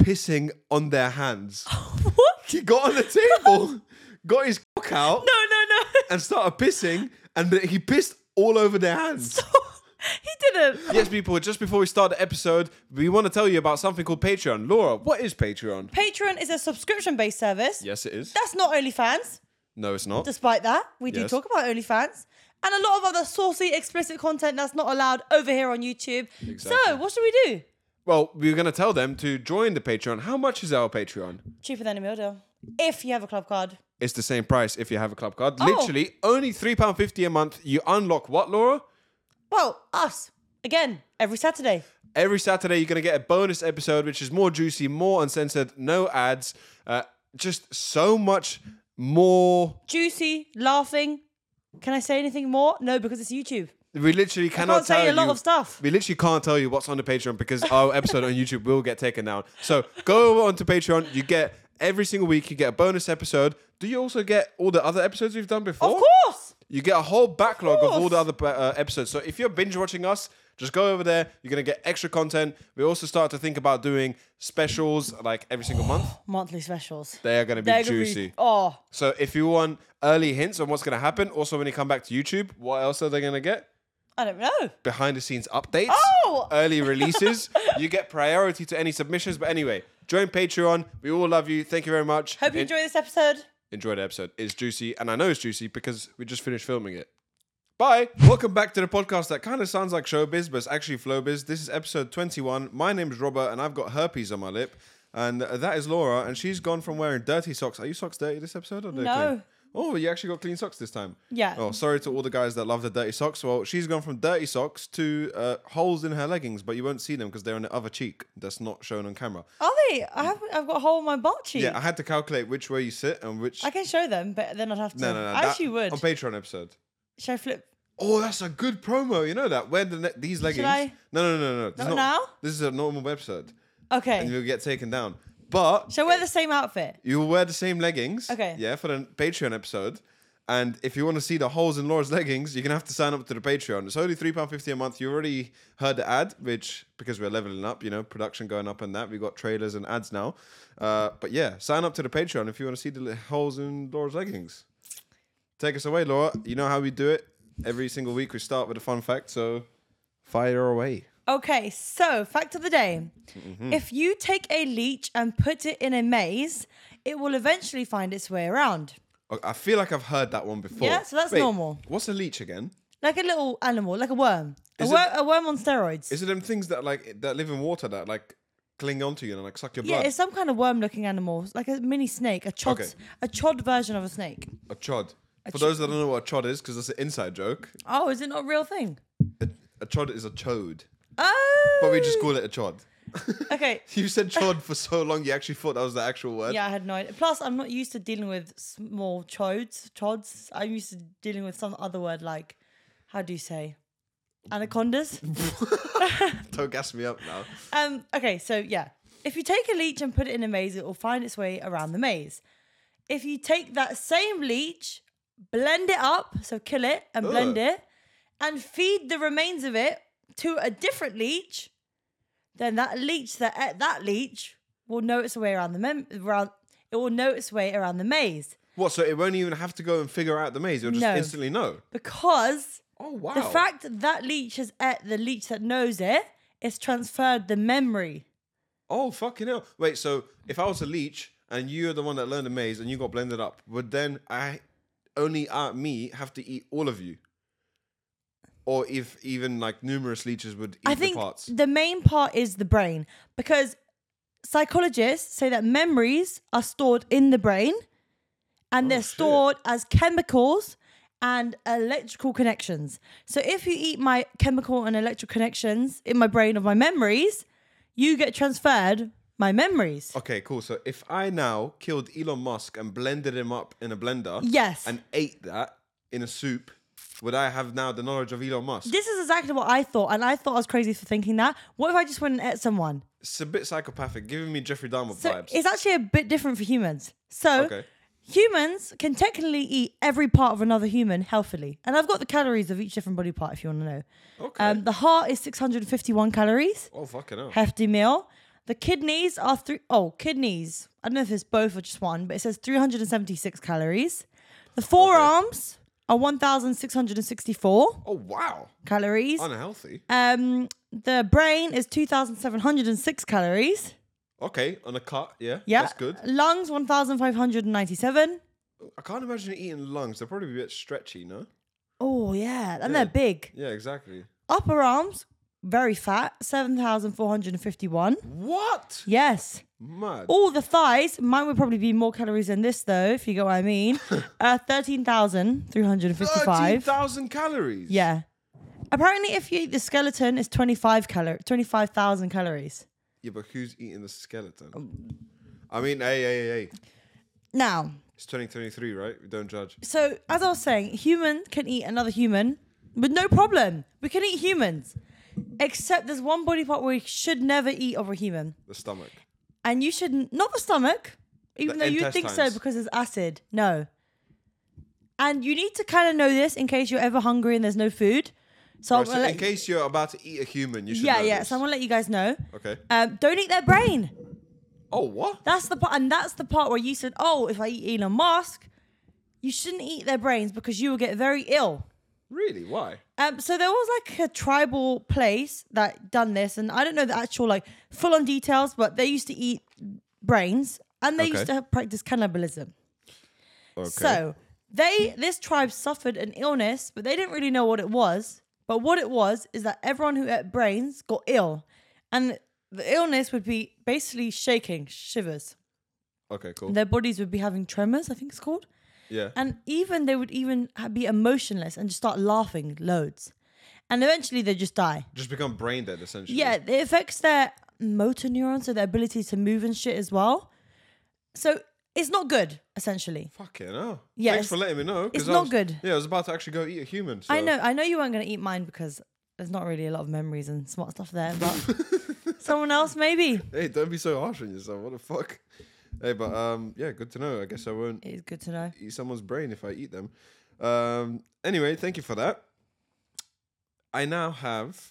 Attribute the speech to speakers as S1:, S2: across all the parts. S1: pissing on their hands.
S2: what?
S1: He got on the table, got his cock out,
S2: No, no, no.
S1: and started pissing, and th- he pissed all over their hands.
S2: he didn't.
S1: Yes, people, just before we start the episode, we want to tell you about something called Patreon. Laura, what is Patreon?
S2: Patreon is a subscription based service.
S1: Yes, it is.
S2: That's not OnlyFans.
S1: No, it's not.
S2: Despite that, we do
S1: Yes.
S2: talk about OnlyFans and a lot of other saucy, explicit content that's not allowed over here on YouTube.
S1: Exactly.
S2: So, what should we do?
S1: Well, we we're going to tell them to join the Patreon. How much is our Patreon?
S2: Cheaper than a meal deal. If you have a club card,
S1: It's the same price if you have a club
S2: Oh.
S1: card. Literally, only £3.50 a month. You unlock what, Laura?
S2: well, us again every Saturday.
S1: Every Saturday, you're going to get a bonus episode, which is more juicy, more uncensored, no ads, uh, just so much more.
S2: Juicy, laughing. Can I say anything more? No, because it's YouTube.
S1: We literally cannot
S2: can't say
S1: tell
S2: a lot of stuff.
S1: We literally can't tell you what's on the Patreon because our episode on YouTube will get taken down. So go onto Patreon. You get every single week. You get a bonus episode. Do you also get all the other episodes we've done before?
S2: Of course.
S1: You get a whole backlog of,
S2: course.
S1: all the other uh, episodes. So if you're binge watching us, just go over there. You're gonna get extra content. We also start to think about doing specials like every single month.
S2: Monthly specials.
S1: They are gonna be
S2: They're gonna be-
S1: juicy.
S2: oh,
S1: So if you want early hints on what's gonna happen, also when you come back to YouTube, what else are they gonna get?
S2: I don't know.
S1: behind the scenes updates,
S2: Oh!
S1: early releases. you get priority to any submissions. But anyway, join Patreon. We all love you. Thank you very much.
S2: Hope you
S1: En-
S2: enjoy this episode.
S1: enjoy the episode. It's juicy, and I know it's juicy because we just finished filming it. Bye. Welcome back to the podcast that kind of sounds like showbiz, but it's actually flowbiz. This is episode 21. My name's Robert, and I've got herpes on my lip. And uh, that is Laura, and she's gone from wearing dirty socks. Are you socks dirty this episode? Or they're
S2: No.
S1: clean? Oh, you actually got clean socks this time.
S2: Yeah.
S1: Oh, sorry to all the guys that love the dirty socks. Well, she's gone from dirty socks to uh, holes in her leggings, but you won't see them because they're on the other cheek. That's not shown on camera.
S2: Are they? I have. I've got a hole in my butt cheek.
S1: Yeah, I had to calculate which way you sit and which.
S2: I can show them, but then I'd have to.
S1: no, no, no.
S2: I
S1: that-
S2: actually would.
S1: on Patreon episode.
S2: Should I flip?
S1: Oh, that's a good promo. You know that? Wear the ne- these leggings.
S2: I-
S1: No, no, no, no. It's
S2: Not now?
S1: This is a normal website, and
S2: Okay.
S1: you'll get taken down. But
S2: Shall I wear the same outfit?
S1: you'll wear the same leggings.
S2: Okay.
S1: Yeah, for the Patreon episode. And if you want to see the holes in Laura's leggings, you're gonna have to sign up to the Patreon. It's only three pound fifty a month. You already heard the ad, which because we're leveling up, you know, production going up and that. We got trailers and ads now. Uh, but yeah, sign up to the Patreon if you want to see the li- holes in Laura's leggings. Take us away, Laura. You know how we do it. Every single week we start with a fun fact, so fire away.
S2: Okay. So fact of the day:
S1: Mm-hmm.
S2: if you take a leech and put it in a maze, it will eventually find its way around,
S1: Oh, I- I feel like I've heard that one before.
S2: Yeah, so that's normal.
S1: What's a leech again?
S2: like a little animal, like a worm. A,
S1: Is it-
S2: wor- a worm on steroids.
S1: Is it them things that like that live in water that like cling onto you and like suck your
S2: yeah,
S1: blood?
S2: it's some kind of worm-looking animal, like a mini snake, a chod,
S1: Okay.
S2: a chod version of a snake.
S1: a chod. For those that don't know what a chod is, because that's an inside joke,
S2: Oh, is it not a real thing?
S1: a, a chod is a chode,
S2: Oh,
S1: but we just call it a chod.
S2: okay.
S1: You said chod for so long, you actually thought that was the actual word.
S2: Yeah, I had no idea. Plus, I'm not used to dealing with small chods, chods. I'm used to dealing with some other word like, how do you say, anacondas?
S1: Don't gas me up now.
S2: um. Okay, so yeah, if you take a leech and put it in a maze, it will find its way around the maze. If you take that same leech, blend it up, so kill it and blend
S1: Ugh.
S2: it, and feed the remains of it to a different leech, then that leech that ate that leech will know its way around the mem- around. It will know its way around the maze.
S1: What? So it won't even have to go and figure out the maze. You'll just
S2: No.
S1: instantly know.
S2: because
S1: Oh wow!
S2: the fact that leech has ate the leech that knows it, it's transferred the memory.
S1: oh fucking hell! Wait. So if I was a leech and you're the one that learned the maze and you got blended up, would then I only uh, me have to eat all of you? Or if even like numerous leeches would eat
S2: I think
S1: the parts.
S2: the main part is the brain because psychologists say that memories are stored in the brain and they're
S1: Oh, shit.
S2: stored as chemicals and electrical connections. So if you eat my chemical and electrical connections in my brain of my memories, you get transferred my memories.
S1: Okay, cool. So if I now killed Elon Musk and blended him up in a blender,
S2: Yes.
S1: and ate that in a soup, would I have now the knowledge of Elon Musk?
S2: This is exactly what I thought, and I thought I was crazy for thinking that. What if I just went and ate someone?
S1: It's a bit psychopathic, giving me Jeffrey Dahmer
S2: So
S1: vibes.
S2: it's actually a bit different for humans. So
S1: Okay.
S2: humans can technically eat every part of another human healthily, and I've got the calories of each different body part if you want to know.
S1: Okay.
S2: Um, the heart is 651 calories,
S1: oh fucking hell!
S2: hefty meal. The kidneys are three oh kidneys. I don't know if it's both or just one, but it says 376 calories. The forearms are 1,664
S1: Oh wow,
S2: calories.
S1: unhealthy.
S2: Um, the brain is 2,706 calories.
S1: Okay, on a cut, yeah,
S2: Yeah.
S1: that's good.
S2: Lungs 1,597.
S1: I can't imagine eating lungs. They're probably a bit stretchy, no?
S2: Oh yeah, and they're big.
S1: Yeah, exactly.
S2: Upper arms very fat 7,451.
S1: What?
S2: Yes.
S1: Mad.
S2: All the thighs, mine would probably be more calories than this though, if you get what I mean. uh, 13,355.
S1: thousand calories.
S2: Yeah. Apparently, if you eat the skeleton, it's 25 calor- 25,000 calories.
S1: Yeah, but who's eating the skeleton? I mean, hey, hey, hey, hey.
S2: Now,
S1: It's 2023, right? We don't judge.
S2: so as I was saying, human can eat another human with no problem. We can eat humans. Except there's one body part we should never eat of a human.
S1: The stomach.
S2: And you shouldn't, not the stomach, even
S1: The
S2: though you'd think so
S1: intestines.
S2: because there's acid. No. And you need to kind of know this in case you're ever hungry and there's no food. So,
S1: Right,
S2: I'm
S1: so
S2: gonna
S1: in
S2: let-
S1: case you're about to eat a human, you should.
S2: Oh, yeah,
S1: know
S2: yeah.
S1: this.
S2: So I'm gonna let you guys know.
S1: Okay.
S2: Um, don't eat their brain.
S1: Oh, what?
S2: That's the part, and that's the part where you said, "Oh, if I eat Elon Musk, you shouldn't eat their brains because you will get very ill."
S1: Really? Why?
S2: Um, so there was like a tribal place that done this, and I don't know the actual like full on details, but they used to eat brains, and they
S1: Okay.
S2: used to have- practice cannibalism.
S1: Okay.
S2: So they this tribe suffered an illness, but they didn't really know what it was. But what it was is that everyone who ate brains got ill, and the illness would be basically shaking, shivers.
S1: Okay, cool.
S2: Their bodies would be having tremors, I think it's called,
S1: yeah.
S2: and even they would even ha- be emotionless and just start laughing loads, and eventually they just die.
S1: Just become brain dead, essentially.
S2: Yeah, it affects their motor neurons, so their ability to move and shit as well. So it's not good, essentially.
S1: Fucking hell.
S2: Yeah,
S1: Thanks
S2: it's-
S1: for letting me know. 'cause
S2: it's
S1: I
S2: not
S1: was-
S2: good.
S1: Yeah, I was about to actually go eat a human. So.
S2: I know, I know you weren't going to eat mine because there's not really a lot of memories and smart stuff there, but someone else maybe.
S1: Hey, don't be so harsh on yourself. What the fuck? Hey, but um, yeah, good to know. I guess I won't
S2: It's good to know.
S1: eat someone's brain if I eat them. Um, anyway, thank you for that. I now have.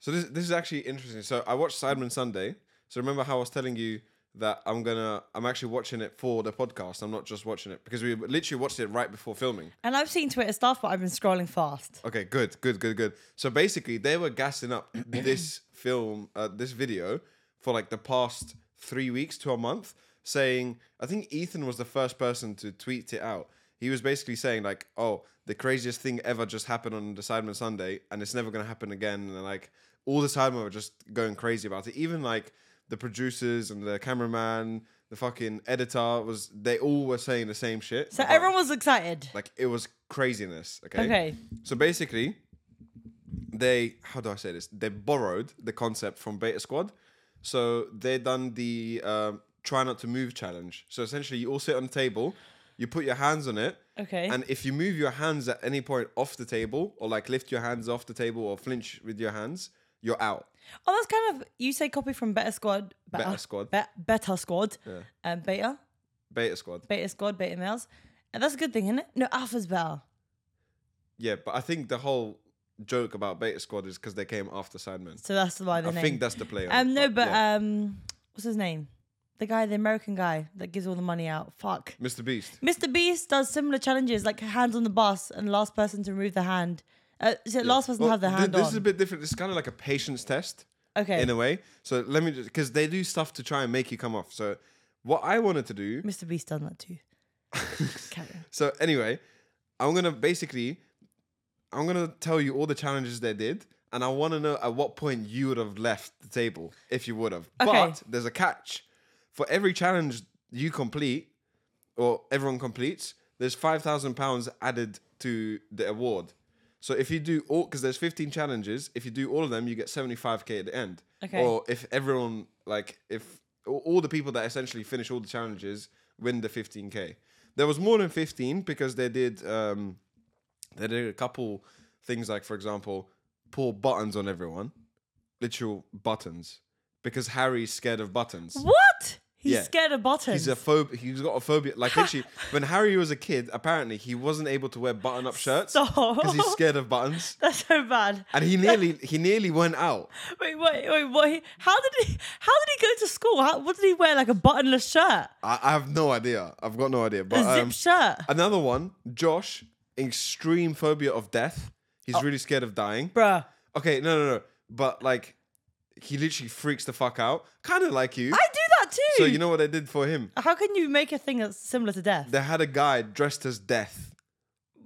S1: So this this is actually interesting. So I watched Sidemen Sunday. So remember how I was telling you that I'm gonna I'm actually watching it for the podcast. I'm not just watching it because we literally watched it right before filming.
S2: And I've seen Twitter stuff, but I've been scrolling fast.
S1: Okay, good, good, good, good. So basically, they were gassing up this film, uh, this video, for like the past three weeks to a month, saying, I think Ethan was the first person to tweet it out. He was basically saying, like, oh, the craziest thing ever just happened on the Sidemen Sunday, and it's never going to happen again. And like, all the Sidemen were just going crazy about it. Even like the producers and the cameraman, the fucking editor was, they all were saying the same shit.
S2: So
S1: about-
S2: everyone was excited.
S1: Uh-huh. like it was craziness. Okay.
S2: Okay.
S1: So basically, they how do I say this? They borrowed the concept from Beta Squad. So they done the um, try not to move challenge. So essentially, you all sit on a table, you put your hands on it.
S2: Okay.
S1: And if you move your hands at any point off the table, or like lift your hands off the table, or flinch with your hands, you're out.
S2: Oh, that's kind of you say copy from Better Squad, Better,
S1: Better Squad.
S2: Be- better Squad, um, Beta,
S1: Beta Squad.
S2: Beta Squad, Beta males. And that's a good thing, isn't it? No, Alpha's better.
S1: Yeah, but I think the whole joke about Beta Squad is because they came after Sidemen.
S2: So that's why the
S1: I
S2: name.
S1: think that's the play. on
S2: um,
S1: it,
S2: no, but
S1: yeah.
S2: um, what's his name? The guy, the American guy that gives all the money out. Fuck.
S1: Mr. Beast.
S2: Mr. Beast does similar challenges like hands on the bus and last person to remove the hand. Uh, is it last person
S1: Well,
S2: to have their
S1: thi-
S2: hand
S1: this
S2: on?
S1: is a bit different. It's kind of like a patience test
S2: okay.
S1: in a way. So let me just because they do stuff to try and make you come off. So what I wanted to do.
S2: Mr. Beast done that too. Carry on.
S1: So anyway, I'm gonna basically, I'm gonna tell you all the challenges they did, and I want to know at what point you would have left the table if you would have.
S2: Okay.
S1: But there's a catch. For every challenge you complete, or everyone completes, there's five thousand pounds added to the award. So if you do all, because there's 15 challenges, if you do all of them, you get 75k at the end.
S2: Okay.
S1: Or if everyone, like, if all all the people that essentially finish all the challenges win the 15k. There was more than 15 because they did, um, they did a couple things like, for example, pull buttons on everyone, literal buttons, because Harry's scared of buttons.
S2: What? He's
S1: Yeah.
S2: scared of buttons.
S1: He's a phob. He's got a phobia. Like literally, when Harry was a kid, apparently he wasn't able to wear button-up shirts
S2: Stop.
S1: because he's scared of buttons.
S2: That's so bad.
S1: And he nearly he nearly went out.
S2: Wait, wait, wait, wait. How did he? How did he go to school? How, what did he wear? Like a buttonless shirt,
S1: I, I have no idea. I've got no idea.
S2: a
S1: But um,
S2: zip shirt,
S1: another one, Josh, extreme phobia of death. He's
S2: Oh.
S1: really scared of dying.
S2: bruh.
S1: Okay, no, no, no. But like, he literally freaks the fuck out, kind of like you.
S2: I do that too.
S1: so you know what they did for him?
S2: how can you make a thing that's similar to death?
S1: They had a guy dressed as death,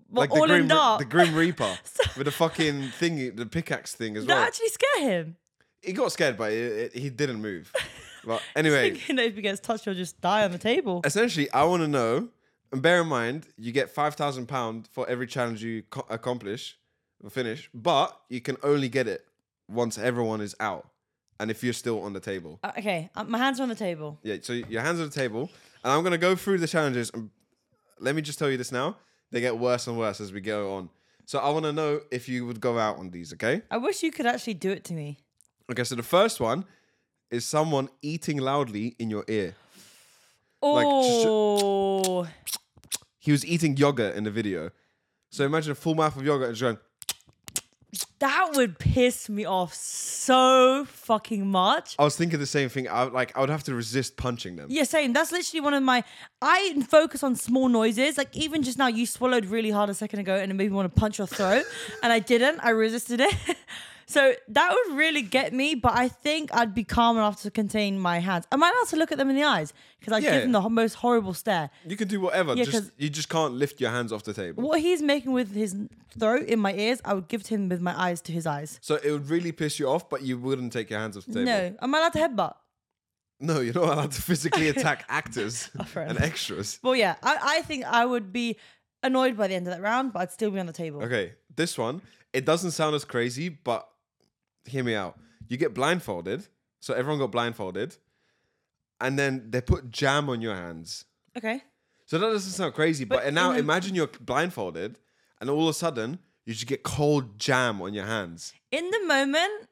S2: Well,
S1: the
S2: all
S1: grim,
S2: in
S1: Re-
S2: dark.
S1: the Grim Reaper, with the fucking thing, the pickaxe thing as
S2: that
S1: well.
S2: actually scare him.
S1: he got scared, but it, it, he didn't move. But anyway,
S2: Thinking that if he gets touched, he'll just die on the table.
S1: essentially, I want to know. And bear in mind, you get five thousand pound for every challenge you co- accomplish or finish, but you can only get it once everyone is out, and if you're still on the table.
S2: Uh, okay, uh, my hands are on the table.
S1: Yeah. So your hands on the table, and I'm gonna go through the challenges. And let me just tell you this now: they get worse and worse as we go on. So I want to know if you would go out on these. Okay.
S2: I wish you could actually do it to me.
S1: Okay. So the first one is someone eating loudly in your ear. just-
S2: Oh,
S1: He was eating yogurt in the video. So imagine a full mouth of yogurt and just going.
S2: that would piss me off so fucking much.
S1: I was thinking the same thing. I like I would have to resist punching them.
S2: Yeah, same. That's literally one of my. I focus on small noises. Like even just now, you swallowed really hard a second ago, and it made me want to punch your throat, and I didn't. I resisted it. so that would really get me. But I think I'd be calm enough to contain my hands. Am I allowed to look at them in the eyes? Because I
S1: Yeah.
S2: give them the ho- most horrible stare.
S1: You can do whatever.
S2: Yeah,
S1: just
S2: 'cause-
S1: you just can't lift your hands off the table.
S2: What he's making with his throat in my ears, I would give to him with my eyes to his eyes.
S1: So it would really piss you off, but you wouldn't take your hands off the table.
S2: No, am I allowed to headbutt?
S1: No, you're not allowed to physically attack actors
S2: fair
S1: and
S2: enough.
S1: extras.
S2: Well, yeah, I, I think I would be annoyed by the end of that round, but I'd still be on the table.
S1: Okay, this one. It doesn't sound as crazy, but hear me out. You get blindfolded, so everyone got blindfolded, and then they put jam on your hands.
S2: okay.
S1: So that doesn't sound crazy, but,
S2: But
S1: and now
S2: in a-
S1: imagine you're blindfolded, and all of a sudden you just get cold jam on your hands.
S2: in the moment,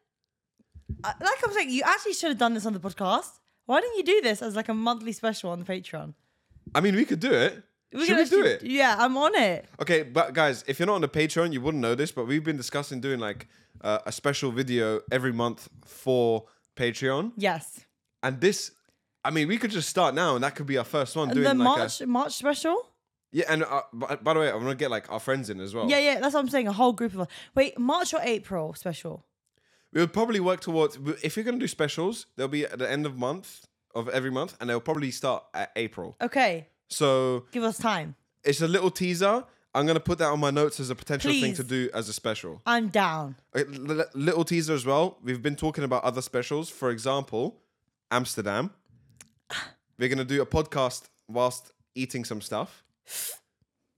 S2: I- like I'm saying, you actually should have done this on the podcast. Why didn't you do this as like a monthly special on the Patreon?
S1: I mean, we could do it.
S2: We
S1: Should
S2: can
S1: we do
S2: actually-
S1: it?
S2: Yeah, I'm on it.
S1: Okay, but guys, if you're not on the Patreon, you wouldn't know this, but we've been discussing doing like uh, a special video every month for Patreon,
S2: Yes.
S1: and this. I mean, we could just start now, and that could be our first one doing
S2: the
S1: like
S2: March
S1: a
S2: March special.
S1: yeah. And uh, by, by the way, I'm gonna get like our friends in as well.
S2: Yeah, yeah, that's what I'm saying. A whole group of us. Wait, March or April special?
S1: we would probably work towards if you're gonna do specials, they'll be at the end of month of every month, and they'll probably start at April.
S2: Okay,
S1: So
S2: give us time.
S1: it's a little teaser. I'm gonna put that on my notes as a potential thing
S2: Please.
S1: to do as a special.
S2: I'm down.
S1: Okay, l- l- little teaser as well. We've been talking about other specials. For example, Amsterdam. We're gonna do a podcast whilst eating some stuff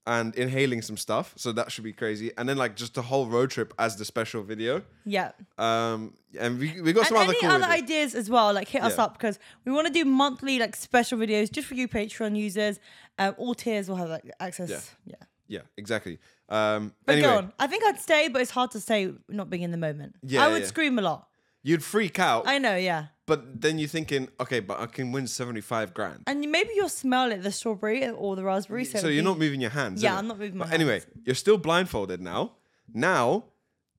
S1: and inhaling some stuff. So that should be crazy. And then like just the whole road trip as the special video.
S2: Yeah.
S1: Um, and we we got
S2: And
S1: some other
S2: any
S1: cool.
S2: other
S1: ideas.
S2: ideas as well, like hit us
S1: Yeah.
S2: up because we want to do monthly like special videos just for you Patreon users. Um, all tiers will have like, access. yeah.
S1: yeah, exactly. Um,
S2: But
S1: anyway,
S2: go on. I think I'd stay, but it's hard to say not being in the moment.
S1: Yeah,
S2: I would
S1: yeah.
S2: scream a lot.
S1: you'd freak out,
S2: I know, yeah.
S1: but then you're thinking, okay, but I can win seventy five grand.
S2: And maybe you'll smell it, the strawberry or the raspberry. So,
S1: so
S2: it'd
S1: you're
S2: be-
S1: not moving your hands.
S2: Yeah,
S1: innit?
S2: I'm not moving my
S1: But anyway, you're still blindfolded now. Now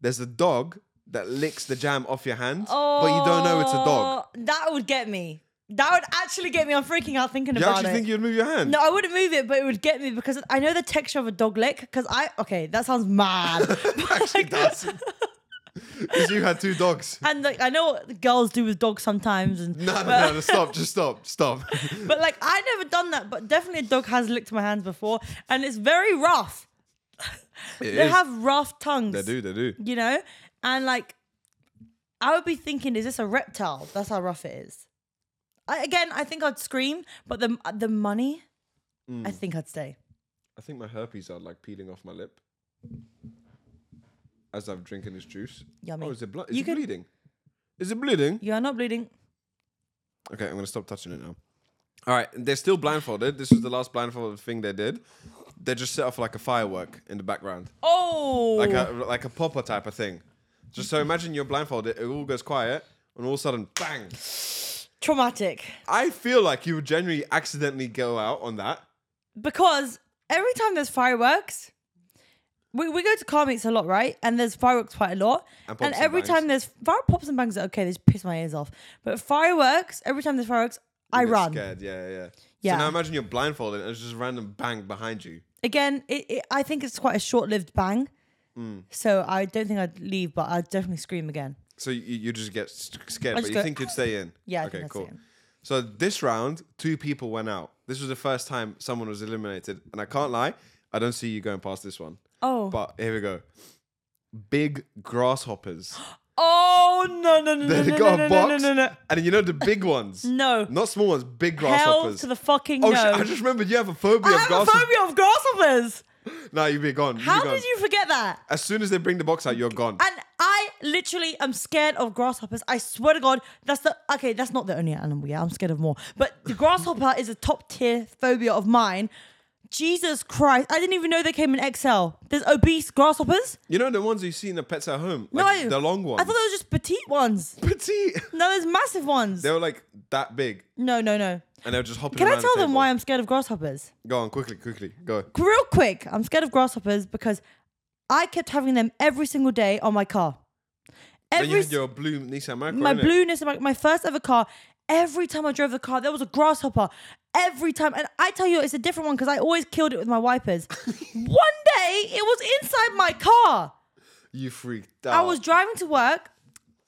S1: there's a dog that licks the jam off your hands, but you don't know it's a dog.
S2: Oh, That would get me. That would actually get me. I'm freaking out thinking
S1: Do you
S2: about
S1: actually
S2: it.
S1: think you'd move your hand?
S2: no, I wouldn't move it, but it would get me because I know the texture of a dog lick. Because I okay, that sounds mad.
S1: actually does. Because you had two dogs.
S2: and like I know what girls do with dogs sometimes, and
S1: No, no, no, no, stop, just stop, stop.
S2: but like I never done that. But definitely a dog has licked my hands before, and it's very rough.
S1: It
S2: They
S1: is.
S2: have rough tongues.
S1: They do, they do.
S2: you know? And like, I would be thinking, is this a reptile? That's how rough it is. I, again, I think I'd scream, but the the money, I
S1: Mm.
S2: think I'd stay.
S1: I think my herpes are like peeling off my lip as I'm drinking this juice.
S2: Yummy.
S1: Oh, is it, blo- is
S2: You
S1: it
S2: can-
S1: bleeding? Is it bleeding?
S2: You are not bleeding.
S1: Okay, I'm gonna stop touching it now. All right, they're still blindfolded. This was the last blindfolded thing they did. They just set off like a firework in the background,
S2: Oh,
S1: like a like a popper type of thing. Just so imagine you're blindfolded. It all goes quiet, and all of a sudden, bang!
S2: traumatic
S1: I feel like you would genuinely accidentally go out on that.
S2: because every time there's fireworks, we, we go to car meets a lot, right? And there's fireworks quite a lot.
S1: And
S2: And,
S1: pops and
S2: every
S1: bangs.
S2: time there's fire pops and bangs, are okay, they just piss my ears off. But fireworks, every time there's fireworks, I
S1: You're
S2: run.
S1: Scared. Yeah, yeah.
S2: Yeah.
S1: So now imagine you're blindfolded and there's just a random bang behind you.
S2: Again, it, it, I think it's quite a short-lived bang.
S1: Mm.
S2: So I don't think I'd leave, but I'd definitely scream again.
S1: So you, you just get s- scared, but
S2: just
S1: you
S2: go,
S1: think you'd stay in.
S2: Yeah, I
S1: Okay,
S2: think I'd stay
S1: cool.
S2: in.
S1: So this round, two people went out. This was the first time someone was eliminated, and I can't lie, I don't see you going past this one.
S2: Oh.
S1: But here we go. Big grasshoppers.
S2: oh no no no no
S1: They
S2: no
S1: got
S2: no,
S1: a
S2: no no
S1: box,
S2: no no
S1: and you know the big ones.
S2: no.
S1: Not small ones, big
S2: Hell
S1: grasshoppers.
S2: to the fucking
S1: oh
S2: no.
S1: shit! I just remembered you have a phobia
S2: I
S1: of
S2: have a
S1: grasshoppers.
S2: phobia of grasshoppers.
S1: No, you'd be gone. You'd be
S2: How
S1: gone.
S2: did you forget that?
S1: As soon as they bring the box out, you're gone.
S2: And I literally am scared of grasshoppers. I swear to God, that's the okay. That's not the only animal. Yeah, I'm scared of more. But the grasshopper is a top tier phobia of mine. Jesus Christ! I didn't even know they came in XL. There's obese grasshoppers.
S1: You know the ones you see in the pets at home?
S2: No,
S1: Like the long ones.
S2: I thought they were just petite ones.
S1: petite.
S2: No, there's massive ones.
S1: They were like that big,
S2: No, no, no.
S1: and they were just hopping.
S2: Can I
S1: around the
S2: tell them
S1: table.
S2: why I'm scared of grasshoppers?
S1: Go on quickly, quickly. Go.
S2: Real quick, I'm scared of grasshoppers because I kept having them every single day on my car.
S1: Then you
S2: Every
S1: had your blue Nissan Micro.
S2: my
S1: innit?
S2: blueness, my, my first ever car. Every time I drove the car, there was a grasshopper. Every time, and I tell you, it's a different one because I always killed it with my wipers. one day, it was inside my car.
S1: You freaked out.
S2: I was driving to work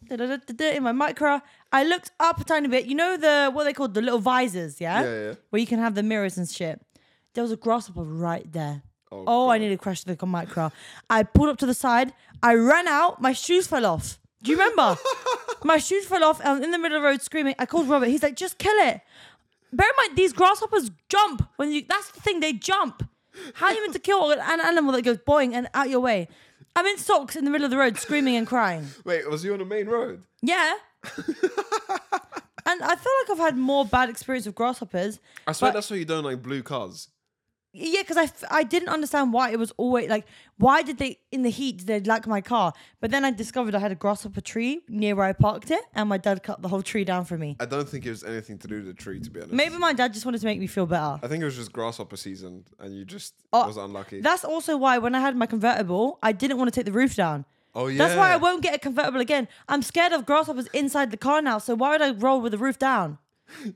S2: da-da-da-da-da, in my micro. I looked up a tiny bit. You know the what are they called the little visors, yeah?
S1: Yeah, yeah.
S2: Where you can have the mirrors and shit. There was a grasshopper right there.
S1: Oh,
S2: Oh, I
S1: God.
S2: nearly crashed the micro. I pulled up to the side. I ran out. My shoes fell off. Do you remember? my shoes fell off. I was in the middle of the road screaming. I called Robert. He's like, "Just kill it." Bear in mind, these grasshoppers jump when you. That's the thing. They jump. How are you meant to kill an animal that goes boing and out your way? I'm in socks in the middle of the road screaming and crying.
S1: Wait, was you on the main road?
S2: Yeah. and I feel like I've had more bad experience with grasshoppers.
S1: I swear
S2: But-
S1: that's why you don't like blue cars.
S2: Yeah, because I, f- I didn't understand why it was always like, why did they, in the heat, they'd like my car? But then I discovered I had a grasshopper tree near where I parked it, and my dad cut the whole tree down for me.
S1: I don't think it was anything to do with the tree, to be honest.
S2: Maybe my dad just wanted to make me feel better.
S1: I think it was just grasshopper season, and you just
S2: Oh,
S1: was unlucky.
S2: That's also why when I had my convertible, I didn't want to take the roof down.
S1: oh yeah.
S2: That's why I won't get a convertible again. I'm scared of grasshoppers inside the car now, so why would I roll with the roof down?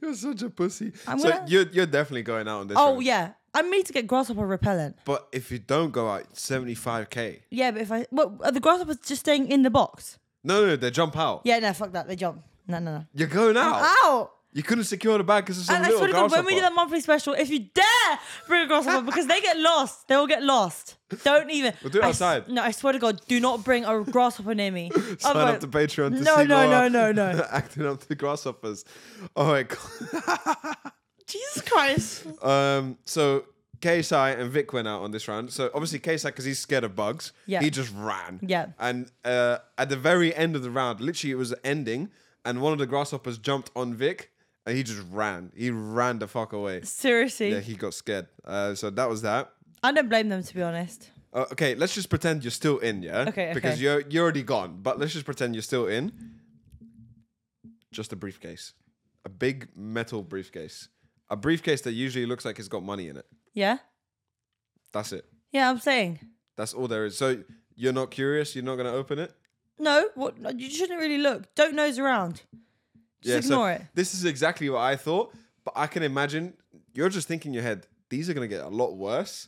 S1: You're such a pussy.
S2: I'm
S1: so
S2: gonna-
S1: you're you're definitely going out on this.
S2: Oh,
S1: road.
S2: yeah. I need to get grasshopper repellent.
S1: But if you don't go out, seventy five k.
S2: Yeah, but if I what are the grasshoppers just staying in the box?
S1: No, no, they jump out.
S2: Yeah, no, fuck that. They jump. No, no, no.
S1: You're going out.
S2: Ow!
S1: You couldn't secure the bag because it's a
S2: And I
S1: little
S2: swear to God,
S1: grasshopper.
S2: when we do that monthly special, if you dare bring a grasshopper, because they get lost, they will get lost. Don't even.
S1: We'll do it
S2: I s-
S1: outside.
S2: no, I swear to God, do not bring a grasshopper near me.
S1: Sign
S2: Otherwise-
S1: up to Patreon to
S2: No,
S1: see
S2: no,
S1: Laura
S2: no, no, no.
S1: acting up to grasshoppers. Oh All right.
S2: Jesus Christ.
S1: Um, so KSI and Vic went out on this round. So obviously KSI, because he's scared of bugs,
S2: Yeah.
S1: he just ran.
S2: Yeah.
S1: And uh, at the very end of the round, literally it was ending, and one of the grasshoppers jumped on Vic, and he just ran. He ran the fuck away.
S2: Seriously.
S1: Yeah, he got scared. Uh, so that was that.
S2: I don't blame them, to be honest.
S1: Uh, okay, let's just pretend you're still in, yeah?
S2: Okay,
S1: Because
S2: okay.
S1: you're you're already gone, but let's just pretend you're still in. Just a briefcase. A big metal briefcase. A briefcase that usually looks like it's got money in it.
S2: Yeah?
S1: That's it.
S2: Yeah, I'm saying.
S1: That's all there is. So you're not curious, you're not gonna open it?
S2: No, what? you shouldn't really look. Don't nose around. Just
S1: so
S2: ignore it.
S1: This is exactly what I thought, but I can imagine you're just thinking in your head, these are gonna get a lot worse.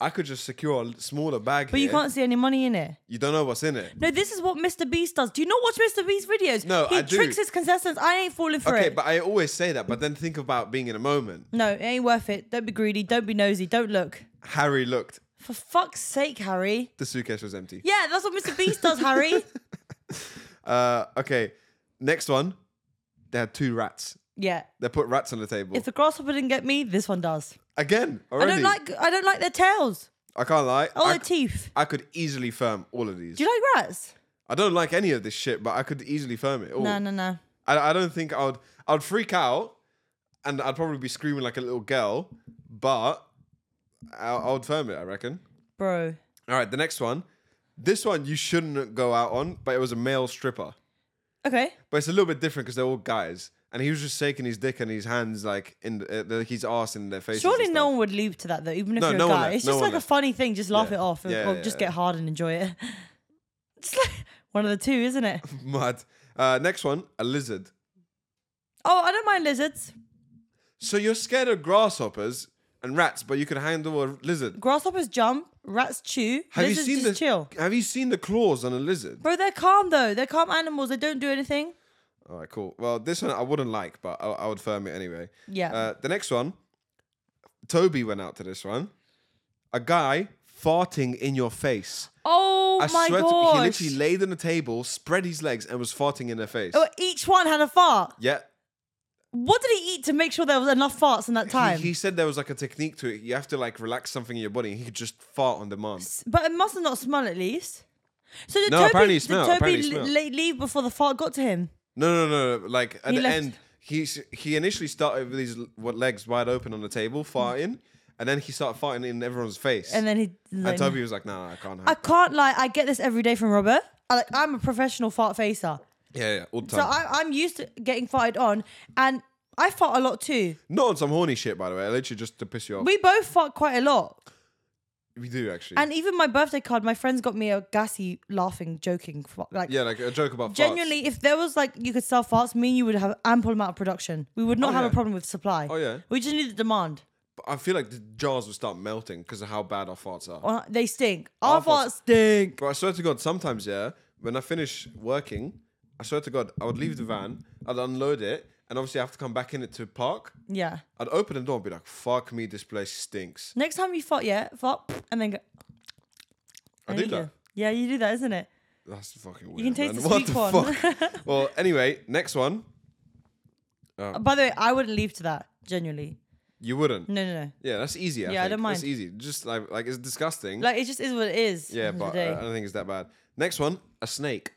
S1: I could just secure a smaller bag
S2: But you can't see any money in it.
S1: you don't know what's in it.
S2: No, this is what Mr. Beast does. Do you not watch Mr. Beast videos?
S1: No,
S2: he
S1: I do.
S2: tricks his contestants. I ain't falling for
S1: Okay,
S2: it.
S1: but I always say that, but then think about being in a moment.
S2: no, it ain't worth it. Don't be greedy. Don't be nosy. Don't look.
S1: Harry looked.
S2: For fuck's sake, Harry.
S1: The suitcase was empty.
S2: Yeah, that's what Mr. Beast does, Harry.
S1: Uh, okay, next one. They had two rats.
S2: Yeah.
S1: They put rats on the table
S2: If the grasshopper didn't get me, this one does.
S1: again. Already,
S2: I don't like. I don't like their tails
S1: I can't lie.
S2: or
S1: I,
S2: their teeth.
S1: I could easily firm all of these.
S2: Do you like rats?
S1: I don't like any of this shit, but I could easily firm it. All.
S2: No, no, no.
S1: I, I don't think I would. I'd freak out, and I'd probably be screaming like a little girl. But I, I would firm it. I reckon.
S2: Bro.
S1: All right, the next one. This one you shouldn't go out on, but it was a male stripper.
S2: Okay.
S1: But it's a little bit different because they're all guys. and he was just shaking his dick and his hands like in the, uh, like his ass in their faces.
S2: Surely
S1: and
S2: no
S1: stuff.
S2: one would leap to that though, even if
S1: No,
S2: you're
S1: no
S2: a
S1: one
S2: guy.
S1: would.
S2: It's
S1: No
S2: just
S1: one
S2: like a
S1: would.
S2: funny thing. Just laugh
S1: Yeah.
S2: it off, or,
S1: Yeah,
S2: or
S1: yeah,
S2: just
S1: yeah.
S2: get hard and enjoy it. It's like one of the two, isn't it?
S1: Mad. Uh, next one, a lizard.
S2: Oh, I don't mind lizards.
S1: So you're scared of grasshoppers and rats, but you can handle a lizard.
S2: Grasshoppers jump, rats chew,
S1: Have
S2: lizards
S1: you seen
S2: just
S1: the
S2: chill.
S1: Have you seen the claws on a lizard?
S2: Bro, they're calm though. They're calm animals. They don't do anything.
S1: All right, cool. Well, this one I wouldn't like, but I, I would firm it anyway.
S2: Yeah.
S1: Uh, the next one, Toby went out to this one. A guy farting in your face.
S2: oh
S1: I
S2: my
S1: swear,
S2: gosh.
S1: To, he literally laid on the table, spread his legs, and was farting in their face.
S2: Oh, each one had a fart.
S1: yeah.
S2: What did he eat to make sure there was enough farts in that
S1: He,
S2: time?
S1: he said there was like a technique to it. You have to like relax something in your body. He could just fart on demand.
S2: but it must have not smelled at least. So did
S1: No,
S2: Toby,
S1: apparently it
S2: did
S1: smelled,
S2: Toby
S1: apparently it
S2: l-
S1: smelled.
S2: la- leave before the fart got to him?
S1: No, no, no. no. Like at
S2: He
S1: the
S2: left.
S1: end, he s- he initially started with his l- what legs wide open on the table, farting, and then he started farting in everyone's face.
S2: Mm. And then he.
S1: and Toby was like, "Nah, I can't."
S2: I
S1: Have.
S2: can't lie. I get this every day from Robert. I, like, I'm a professional fart facer,
S1: yeah, yeah, all the
S2: so
S1: time.
S2: I, I'm used to getting farted on, and I fart a lot too.
S1: Not on some horny shit, by the way. Literally just to piss you off.
S2: We both fart quite a lot,
S1: We do actually.
S2: and even my birthday card, my friends got me a gassy, laughing, joking, fart. like
S1: yeah, like a joke about farts.
S2: Genuinely, if there was like you could sell farts, me and you would have ample amount of production. We would not
S1: Oh,
S2: have
S1: yeah.
S2: a problem with supply.
S1: Oh, yeah.
S2: we just need the demand.
S1: But I feel like the jars will start melting because of how bad our farts are.
S2: Or Uh, they stink. Our,
S1: Our farts-
S2: farts stink.
S1: But I swear to God, sometimes yeah, when I finish working, I swear to God, I would leave the van, I'd unload it, and obviously I have to come back in it to park.
S2: Yeah.
S1: I'd open the door and be like, "Fuck me, this place stinks."
S2: Next time you fart, yeah, fart, and then go.
S1: I
S2: and
S1: do
S2: you
S1: that.
S2: go. Yeah, you do that, isn't it?
S1: That's fucking weird.
S2: You can taste
S1: man.
S2: the
S1: What
S2: sweet corn.
S1: fuck? well, anyway, next one.
S2: Uh, By the way, I wouldn't leave to that. Genuinely,
S1: You wouldn't.
S2: no, no, no.
S1: Yeah, that's easy. I
S2: Mm. Yeah, I
S1: think.
S2: don't
S1: That's
S2: mind.
S1: easy. Just like like it's disgusting.
S2: Like it just is what it is.
S1: yeah,
S2: at the end of
S1: but
S2: the day.
S1: uh, I don't think it's that bad. Next one, a snake.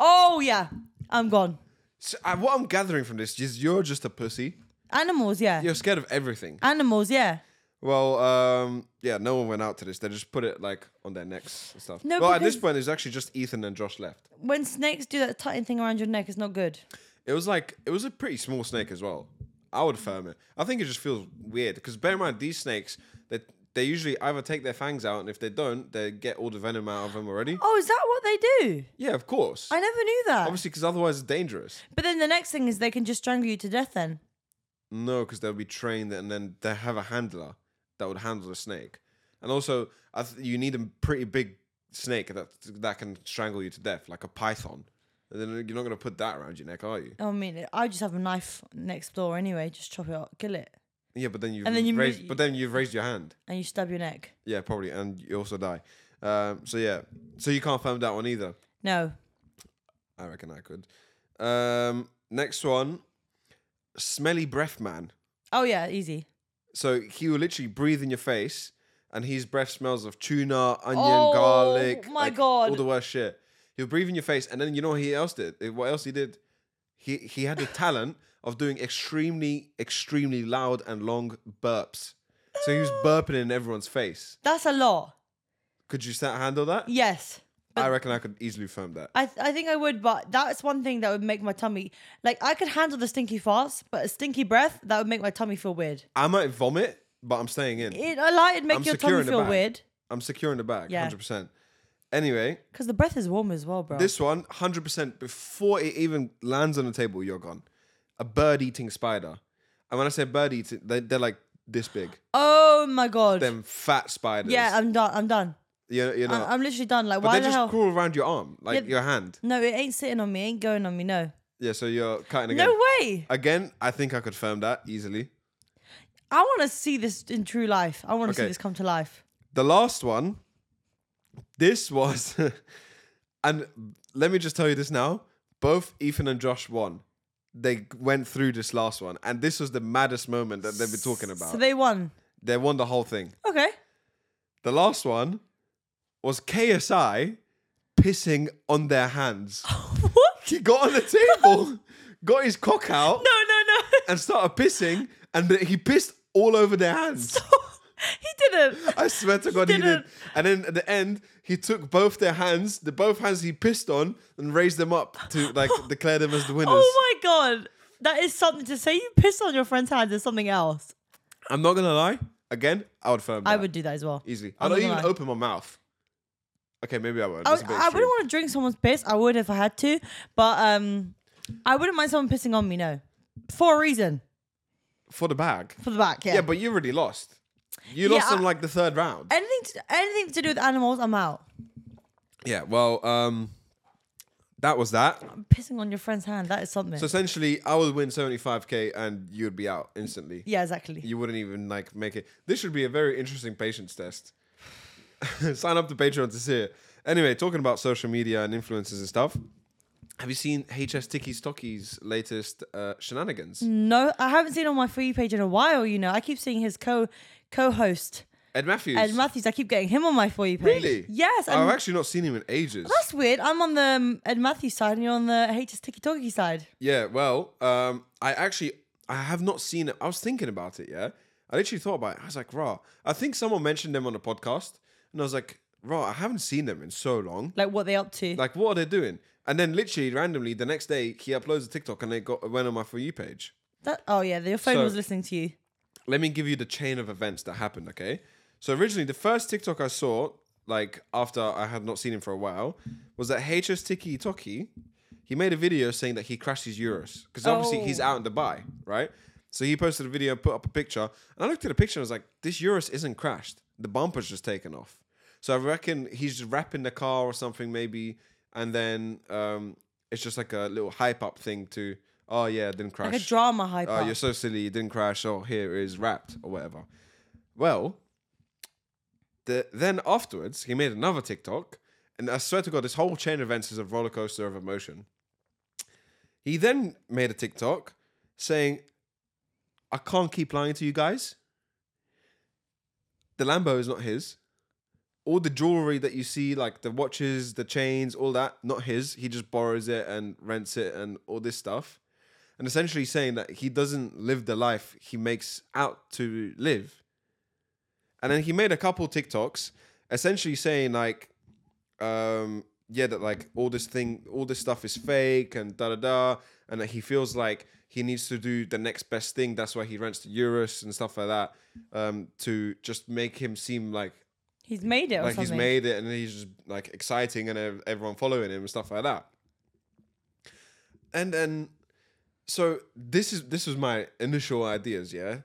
S2: oh yeah, I'm gone.
S1: So, uh, what I'm gathering from this is you're just a pussy.
S2: Animals, yeah.
S1: You're scared of everything.
S2: Animals, yeah.
S1: Well, um, yeah, no one went out to this. They just put it like on their necks and stuff.
S2: No,
S1: well, at this
S2: because-
S1: point, it's actually just Ethan and Josh left.
S2: When snakes do that tightening thing around your neck, it's not good.
S1: It was like it was a pretty small snake as well. I would firm it. I think it just feels weird because bear in mind these snakes that they, usually either take their fangs out and if they don't, they get all the venom out of them already.
S2: Oh, is that what they do?
S1: Yeah, of course.
S2: I never knew that.
S1: Obviously, because otherwise it's dangerous.
S2: But then the next thing is they can just strangle you to death. Then
S1: No, because they'll be trained and then they have a handler that would handle the snake. And also, I th- you need a pretty big snake that that can strangle you to death, like a python. And then you're not going to put that around your neck, are you?
S2: I mean, I just have a knife next door anyway. Just chop it up, kill it,
S1: Yeah, but then you've
S2: And then you mo-
S1: raised, but then you've raised your hand.
S2: and you stab your neck.
S1: Yeah, probably, and you also die. Um, so yeah, so you can't find that one either.
S2: No,
S1: I reckon I could. Um, next one, smelly breath man.
S2: oh yeah, easy.
S1: So he will literally breathe in your face, and his breath smells of tuna, onion,
S2: Oh,
S1: garlic.
S2: my God.
S1: All the worst shit. He'll breathe in your face, and then you know what he else did? Eh, What else he did? He he had the talent of doing extremely, extremely loud and long burps. So he was burping in everyone's face.
S2: That's a lot.
S1: Could you sa- handle that?
S2: Yes.
S1: I reckon I could easily firm that.
S2: I, th- I think I would, but that's one thing that would make my tummy like I could handle the stinky farts, but a stinky breath that would make my tummy feel weird.
S1: I might vomit, but I'm staying in.
S2: It I like it'd make
S1: I'm
S2: your
S1: secure
S2: tummy
S1: in the
S2: feel
S1: bag.
S2: weird
S1: I'm secure in the bag,
S2: Yeah.
S1: 100%. Anyway,
S2: because the breath is warm as well, bro.
S1: this one, 100%, before it even lands on the table, you're gone. A bird eating spider. And when I say bird eating, they, they're like this big.
S2: oh my god!
S1: Them fat spiders.
S2: yeah, I'm done. I'm done.
S1: You, you know,
S2: I- I'm literally done. Like
S1: Uh, but
S2: why
S1: they
S2: the
S1: just
S2: hell?
S1: crawl around your arm, like
S2: Yeah.
S1: your hand.
S2: no, it ain't sitting on me. It ain't going on me. No.
S1: Yeah, so you're cutting again.
S2: No way.
S1: Again, I think I could firm that easily.
S2: I want to see this in true life. I want to
S1: Okay.
S2: see this come to life.
S1: The last one, this was, and let me just tell you this now. Both Ethan and Josh won. They went through this last one, and this was the maddest moment that they've been talking about.
S2: So
S1: they-,
S2: they won.
S1: won the whole thing.
S2: Okay.
S1: The last one was KSI pissing on their hands.
S2: what?
S1: he got on the table, got his cock out,
S2: No, no, no.
S1: and started pissing, and he pissed all over their hands.
S2: he didn't.
S1: I swear to God, he, did.
S2: didn't.
S1: And then at the end, he took both their hands, the both hands he pissed on, and raised them up to like declare them as the winners.
S2: Oh my god. That is something to say. You piss on your friend's hand is something else.
S1: I'm not gonna lie. Again, I would firm.
S2: I
S1: that.
S2: would do that as well.
S1: easily.
S2: I'm
S1: I don't
S2: not
S1: even
S2: gonna lie.
S1: open my mouth. Okay, maybe I won't.
S2: I,
S1: That's a
S2: would-
S1: bit
S2: I
S1: extreme.
S2: wouldn't want to drink someone's piss. I would if I had to, but um, I wouldn't mind someone pissing on me. No, for a reason,
S1: for the bag.
S2: for the back. Yeah,
S1: Yeah. but you already lost. You
S2: Yeah,
S1: lost on
S2: I-
S1: like the third round.
S2: anything, to, anything to do with animals, I'm out.
S1: yeah. Well, um, that was that.
S2: Pissing on your friend's hand, that is something.
S1: So essentially, I would win 75k and you'd be out instantly.
S2: yeah, exactly.
S1: You wouldn't even like make it. This should be a very interesting patience test. Sign up to Patreon to see it. Anyway, talking about social media and influencers and stuff. Have you seen HS Tiki Stocky's latest uh, shenanigans?
S2: No, I haven't seen on my free page in a while. You know, I keep seeing his co co-host
S1: Ed Matthews.
S2: Ed Matthews. I keep getting him on my for you page.
S1: Really?
S2: Yes. And
S1: I've actually not seen him in ages.
S2: that's weird. I'm on the um, Ed Matthews side, and you're on the HS Tiki Toki side.
S1: Yeah, well, um, I actually I have not seen it. I was thinking about it, yeah. I literally thought about it. I was like, raw. I think someone mentioned them on a podcast, and I was like, raw, I haven't seen them in so long.
S2: Like what they up to?
S1: Like, what are they doing? And then literally randomly the next day he uploads a TikTok and it got went on my for you page.
S2: that, oh yeah, your phone
S1: So-
S2: was listening to you.
S1: Let me give you the chain of events that happened, okay? So originally the first TikTok I saw, like after I had not seen him for a while, was that HS Tiki Toki. He made a video saying that he crashed his Euros because obviously
S2: Oh.
S1: he's out in Dubai, right? So he posted a video, put up a picture, and I looked at the picture and I was like, "This Euros isn't crashed. The bumper's just taken off." So I reckon he's just wrapping the car or something maybe, and then um, it's just like a little hype up thing to, "Oh yeah, it didn't crash."
S2: Like a drama hype.
S1: oh,
S2: up.
S1: you're so silly, you didn't crash, oh, here it is wrapped, or whatever. Well, the, then afterwards, he made another TikTok, and I swear to God, this whole chain of events is a roller coaster of emotion. He then made a TikTok saying, I can't keep lying to you guys. The Lambo is not his. All the jewelry that you see, like the watches, the chains, all that, not his. He just borrows it and rents it and all this stuff and essentially saying that he doesn't live the life he makes out to live. And then he made a couple TikToks essentially saying like um yeah that like all this thing all this stuff is fake and da da da and that he feels like he needs to do the next best thing that's why he rents to Eurus and stuff like that um to just make him seem like
S2: he's made it. Or
S1: like
S2: something.
S1: he's made it and he's just like exciting and ev- everyone following him and stuff like that and then so this is this was my initial ideas yeah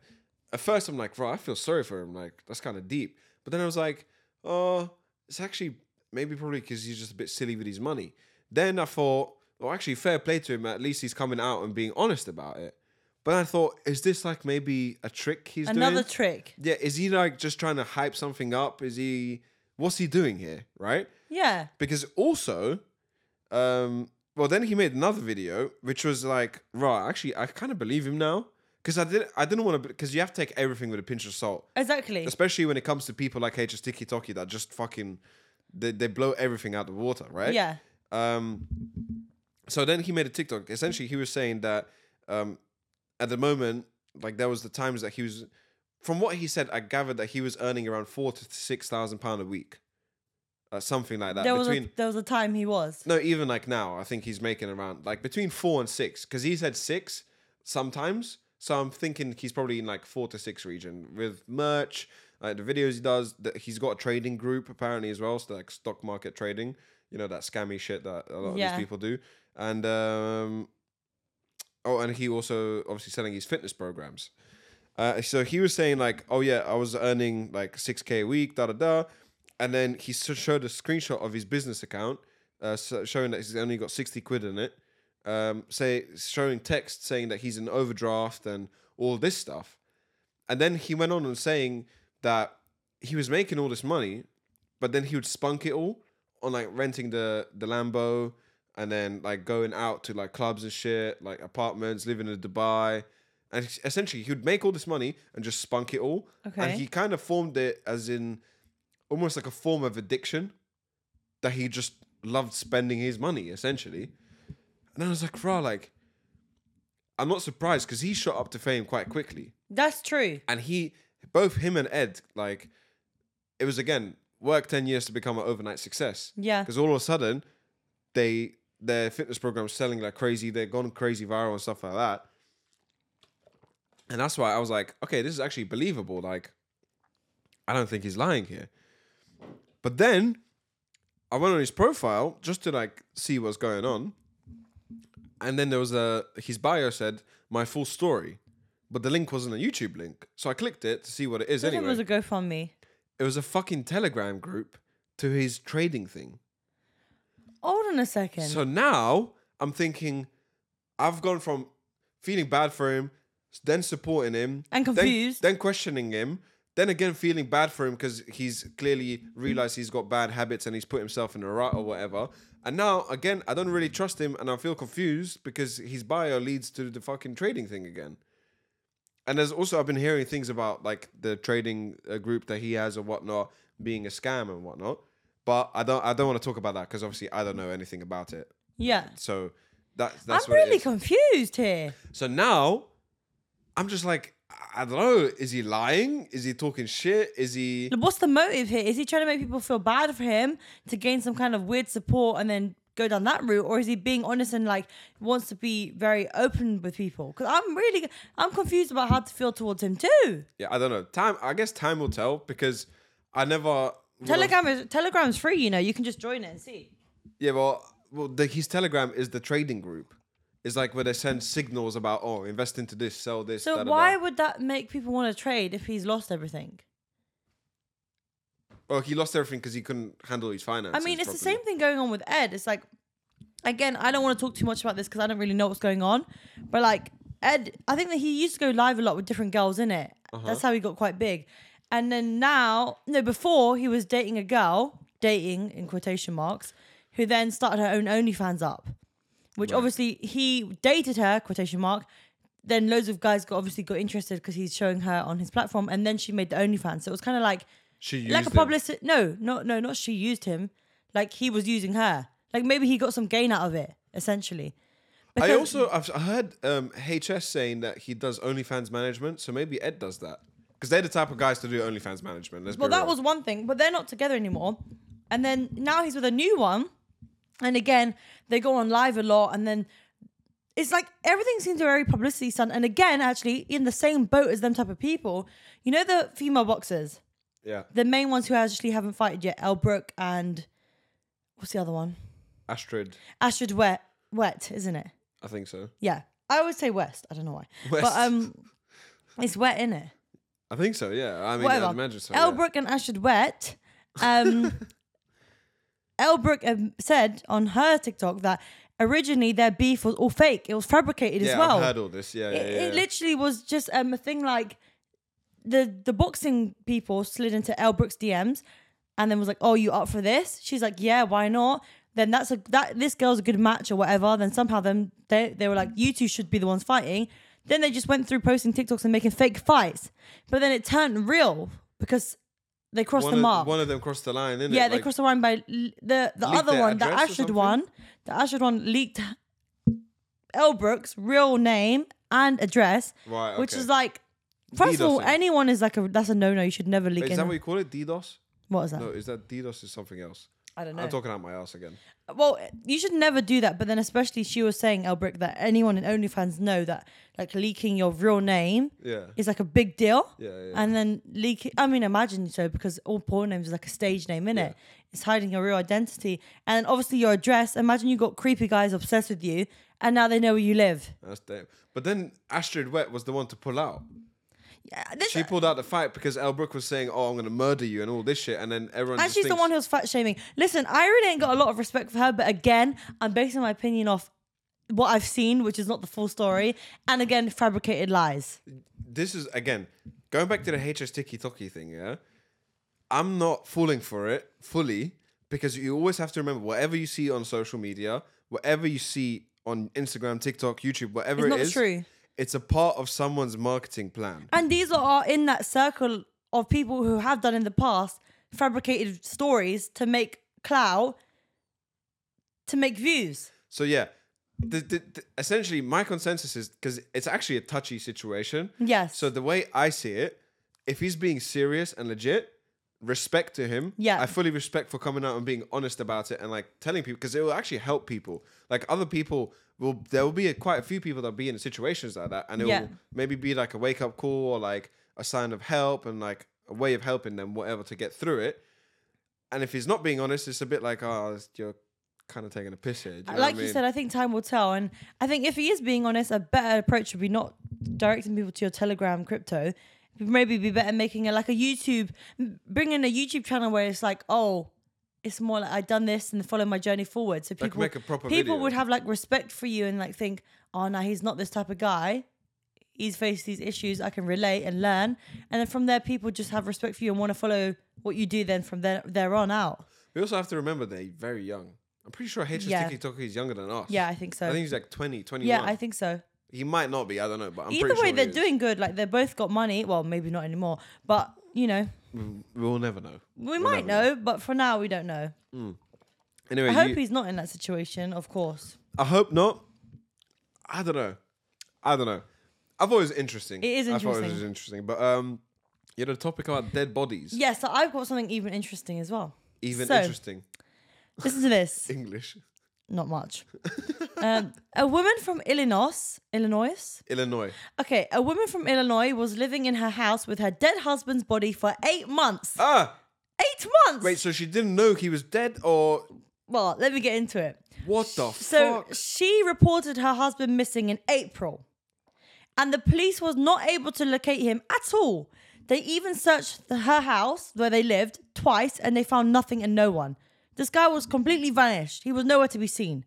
S1: at first i'm like bro i feel sorry for him like that's kind of deep but then i was like oh it's actually maybe probably because he's just a bit silly with his money then i thought well actually fair play to him at least he's coming out and being honest about it but i thought is this like maybe a trick he's doing
S2: Another trick.
S1: yeah, is he like just trying to hype something up? Is he what's he doing here, right?
S2: Yeah.
S1: Because also, um, well, then he made another video which was like, right, actually, I kind of believe him now because I didn't, I didn't want to, because you have to take everything with a pinch of salt,
S2: Exactly.
S1: especially when it comes to people like HS Tiki Toki that just fucking they, they blow everything out the water, right?
S2: Yeah.
S1: Um, so then he made a TikTok. Essentially, he was saying that um, at the moment, like there was the times that he was, from what he said, I gathered that he was earning around four to six thousand pound a week, uh, something like that.
S2: There was
S1: between
S2: a, there was a time he was.
S1: no, even like now, I think he's making around like between four and six because he said six sometimes. So I'm thinking he's probably in like four to six region with merch, like the videos he does. That he's got a trading group apparently as well, so like stock market trading. You know that scammy shit that a lot of
S2: Yeah.
S1: these people do, and um, oh, and he also obviously selling his fitness programs. Uh, so he was saying like, oh yeah, I was earning like six k a week, da da da, and then he s- showed a screenshot of his business account, uh, so showing that he's only got sixty quid in it. Um, say showing text saying that he's in overdraft and all this stuff, and then he went on and saying that he was making all this money, but then he would spunk it all on like renting the the Lambo and then like going out to like clubs and shit, like apartments, living in Dubai. And es- essentially he would make all this money and just spunk it all. And
S2: Okay.
S1: he kind of formed it as in almost like a form of addiction that he just loved spending his money essentially. And I was like, rah, like I'm not surprised because he shot up to fame quite quickly
S2: That's true.
S1: and he both him and ed like it was again work 10 years to become an overnight success
S2: Yeah.
S1: because all of a sudden they their fitness program's selling like crazy they're gone crazy viral and stuff like that And that's why I was like, okay, this is actually believable. Like, I don't think he's lying here. But then I went on his profile just to like see what's going on. And then there was a his bio said my full story, but the link wasn't a YouTube link. So I clicked it to see what it is
S2: I think
S1: anyway.
S2: it was a GoFundMe.
S1: it was a fucking Telegram group to his trading thing.
S2: Hold on a second.
S1: So now I'm thinking, I've gone from feeling bad for him, then supporting him,
S2: And
S1: then-
S2: confused.
S1: then, questioning him, then again feeling bad for him because he's clearly realized he's got bad habits and he's put himself in a rut or whatever. And now again, I don't really trust him, and I feel confused because his bio leads to the fucking trading thing again. And there's also I've been hearing things about like the trading uh, group that he has or whatnot being a scam and whatnot, but I don't I don't want to talk about that because obviously I don't know anything about it.
S2: yeah.
S1: So that, that's
S2: I'm
S1: what it
S2: really
S1: is.
S2: confused here.
S1: so now I'm just like, I- I don't know. Is he lying? Is he talking shit? Is he?
S2: What's the motive here? Is he trying to make people feel bad for him to gain some kind of weird support and then go down that route, or is he being honest and like wants to be very open with people? Because I'm really, I'm confused about how to feel towards him too.
S1: Yeah, I don't know. Time. I guess time will tell because I never. would've-
S2: Telegram is Telegram's free, you know. You can just join it and see.
S1: Yeah, well, well, the, his Telegram is the trading group. It's like where they send signals about oh, invest into this, sell this.
S2: So
S1: da, da,
S2: why
S1: da.
S2: would that make people want to trade if he's lost everything?
S1: Oh, he lost everything because he couldn't handle his
S2: I
S1: finances.
S2: mean, it's the
S1: properly.
S2: same thing going on with Ed. It's like, again, I don't want to talk too much about this because I don't really know what's going on. But like Ed, I think that he used to go live a lot with different girls in it. That's how he got quite big. And then now, no, before he was dating a girl, dating in quotation marks, who then started her own OnlyFans up, which obviously he dated her quotation mark. Then loads of guys got obviously got interested because he's showing her on his platform, and then she made the OnlyFans. So it was kind of like
S1: She used
S2: like a
S1: him.
S2: publicist. No, no, no, not she used him. Like he was using her. Like maybe he got some gain out of it, essentially. Because,
S1: I also I've I heard um, HS saying that he does OnlyFans management, so maybe Ed does that because they're the type of guys to do OnlyFans management. Let's
S2: well,
S1: be
S2: that
S1: real.
S2: was one thing, but they're not together anymore. And then now he's with a new one, and again they go on live a lot, and then it's like everything seems a very publicity stunt. And again, actually, in the same boat as them type of people, you know the female boxers,
S1: yeah
S2: the main ones who actually haven't fighted yet, Elle Brooke and what's the other one,
S1: Astrid,
S2: Astrid Wet, Wet, isn't it?
S1: I think so.
S2: Yeah. I always say West. I don't know why.
S1: West.
S2: But um it's wet in it.
S1: I think so. Yeah, I mean,
S2: Whatever.
S1: I'd imagine so. yeah.
S2: Elbrook and Ashford Wet. Um Elbrook um, said on her TikTok that originally their beef was all fake. It was fabricated
S1: yeah,
S2: as well.
S1: I've heard all this. Yeah, yeah,
S2: it,
S1: yeah.
S2: it literally was just um, a thing like the the boxing people slid into Elle Brooks DMs and then was like, "Oh, you up for this?" She's like, "Yeah, why not?" Then that's a that this girl's a good match or whatever. Then somehow them they they were like, "You two should be the ones fighting." Then they just went through posting TikToks and making fake fights, but then it turned real because they crossed
S1: one,
S2: the
S1: of,
S2: mark.
S1: one of them crossed the line, didn't
S2: yeah,
S1: it?
S2: they
S1: Like,
S2: crossed the line by l- the the
S1: Leaked
S2: other
S1: their
S2: one, the
S1: address or
S2: Ashford
S1: something?
S2: one, the Ashford one leaked Elle Brooks' real name and address,
S1: Right,
S2: which
S1: okay.
S2: is like, first of all,
S1: DDoSing.
S2: anyone is like a that's a no no. You should never leak.
S1: Wait, is that
S2: anyone.
S1: what you call it? DDoS?
S2: what is that?
S1: No, is that DDoS is something else?
S2: I don't know.
S1: I'm talking out my ass again.
S2: well, you should never do that. But then, especially, she was saying Elle Brooks that anyone in OnlyFans know that like leaking your real name
S1: Yeah,
S2: is like a big deal.
S1: yeah, yeah.
S2: And then leaking, I mean, imagine so because all porn names is like a stage name, innit? it? It's hiding your real identity. And obviously, your address. Imagine you got creepy guys obsessed with you and now they know where you live.
S1: That's damn. But then Astrid Wet was the one to pull out.
S2: Yeah, this-
S1: She pulled out the fight because El Brook was saying, "Oh, I'm going to murder you" and all this shit, and then everyone.
S2: and
S1: just
S2: she's the
S1: thinks-
S2: one who was fat shaming. Listen, I really ain't got a lot of respect for her, but again, I'm basing my opinion off what I've seen, which is not the full story. And again, fabricated lies.
S1: this is again going back to the HS Tiki Toki thing. Yeah, I'm not falling for it fully because you always have to remember whatever you see on social media, whatever you see on Instagram, TikTok, YouTube, whatever
S2: It's
S1: it
S2: not
S1: is,
S2: true.
S1: It's a part of someone's marketing plan.
S2: And these are- are in that circle of people who have done in the past fabricated stories to make clout, to make views.
S1: So yeah, the, the, the- essentially my consensus is because it's actually a touchy situation.
S2: Yes.
S1: So the way I see it, if he's being serious and legit, respect to him.
S2: Yeah.
S1: I fully respect for coming out and being honest about it and like telling people because it will actually help people. Like other people will, there will be a, quite a few people that'll be in situations like that, and it
S2: Yeah.
S1: will maybe be like a wake up call or like a sign of help and like a way of helping them, whatever, to get through it. And if he's not being honest, it's a bit like, oh, you're kind of taking a piss here. Do you know what I
S2: like you
S1: mean?
S2: said, I think time will tell. And I think if he is being honest, a better approach would be not directing people to your Telegram crypto. Maybe be better making it like a YouTube, bringing a YouTube channel where it's like, oh, it's more like I've done this and follow my journey forward. So
S1: Like,
S2: people
S1: make a proper
S2: people
S1: video.
S2: would have like respect for you and like think, oh no, he's not this type of guy. He's faced these issues. I can relate and learn. And then from there, people just have respect for you and want to follow what you do. Then from there, there on out.
S1: We also have to remember they're very young. I'm pretty sure HST
S2: Yeah.
S1: TikTok is younger than us.
S2: Yeah, I think so.
S1: I think he's like 20, 21.
S2: yeah, I think so.
S1: he might not be. I don't know, but I'm
S2: Either
S1: pretty
S2: way,
S1: sure
S2: they're
S1: he is.
S2: doing good. Like they both got money. Well, maybe not anymore, but you know,
S1: We'll never know.
S2: we might
S1: never
S2: know. But for now, we don't know.
S1: Anyway,
S2: I
S1: you-
S2: hope he's not in that situation. Of course,
S1: not. I don't know. I don't know. I thought it was interesting.
S2: It is
S1: I thought it was
S2: interesting.
S1: interesting, but um, you had a topic about dead bodies.
S2: yes. so I've got something even interesting as well.
S1: Even
S2: so,
S1: interesting
S2: Listen to this.
S1: English.
S2: Not much. um, a woman from Illinois, Illinois.
S1: Illinois.
S2: Okay, a woman from Illinois was living in her house with her dead husband's body for eight months.
S1: Ah,
S2: eight months.
S1: wait. So she didn't know he was dead, or
S2: Well, let me get into it.
S1: what the
S2: So
S1: fuck?
S2: she reported her husband missing in April, and the police was not able to locate him at all. They even searched the- her house where they lived twice, and they found nothing and no one. This guy was completely vanished. He was nowhere to be seen.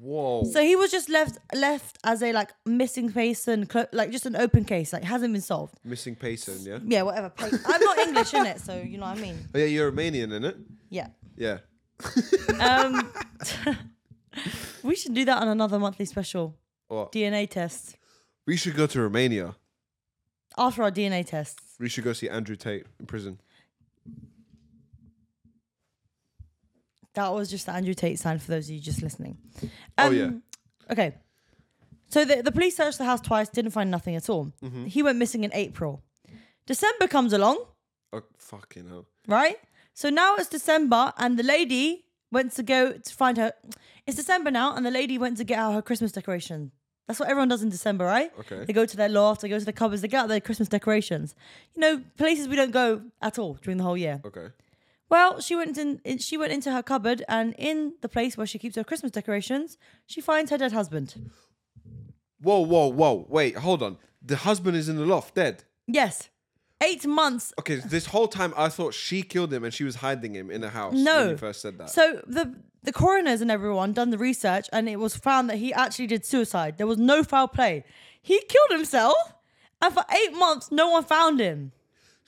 S1: Whoa.
S2: So he was just left left as a like missing person, clo- like just an open case, like hasn't been solved.
S1: Missing Payson. Yeah.
S2: Yeah, whatever. pa- I'm not English in it, so you know what I mean.
S1: Oh yeah, you're Romanian, in it.
S2: Yeah.
S1: Yeah.
S2: Um, we should do that on another monthly special
S1: What?
S2: DNA test.
S1: We should go to Romania.
S2: after our DNA tests.
S1: We should go see Andrew Tate in prison.
S2: That was just the Andrew Tate sign for those of you just listening. Um,
S1: Oh, yeah.
S2: Okay. So the, the police searched the house twice, didn't find nothing at all.
S1: Mm-hmm.
S2: He went missing in April. December comes along,
S1: Oh fucking hell!
S2: right? So now it's December, and the lady went to go to find her. It's December now, and the lady went to get out her Christmas decoration. That's what everyone does in December, right?
S1: Okay.
S2: They go to their loft, they go to their cupboards, they get out their Christmas decorations. You know, places we don't go at all during the whole year.
S1: Okay.
S2: Well, she went in, in- She went into her cupboard, and in the place where she keeps her Christmas decorations, she finds her dead husband.
S1: Whoa, whoa, whoa! Wait, hold on. The husband is in the loft, dead.
S2: Yes, eight months.
S1: Okay, this whole time I thought she killed him and she was hiding him in the house. when
S2: No.
S1: you first said that.
S2: So the the coroners and everyone done the research, and it was found that he actually did suicide. There was no foul play. He killed himself, and for eight months, no one found him.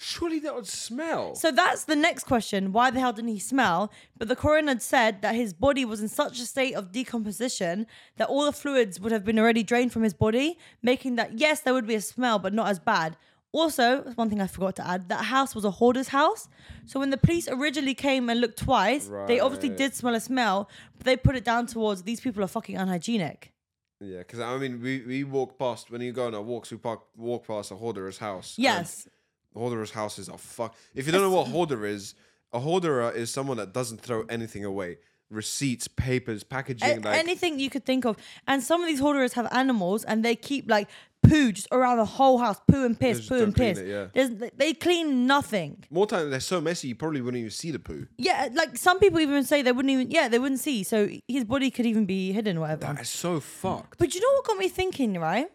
S1: Surely that would smell.
S2: So that's the next question. Why the hell didn't he smell? But the coroner had said that his body was in such a state of decomposition that all the fluids would have been already drained from his body, making that, yes, there would be a smell, but not as bad. Also, one thing I forgot to add that house was a hoarder's house. So when the police originally came and looked twice, they obviously
S1: Right.
S2: did smell a smell, but they put it down towards these people are fucking unhygienic.
S1: yeah, because I mean, we, we walk past when you go on our walks, we park, walk past a hoarder's house. and
S2: Yes.
S1: hoarder's house is a fuck. If you don't know what hoarder is, a hoarder is someone that doesn't throw anything away. Receipts, papers, packaging,
S2: A-
S1: like
S2: anything you could think of. And some of these hoarders have animals and they keep like poo just around the whole house, poo and piss,
S1: just
S2: poo
S1: don't
S2: and
S1: clean
S2: piss.
S1: it, yeah.
S2: There's, they clean nothing.
S1: more time they're so messy you probably wouldn't even see the poo.
S2: Yeah, like some people even say they wouldn't even, yeah, they wouldn't see. So his body could even be hidden, whatever.
S1: That is so fucked.
S2: but you know what got me thinking, right?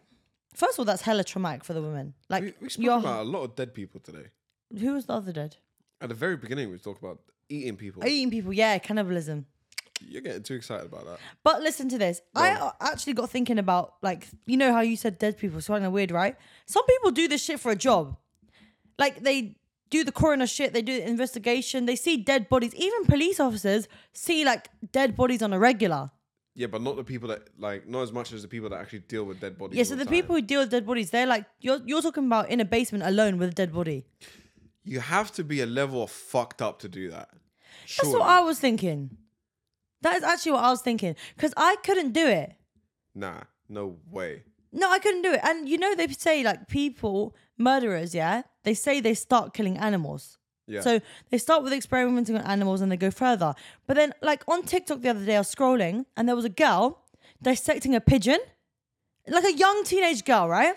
S2: First of all, that's hella traumatic for the women. Like,
S1: We, we spoke
S2: your-
S1: about a lot of dead people today.
S2: who was the other dead?
S1: At the very beginning, we talked about eating people.
S2: Eating people, yeah, cannibalism.
S1: You're getting too excited about that.
S2: But listen to this. I uh, actually got thinking about like you know how you said dead people it's kind of weird, right? Some people do this shit for a job. Like they do the coroner shit, they do the investigation, they see dead bodies. Even police officers see like dead bodies on a regular.
S1: Yeah, but not the people that like not as much as the people that actually deal with dead bodies.
S2: Yeah,
S1: all
S2: so the
S1: time.
S2: people who deal with dead bodies, they're like you're you're talking about in a basement alone with a dead body.
S1: you have to be a level of fucked up to do that.
S2: That's
S1: Surely.
S2: what I was thinking. That is actually what I was thinking because I couldn't do it.
S1: Nah, no way.
S2: No, I couldn't do it. And you know they say like people, murderers, yeah, they say they start killing animals.
S1: Yeah.
S2: So they start with experimenting on animals and they go further. But then, like on TikTok the other day, I was scrolling and there was a girl dissecting a pigeon, like a young teenage girl, right?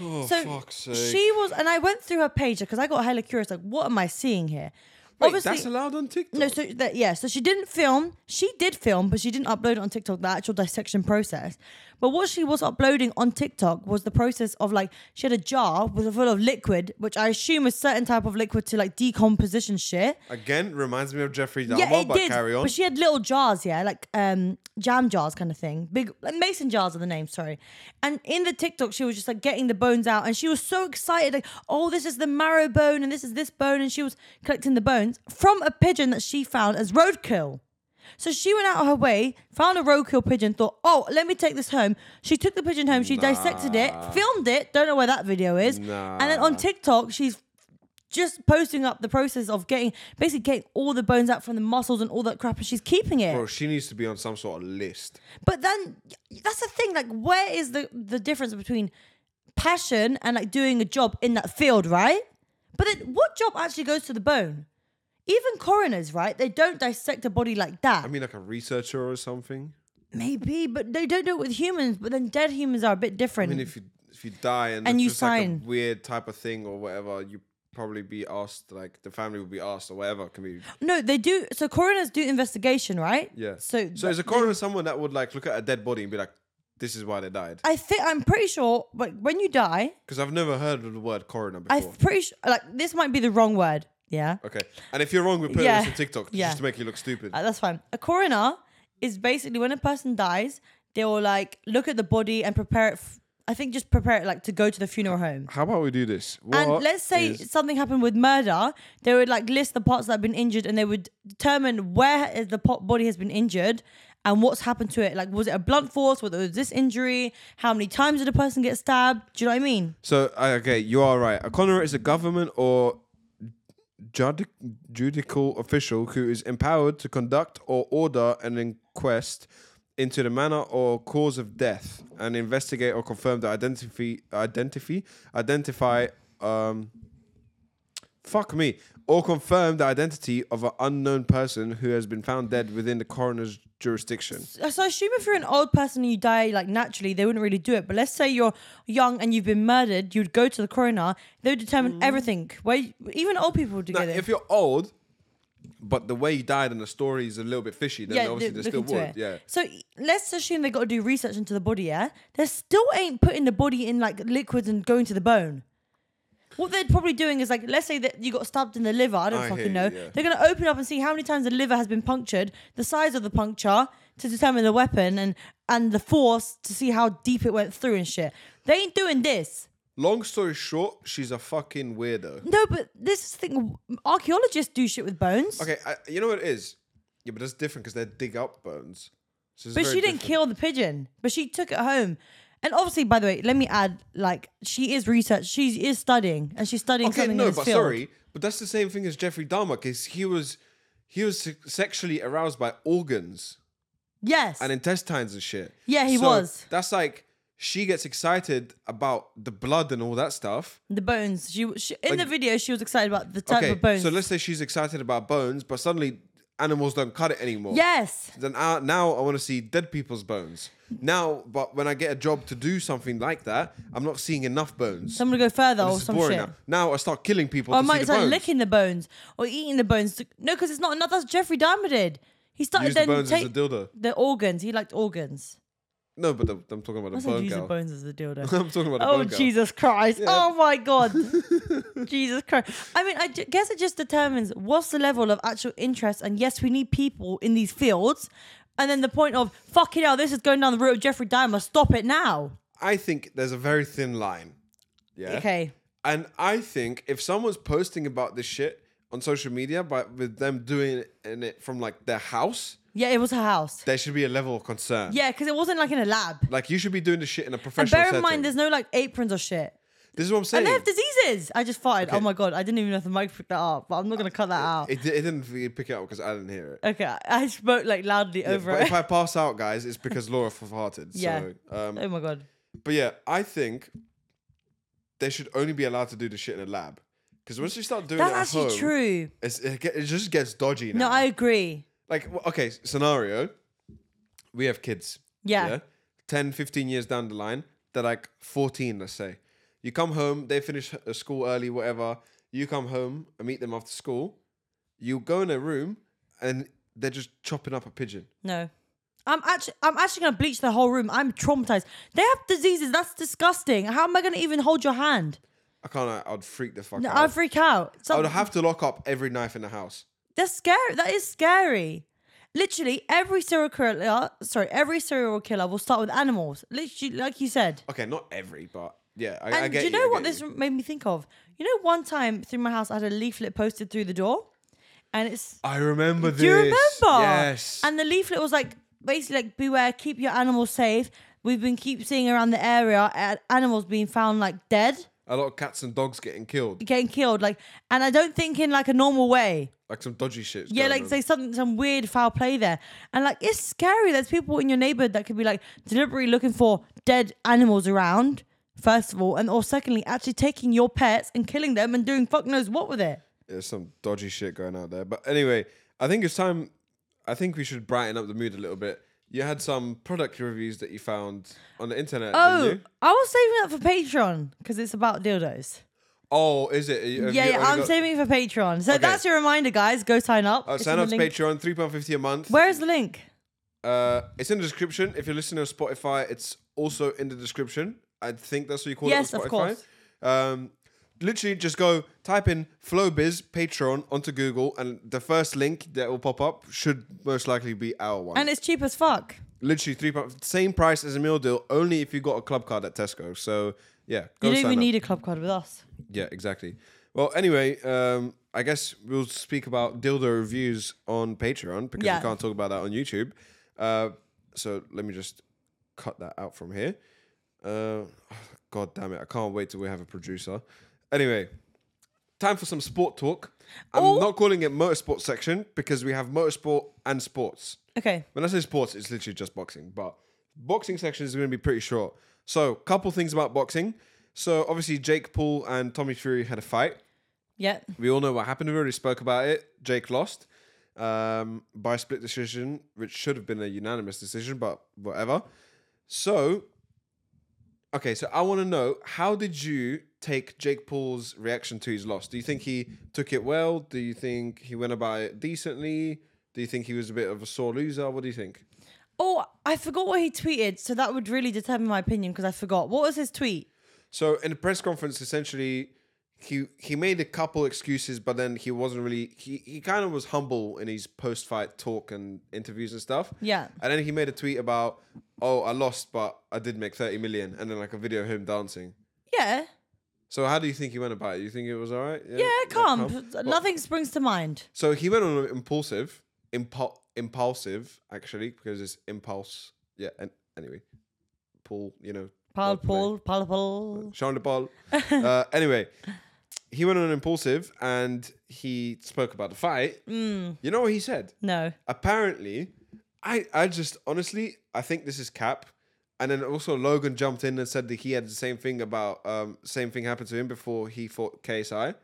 S1: oh,
S2: so
S1: fuck's sake.
S2: she was, and I went through her page because I got hella curious. Like, what am I seeing here?
S1: Wait, that's allowed on TikTok.
S2: No, so that yeah, so she didn't film. She did film, but she didn't upload it on TikTok the actual dissection process. But what she was uploading on TikTok was the process of like she had a jar with a full of liquid, which I assume is certain type of liquid to like decomposition shit.
S1: Again, reminds me of Jeffrey Dahmer,
S2: yeah, it
S1: but
S2: did.
S1: carry on.
S2: But she had little jars, yeah, like um jam jars kind of thing. Big like mason jars are the name, sorry. And in the TikTok, she was just like getting the bones out, and she was so excited, like, oh, this is the marrow bone, and this is this bone, and she was collecting the bones from a pigeon that she found as roadkill. So she went out of her way, found a roadkill pigeon, thought, oh, let me take this home. She took the pigeon home, she dissected it, filmed it, don't know where that video is. And then on TikTok, she's just posting up the process of getting basically getting all the bones out from the muscles and all that crap and she's keeping it
S1: Bro, she needs to be on some sort of list.
S2: but then that's the thing like where is the the difference between passion and like doing a job in that field right but then what job actually goes to the bone even coroners right they don't dissect a body like that
S1: I mean, like a researcher or something.
S2: maybe but they don't do it with humans but then dead humans are a bit different
S1: I mean, if you if you die and,
S2: And
S1: it's
S2: you
S1: just
S2: sign.
S1: like a weird type of thing or whatever, you probably be asked. Like the family will be asked or whatever. Can be
S2: no they do so coroners do investigation right
S1: yeah.
S2: so
S1: so is a coroner someone that would like look at a dead body and be like, "This is why they died"?
S2: i think i'm pretty sure like when you die
S1: Because I've never heard of the word coroner before.
S2: I'm pretty sure, like, this might be the wrong word. Yeah.
S1: okay, and if you're wrong, we put
S2: Yeah.
S1: this on TikTok
S2: Yeah.
S1: just to make you look stupid.
S2: Uh, that's fine. A coroner is basically when a person dies, they will, like, look at the body and prepare it. F- I think just prepare it, like, to go to the funeral home.
S1: How about we do this? What
S2: And let's say
S1: is-
S2: something happened with murder, they would like list the parts that have been injured, and they would determine where is the po- body has been injured and what's happened to it. Like, was it a blunt force? Whether it was this injury? How many times did a person get stabbed? Do you know what I mean?
S1: So uh, okay, you are right. A coroner is a government or judi- judicial official who is empowered to conduct or order an inquest into the manner or cause of death and investigate or confirm the identity identify identify um fuck me or confirm the identity of an unknown person who has been found dead within the coroner's jurisdiction.
S2: so I assume if you're an old person and you die like naturally, they wouldn't really do it. But let's say you're young and you've been murdered, you'd go to the coroner. They would determine everything. Where you- even old people would
S1: Now,
S2: get it.
S1: if you're old, but the way you died and the story is a little bit fishy, then obviously
S2: they-
S1: they still
S2: look into
S1: would.
S2: it.
S1: Yeah.
S2: So let's assume they got to do research into the body. Yeah, they still ain't putting the body in like liquids and going to the bone. What they're probably doing is like, let's say that you got stabbed in the liver. I don't
S1: I hear
S2: fucking
S1: you,
S2: know.
S1: yeah.
S2: They're gonna open up and see how many times the liver has been punctured, the size of the puncture to determine the weapon and and the force to see how deep it went through and shit. They ain't doing this.
S1: Long story short, she's a fucking weirdo.
S2: No, but this is the thing. Archaeologists do shit with bones.
S1: Okay, I, you know what it is? Yeah, but that's different because they dig up bones. So it's
S2: But
S1: very
S2: she didn't
S1: different.
S2: kill the pigeon. But she took it home. And obviously, by the way, let me add, like, she is research. She is studying, and she's studying
S1: Okay,
S2: something
S1: no,
S2: in this
S1: but
S2: field.
S1: sorry, but that's the same thing as Jeffrey Dahmer because he was he was se- sexually aroused by organs
S2: Yes.
S1: and intestines and shit.
S2: Yeah, he was.
S1: That's like she gets excited about the blood and all that stuff.
S2: the bones. She, she in the
S1: Like-
S2: video, she was excited about the type
S1: okay,
S2: of bones.
S1: so let's say she's excited about bones, but suddenly animals don't cut it anymore.
S2: yes.
S1: then I, now I want to see dead people's bones. Now, but when I get a job to do something like that, I'm not seeing enough bones.
S2: So I'm gonna go further
S1: Oh, This
S2: or
S1: is
S2: some
S1: boring
S2: shit.
S1: now. Now I start killing people.
S2: Or I
S1: to see
S2: might
S1: the
S2: start
S1: bones.
S2: licking the bones or eating the bones. to- no, because it's not enough. That's Jeffrey Dahmer did. He started
S1: Use the
S2: then
S1: bones as a
S2: take
S1: dildo.
S2: the organs. He liked organs.
S1: No, but the, I'm talking about
S2: I
S1: the
S2: said
S1: bone
S2: use the
S1: girl.
S2: bones as a dildo.
S1: I'm talking about the
S2: oh
S1: bone girl.
S2: Jesus Christ! Oh my God! Jesus Christ! I mean, I ju- guess it just determines what's the level of actual interest, and yes, we need people in these fields. And then the point of fucking hell, this is going down the route of Jeffrey Dahmer. Stop it now.
S1: I think there's a very thin line. Yeah.
S2: Okay.
S1: And I think if someone's posting about this shit on social media, but with them doing it, in it from like their house,
S2: Yeah, it was her house.
S1: there should be a level of concern.
S2: Yeah, because it wasn't like in a lab.
S1: Like you should be doing this shit in a professional
S2: And bear in
S1: setting.
S2: mind, there's no like aprons or shit.
S1: this is what I'm saying.
S2: And they have diseases. I just farted.
S1: Okay.
S2: Oh my god! I didn't even know if the mic picked that up, but I'm not gonna cut that out.
S1: It, di- it didn't really pick it up because I didn't hear it.
S2: okay, I- I spoke like loudly over
S1: But
S2: it.
S1: if I pass out, guys, it's because Laura farted.
S2: Yeah.
S1: So, um,
S2: oh my god.
S1: but yeah, I think they should only be allowed to do the shit in a lab. Because once you start doing
S2: That's
S1: it at
S2: actually
S1: home,
S2: true.
S1: It's, it, ge- it just gets dodgy now.
S2: No, I agree.
S1: like w- okay s- scenario we have kids
S2: Yeah.
S1: 10 15 years down the line they're like 14 let's say you come home they finish h- school early whatever you come home and meet them after school you go in a room and they're just chopping up a pigeon
S2: No. I'm actually, I'm actually gonna bleach the whole room. I'm traumatized. They have diseases. That's disgusting. How am I gonna even hold your hand?
S1: i can't I- i'd freak the fuck
S2: No,
S1: out
S2: I freak out.
S1: i
S2: So
S1: would have to lock up every knife in the house
S2: that's scary. That is scary. Literally, every serial killer, sorry, every serial killer will start with animals. Literally, like you said.
S1: okay not every but yeah i,
S2: And
S1: I get
S2: do you know
S1: I
S2: what
S1: get
S2: this
S1: you.
S2: made me think of? You know, one time through my house, I had a leaflet posted through the door, and it's
S1: i remember this
S2: do you remember?
S1: yes
S2: And the leaflet was like basically like beware, keep your animals safe. We've been keep seeing around the area uh, animals being found like dead,
S1: a lot of cats and dogs getting killed
S2: getting killed. Like, and I don't think in like a normal way.
S1: like some dodgy shit
S2: Yeah, like say something, some weird foul play there, and like it's scary. There's people in your neighborhood that could be like deliberately looking for dead animals around. First of all, and or secondly, actually taking your pets and killing them and doing fuck knows what with it.
S1: there's some dodgy shit going out there. But anyway, I think it's time. I think we should brighten up the mood a little bit. You had some product reviews that you found on the internet. Oh,
S2: Oh, I was saving that for Patreon because it's about dildos.
S1: oh, is it? Have you
S2: Yeah, yeah
S1: already
S2: I'm
S1: got-
S2: saving it for Patreon. So that's your reminder, guys. Go sign up.
S1: Oh,
S2: It's
S1: sign
S2: in
S1: up
S2: the
S1: to
S2: link.
S1: Patreon, three pound fifty a month.
S2: Where is the link?
S1: Uh, it's in the description. If you're listening on Spotify, it's also in the description. I think that's what you call
S2: Yes,
S1: it. on
S2: of
S1: Spotify.
S2: course.
S1: Um, literally, just go type in Flowbiz Patreon onto Google, and the first link that will pop up should most likely be our one.
S2: And it's cheap as fuck.
S1: literally three pounds, same price as a meal deal, only if you got a club card at Tesco. So yeah, go
S2: You don't
S1: sign up.
S2: even need a club card with us.
S1: Yeah, exactly. Well, anyway, um, I guess we'll speak about dildo reviews on Patreon because
S2: Yeah.
S1: we can't talk about that on YouTube. Uh, so let me just cut that out from here. Uh, God damn it! I can't wait till we have a producer. Anyway, time for some sport talk. I'm
S2: Oh.
S1: not calling it motorsport section because we have motorsport and sports.
S2: Okay.
S1: When I say sports, it's literally just boxing. But boxing section is going to be pretty short. So, couple things about boxing. So, obviously, Jake Paul and Tommy Fury had a fight.
S2: Yeah.
S1: We all know what happened. We already spoke about it. Jake lost um, by split decision, which should have been a unanimous decision, but whatever. So, okay, so I want to know how did you take Jake Paul's reaction to his loss? Do you think he took it well? Do you think he went about it decently? Do you think he was a bit of a sore loser? What do you think?
S2: Oh, I forgot what he tweeted, so that would really determine my opinion because I forgot. What was his tweet?
S1: So in the press conference, essentially, he he made a couple excuses, but then he wasn't really he he kind of was humble in his post fight talk and interviews and stuff.
S2: Yeah.
S1: And then he made a tweet about, "Oh, I lost, but I did make thirty million, and then like a video of him dancing.
S2: Yeah.
S1: So how do you think he went about it? You think it was all right?
S2: Yeah, calm.
S1: Well,
S2: Nothing springs to mind.
S1: so he went on an impulsive, impul- impulsive actually because it's impulse. Yeah. And anyway, Paul, you know,
S2: Paul,
S1: wordplay.
S2: Paul, Paul, Paul.
S1: Sean de Paul. uh, anyway, he went on an impulsive and he spoke about the fight. You know what he said?
S2: No.
S1: Apparently, I, I just honestly, I think this is cap. And then also Logan jumped in and said that he had the same thing about um, same thing happened to him before he fought KSI.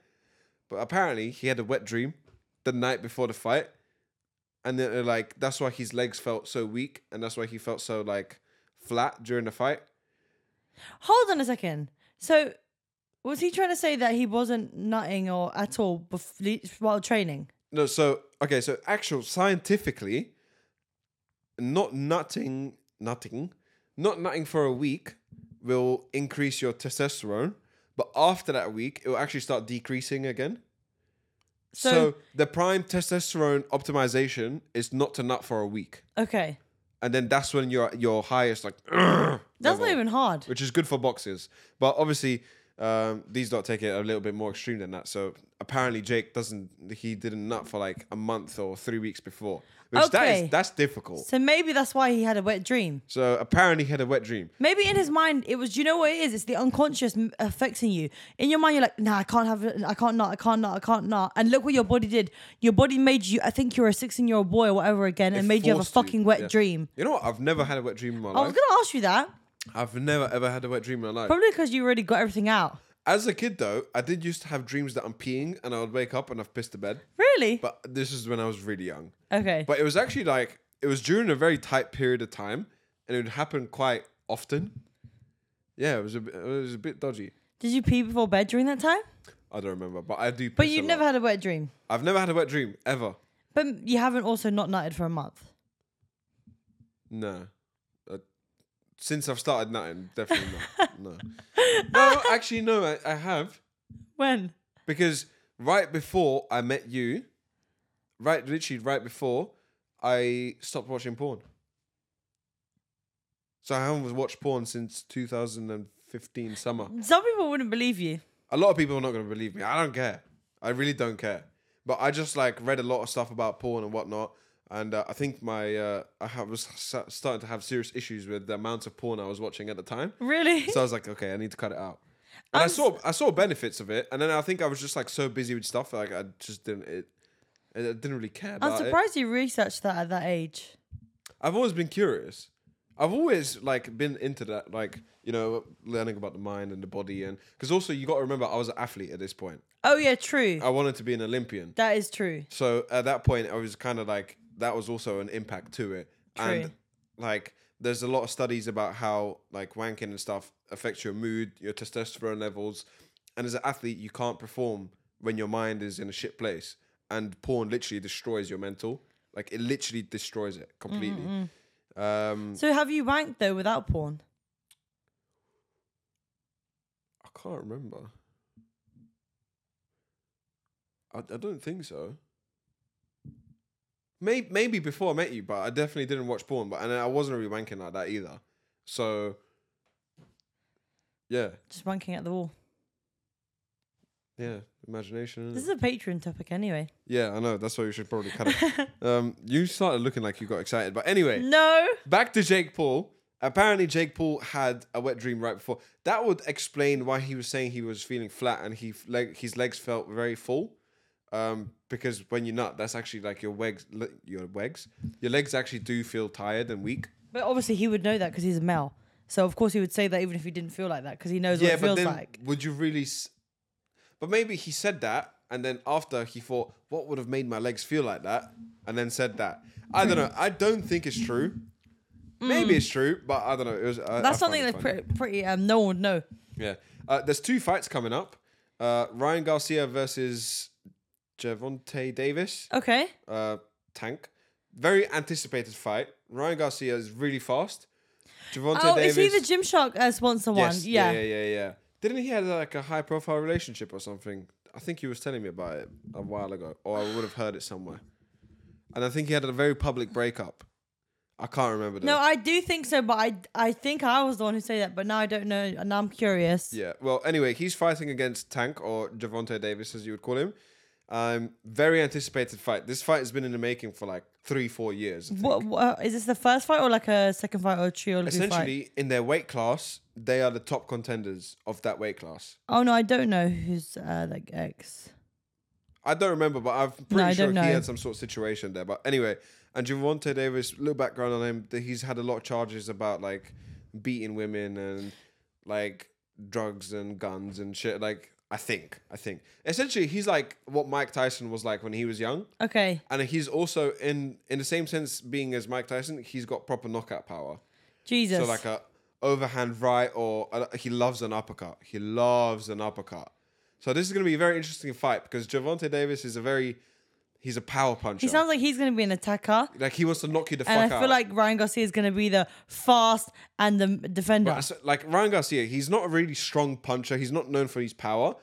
S1: But apparently he had a wet dream the night before the fight. And then uh, like that's why his legs felt so weak and that's why he felt so like flat during the fight.
S2: Hold on a second. So, was he trying to say that he wasn't nutting or at all bef- while training?
S1: No, so okay, so actual scientifically, not nutting, nutting, not nutting for a week will increase your testosterone, but after that week, it will actually start decreasing again. So,
S2: So-
S1: the prime testosterone optimization is not to nut for a week,
S2: Okay.
S1: and then that's when your your highest like
S2: That's
S1: level
S2: not even hard.
S1: which is good for boxers. But obviously, um, these don't take it a little bit more extreme than that. So apparently, Jake doesn't. He didn't nut for like a month or three weeks before, which that
S2: Okay.
S1: is that's difficult.
S2: So maybe that's why he had a wet dream.
S1: So apparently, he had a wet dream.
S2: Maybe in his mind it was. You know what it is? It's the unconscious m- affecting you. In your mind, you're like, "Nah, I can't have. it. I can't not. I can't not. I can't not." And look what your body did. Your body made you. I think you're a 16 year old boy or whatever again, and
S1: It
S2: made you have a
S1: forced you,
S2: fucking wet
S1: yeah.
S2: dream.
S1: You know what? I've never had a wet dream in my
S2: I was
S1: life.
S2: gonna ask you that,
S1: I've never ever had a wet dream in my life.
S2: probably because you already got everything out.
S1: As a kid, though, I did used to have dreams that I'm peeing and I would wake up and I've pissed the bed.
S2: Really?
S1: But this is when I was really young.
S2: okay.
S1: But it was actually like, it was during a very tight period of time and it would happen quite often. Yeah, it was a bit, it was a bit dodgy.
S2: Did you pee before bed during that time?
S1: I don't remember, but I do. Piss
S2: But
S1: a
S2: you
S1: lot.
S2: never had a wet dream.
S1: I've never had a wet dream ever.
S2: But you haven't also not nutted for a month.
S1: No. Uh, since I've started nutting, definitely not. No. No, actually, no, I, I have.
S2: When?
S1: Because right before I met you, right, literally right before, I stopped watching porn. So I haven't watched porn since 2015 summer.
S2: Some people wouldn't believe you.
S1: A lot of people are not going to believe me. I don't care. I really don't care. But I just like read a lot of stuff about porn and whatnot. And uh, I think my uh, I have, was sa- starting to have serious issues with the amount of porn I was watching at the time.
S2: Really?
S1: So I was like, okay, I need to cut it out. And I
S2: I'm
S1: saw I saw benefits of it, and then I think I was just like so busy with stuff, like I just didn't it. I didn't really care about
S2: I'm
S1: it.
S2: surprised you researched that at that age.
S1: I've always been curious. I've always like been into that, like you know, learning about the mind and the body, and because also you got to remember I was an athlete at this point.
S2: Oh yeah, true.
S1: I wanted to be an Olympian,
S2: that is true.
S1: so at that point I was kind of like that was also an impact to it, and
S2: True.
S1: like there's a lot of studies about how like wanking and stuff affects your mood, your testosterone levels, and as an athlete you can't perform when your mind is in a shit place, and porn literally destroys your mental, like it literally destroys it completely. Um,
S2: So have you wanked though without porn?
S1: I can't remember. I, I don't think so. Maybe maybe before I met you, but I definitely didn't watch porn. But and I wasn't really wanking like that either. So yeah,
S2: Just wanking at the wall.
S1: yeah, imagination. innit?
S2: This is a Patreon topic anyway.
S1: yeah, I know. That's why you should probably cut it. um, you started looking like you got excited, but anyway.
S2: No.
S1: Back to Jake Paul. Apparently, Jake Paul had a wet dream right before. That would explain why he was saying he was feeling flat and he leg, his legs felt very full. Um, because when you nut, that's actually like your legs, le- your legs, your legs actually do feel tired and weak.
S2: But obviously he would know that because he's a male. So of course he would say that even if he didn't feel like that because he knows what it feels like.
S1: would you really? S- but maybe he said that, and then after he thought, what would have made my legs feel like that, and then said that. I don't know. I don't think it's true. Maybe it's true, but I don't know. It was. I- I
S2: Hmm.
S1: found
S2: That's something
S1: it
S2: that's
S1: funny.
S2: pretty, pretty um, no one would know.
S1: Yeah. Uh, there's two fights coming up. Uh, Ryan Garcia versus Javante Davis,
S2: Okay.
S1: uh, Tank. Very anticipated fight. Ryan Garcia is really fast. Javante
S2: oh,
S1: Davis.
S2: is he the Gymshark uh, sponsor one?
S1: yes.
S2: Yeah.
S1: yeah, yeah, yeah, yeah. Didn't he have like a high profile relationship or something? I think he was telling me about it a while ago, or I would have heard it somewhere. And I think he had a very public breakup. I can't remember. the-
S2: No, I do think so, but I I think I was the one who said that, but now I don't know, and now I'm curious.
S1: Yeah. Well, anyway, he's fighting against Tank or Javante Davis, as you would call him. Um, very anticipated fight. This fight has been in the making for like three, four years.
S2: What, what is this the first fight or like a second fight or a trio fight?
S1: Essentially, in their weight class, they are the top contenders of that weight class.
S2: Oh no, I don't know who's uh, like ex.
S1: I don't remember, but I'm pretty
S2: I
S1: sure
S2: don't
S1: he
S2: know.
S1: had some sort of situation there. But anyway, and Javante Davis, little background on him, that he's had a lot of charges about like beating women and like drugs and guns and shit. Like, I think, I think. Essentially, he's like what Mike Tyson was like when he was young.
S2: Okay.
S1: and he's also in in the same sense being as Mike Tyson, he's got proper knockout power.
S2: Jesus.
S1: So like a overhand right or a, he loves an uppercut. He loves an uppercut. So this is going to be a very interesting fight because Javante Davis is a very he's a power puncher.
S2: he sounds like he's gonna be an attacker.
S1: like he wants to knock you the
S2: And
S1: fuck
S2: I
S1: out.
S2: feel like Ryan Garcia is going to be the fast and the defender.
S1: I s- like Ryan Garcia, he's not a really strong puncher. He's not known for his power,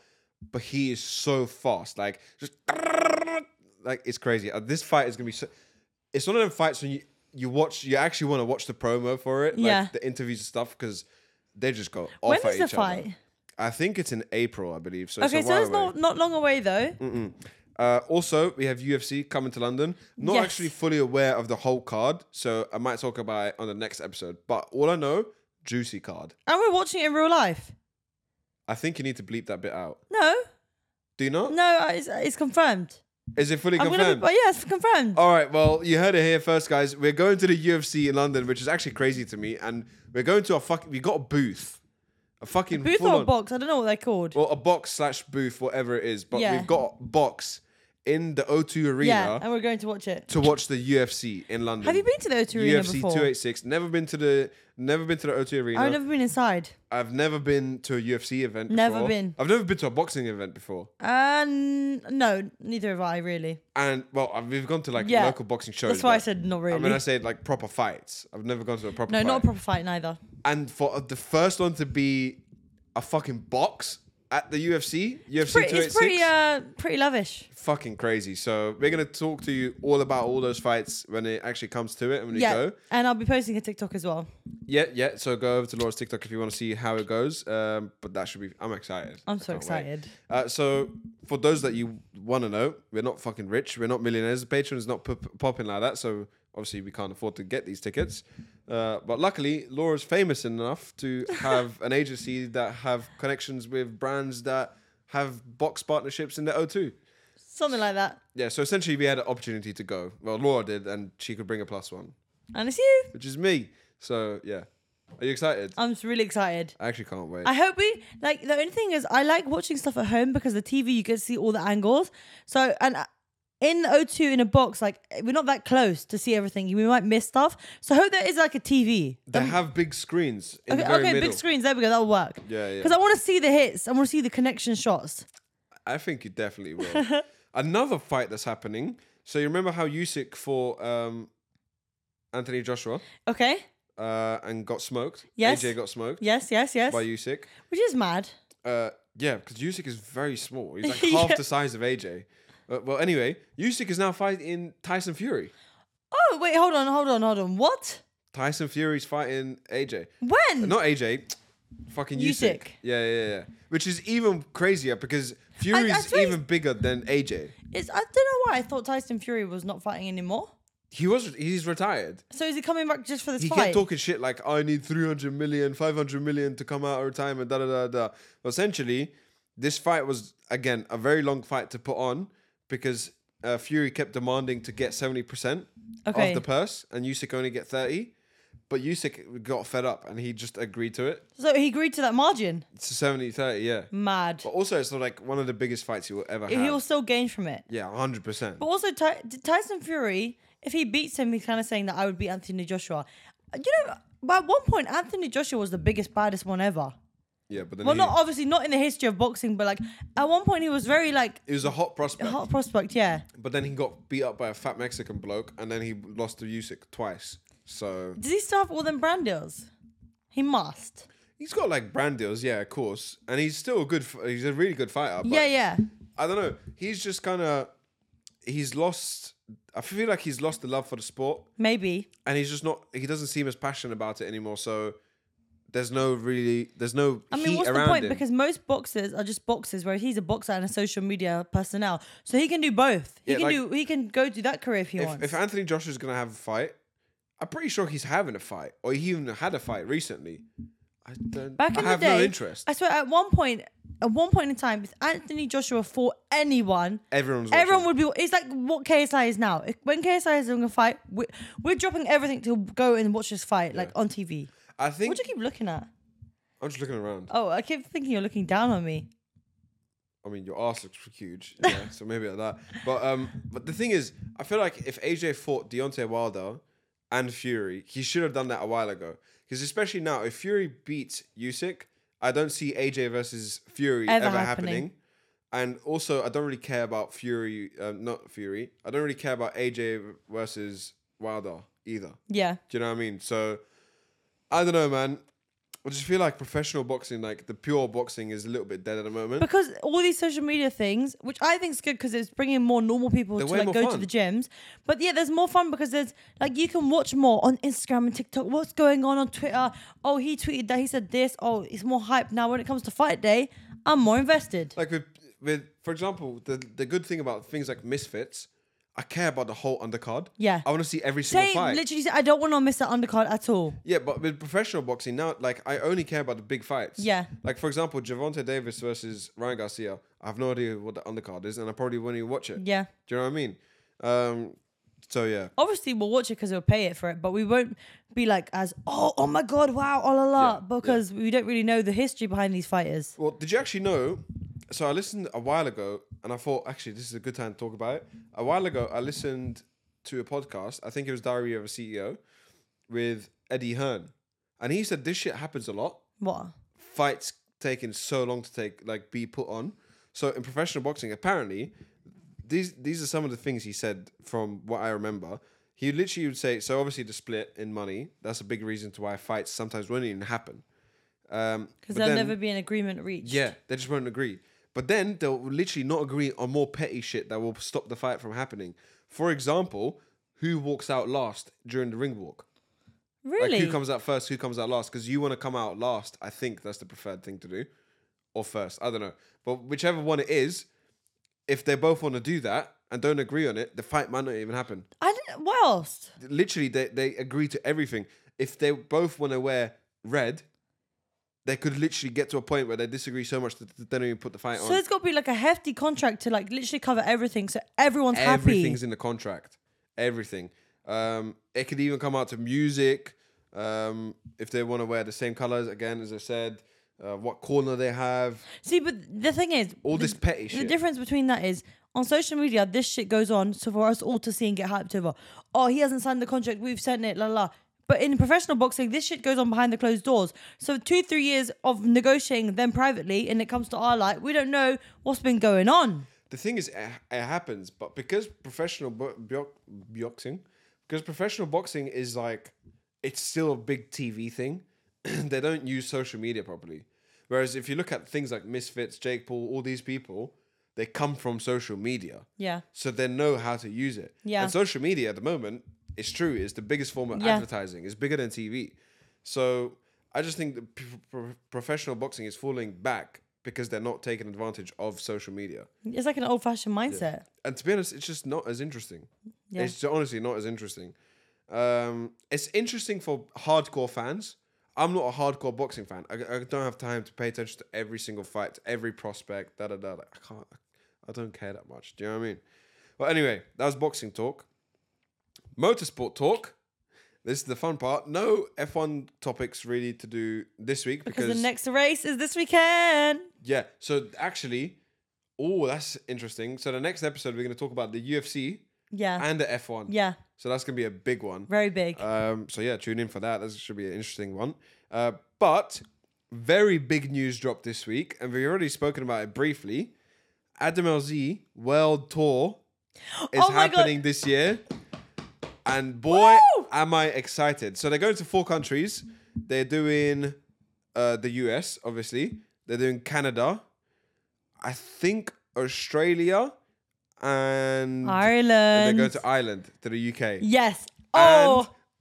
S1: but he is so fast. Like just like it's crazy. Uh, This fight is gonna be. So, it's one of them fights when you you watch you actually want to watch the promo for it, like
S2: Yeah.
S1: the interviews and stuff, because they just go off
S2: When
S1: at
S2: is the
S1: each
S2: fight?
S1: other. I think it's in April, I believe. So
S2: Okay,
S1: it's a
S2: so
S1: while
S2: it's
S1: away.
S2: not, not long away though.
S1: Uh, also, we have UFC coming to London. Not
S2: Yes.
S1: actually fully aware of the whole card, so I might talk about it on the next episode. But all I know, juicy card.
S2: And we're watching it in real life.
S1: I think you need to bleep that bit out.
S2: No,
S1: Do you not?
S2: no, I- it's, it's confirmed.
S1: Is it fully
S2: I'm gonna be,
S1: confirmed? Oh,
S2: but yeah, it's confirmed.
S1: All right, well, you heard it here first, guys. We're going to the UFC in London, which is actually crazy to me. And we're going to a fuck. We got a booth. A fucking
S2: Booth
S1: full
S2: or
S1: on,
S2: a box? I don't know what they're called.
S1: Well, a box slash booth, whatever it is. But
S2: Yeah.
S1: we've got box in the O2 Arena
S2: yeah, and we're going to watch it.
S1: to watch the UFC in London.
S2: Have you been to the O2 Arena
S1: UFC
S2: before?
S1: 286. Never been to the never been to the O2 Arena.
S2: I've never been inside.
S1: I've never been to a UFC event.
S2: Never
S1: before.
S2: been.
S1: I've never been to a boxing event before.
S2: And no, neither have I really.
S1: And well, I- we've gone to like
S2: Yeah.
S1: local boxing shows.
S2: That's why I
S1: but-
S2: said not
S1: I
S2: really.
S1: mean, I said like proper fights. I've never gone to a proper.
S2: no,
S1: fight.
S2: not a proper fight neither.
S1: And for the first one to be a fucking box at the UFC, UFC
S2: Pretty,
S1: 286,
S2: it's pretty, uh, pretty lavish.
S1: fucking crazy. So we're gonna talk to you all about all those fights when it actually comes to it and when
S2: Yeah,
S1: you go.
S2: and I'll be posting a TikTok as well.
S1: Yeah, yeah. So go over to Laura's TikTok if you want to see how it goes. Um, but that should be. I'm excited.
S2: I'm so
S1: I can't wait.
S2: excited.
S1: Uh, so for those that you want to know, we're not fucking rich. We're not millionaires. Patreon is not pop- popping like that. So obviously we can't afford to get these tickets. Uh, but luckily, Laura's famous enough to have an agency that have connections with brands that have box partnerships in the O2.
S2: Something like that.
S1: Yeah. So essentially, we had an opportunity to go. Well, Laura did, and she could bring a plus one,
S2: And it's you.
S1: which is me. So yeah. Are you excited?
S2: I'm just really excited.
S1: I actually can't wait.
S2: Uh, I hope we like the only thing is I like watching stuff at home because the TV you get to see all the angles. So and uh, in the O2 in a box, like we're not that close to see everything. We might miss stuff. So I hope there is like a TV.
S1: They have big screens in
S2: Okay,
S1: the very
S2: okay
S1: middle.
S2: big screens. There we go. That'll work.
S1: Yeah, yeah.
S2: Because I want to see the hits. I want to see the connection shots.
S1: I think you definitely will. Another fight that's happening. So you remember how Usyk for um, Anthony Joshua
S2: Okay.
S1: uh, and got smoked?
S2: Yes.
S1: AJ got smoked
S2: Yes. Yes. Yes.
S1: by Usyk.
S2: Which is mad.
S1: Uh, yeah, because Usyk is very small. He's like
S2: Yeah.
S1: half the size of AJ. Uh, well, anyway, Usyk is now fighting Tyson Fury.
S2: Oh wait, hold on, hold on, hold on. What?
S1: Tyson Fury's fighting AJ.
S2: When?
S1: Not AJ. Fucking Usyk.
S2: Usyk.
S1: Yeah, yeah, yeah. Which is even crazier because Fury's
S2: swear
S1: even bigger than AJ.
S2: It's, I don't know why I thought Tyson Fury was not fighting anymore.
S1: He was he's retired.
S2: So is he coming back just for this
S1: he
S2: fight?
S1: kept talking shit like I need 300 million, 500 million to come out of retirement, da da da da. But essentially, this fight was again a very long fight to put on because uh, Fury kept demanding to get 70%
S2: Okay.
S1: of the purse and Usyk only get 30. But Usyk got fed up and he just agreed to it.
S2: So he agreed to that margin.
S1: It's 70 30, yeah.
S2: Mad.
S1: But also, it's like one of the biggest fights he will ever have.
S2: Mm. He will still gain from it.
S1: yeah, 100%.
S2: But also, Ty- Tyson Fury, if he beats him, he's kind of saying that I would beat Anthony Joshua. Uh, You know, but at one point, Anthony Joshua was the biggest, baddest one ever.
S1: yeah, but then
S2: Well,
S1: he,
S2: not obviously not in the history of boxing, but like at one point he was very like
S1: he was a hot prospect.
S2: hot prospect. Yeah.
S1: But then he got beat up by a fat Mexican bloke, and then he lost to Usyk twice. So
S2: Does he still have all them brand deals? He must.
S1: he's got like brand deals, yeah, of course, and he's still a good. f- He's a really good fighter. But
S2: yeah, yeah.
S1: I don't know. He's just kind of he's lost. I feel like he's lost the love for the sport,
S2: Maybe.
S1: and he's just not. He doesn't seem as passionate about it anymore. So there's no really. There's no.
S2: I mean,
S1: heat
S2: what's the
S1: around
S2: point?
S1: Him.
S2: Because most boxers are just boxers, whereas he's a boxer and a social media personnel, so he can do both. He
S1: Yeah,
S2: can
S1: like-
S2: do. He can go do that career if he
S1: if,
S2: wants.
S1: if Anthony Joshua's gonna have a fight, I'm pretty sure he's having a fight, or he even had a fight recently. I don't.
S2: Back in
S1: I have
S2: the day,
S1: no interest.
S2: I swear, at one point, at one point in time, if Anthony Joshua fought anyone,
S1: Everyone's watching.
S2: everyone would be. It's like what KSI is now. If- When KSI is doing a fight, we're, we're dropping everything to go and watch this fight, like on TV.
S1: I think
S2: What do you keep looking at?
S1: I'm just looking around.
S2: Oh, I keep thinking you're looking down on me.
S1: I mean, your ass looks huge, yeah, so maybe at that. But um, but the thing is, I feel like if AJ fought Deontay Wilder and Fury, he should have done that a while ago. Because especially now, if Fury beats Usyk, I don't see AJ versus Fury
S2: Ever
S1: ever,
S2: happening.
S1: happening. And also, I don't really care about Fury, uh, not Fury. I don't really care about AJ versus Wilder either.
S2: Yeah,
S1: Do you know what I mean? So I don't know, man. I just feel like professional boxing, like the pure boxing, is a little bit dead at the moment.
S2: because all these social media things, which I think is good because it's bringing more normal people
S1: They're
S2: to
S1: way
S2: like
S1: more
S2: go to
S1: fun.
S2: the gyms. But yeah, there's more fun because there's like you can watch more on Instagram and TikTok. What's going on on Twitter? Oh, he tweeted that. He said this. Oh, it's more hype now. When it comes to fight day, I'm more invested.
S1: like with with for example the the good thing about things like misfits i care about the whole undercard
S2: Yeah.
S1: i want to see every single
S2: Say
S1: fight
S2: literally, say, I don't want to miss that undercard at all.
S1: yeah but with professional boxing now like i only care about the big fights
S2: Yeah.
S1: like for example Javante davis versus ryan garcia i have no idea what the undercard is and i probably won't even watch it
S2: Yeah.
S1: do you know what i mean um So yeah,
S2: Obviously, we'll watch it because we'll pay it for it, but we won't be like as oh oh my god wow oh la la
S1: Yeah,
S2: because we don't really know the history behind these fighters.
S1: Well, did you actually know? So I listened a while ago, and I thought actually this is a good time to talk about it. A while ago, I listened to a podcast. I think it was Diary of a CEO with Eddie Hearn, and he said this shit happens a lot.
S2: What?
S1: Fights taking so long to take like be put on. So in professional boxing, apparently, these these are some of the things he said from what I remember. He literally would say so. Obviously, the split in money that's a big reason to why fights sometimes won't even happen. Um,
S2: Because
S1: Because
S2: there'll never be an agreement reached.
S1: yeah, they just won't agree. But then they'll literally not agree on more petty shit that will stop the fight from happening. For example, who walks out last during the ring walk?
S2: Really?
S1: Like who comes out first, who comes out last? Because you want to come out last. I think that's the preferred thing to do, or first. I don't know, but whichever one it is, if they both want to do that and don't agree on it, the fight might not even happen.
S2: I didn't. What else?
S1: Literally, they they agree to everything. If they both want to wear red. They could literally get to a point where they disagree so much that they don't even put the fight on.
S2: So it's got to be like a hefty contract to like literally cover everything, so everyone's
S1: Everything's
S2: happy.
S1: in the contract. Everything. Um, it could even come out to music. Um, if they want to wear the same colors again, as I said, uh, what corner they have,
S2: See, but the thing is,
S1: all
S2: the,
S1: this petty
S2: the
S1: shit.
S2: difference between that is on social media, this shit goes on, so for us all to see and get hyped over. Oh, he hasn't signed the contract. We've sent it. La la. But in professional boxing, this shit goes on behind the closed doors. So two, three years of negotiating them privately, and it comes to our light. We don't know what's been going on.
S1: the thing is, it, it happens, but because professional bo- bo- boxing, because professional boxing is like, it's still a big TV thing. they don't use social media properly. Whereas if you look at things like Misfits, Jake Paul, all these people, they come from social media.
S2: Yeah.
S1: so they know how to use it.
S2: Yeah.
S1: And social media at the moment, it's true, is the biggest form of
S2: Yeah.
S1: advertising. It's bigger than TV. So I just think that p- pro- professional boxing is falling back because they're not taking advantage of social media.
S2: It's like an old fashioned mindset.
S1: And to be honest, it's just not as interesting.
S2: Yeah.
S1: It's honestly not as interesting. Um, it's interesting for hardcore fans. I'm not a hardcore boxing fan. I, I don't have time to pay attention to every single fight, to every prospect. Da da da. Like, I can't. I don't care that much. Do you know what I mean? Well, anyway, that was boxing talk. Motorsport talk. This is the fun part. No F1 topics really to do this week because,
S2: Because the next race is this weekend.
S1: yeah. So actually, oh, that's interesting. So the next episode we're going to talk about the UFC
S2: Yeah.
S1: and the F1.
S2: yeah.
S1: So that's going to be a big one.
S2: Very big.
S1: Um, so yeah, tune in for that. That should be an interesting one. Uh, but very big news dropped this week, and we've already spoken about it briefly. Adam LZ World Tour is
S2: Oh my God.
S1: happening this year, and boy,
S2: Woo!
S1: am I excited! So they're going to four countries. They're doing uh, the US, obviously. They're doing Canada. I think Australia and
S2: Ireland.
S1: and they go to Ireland to the UK.
S2: yes. Oh,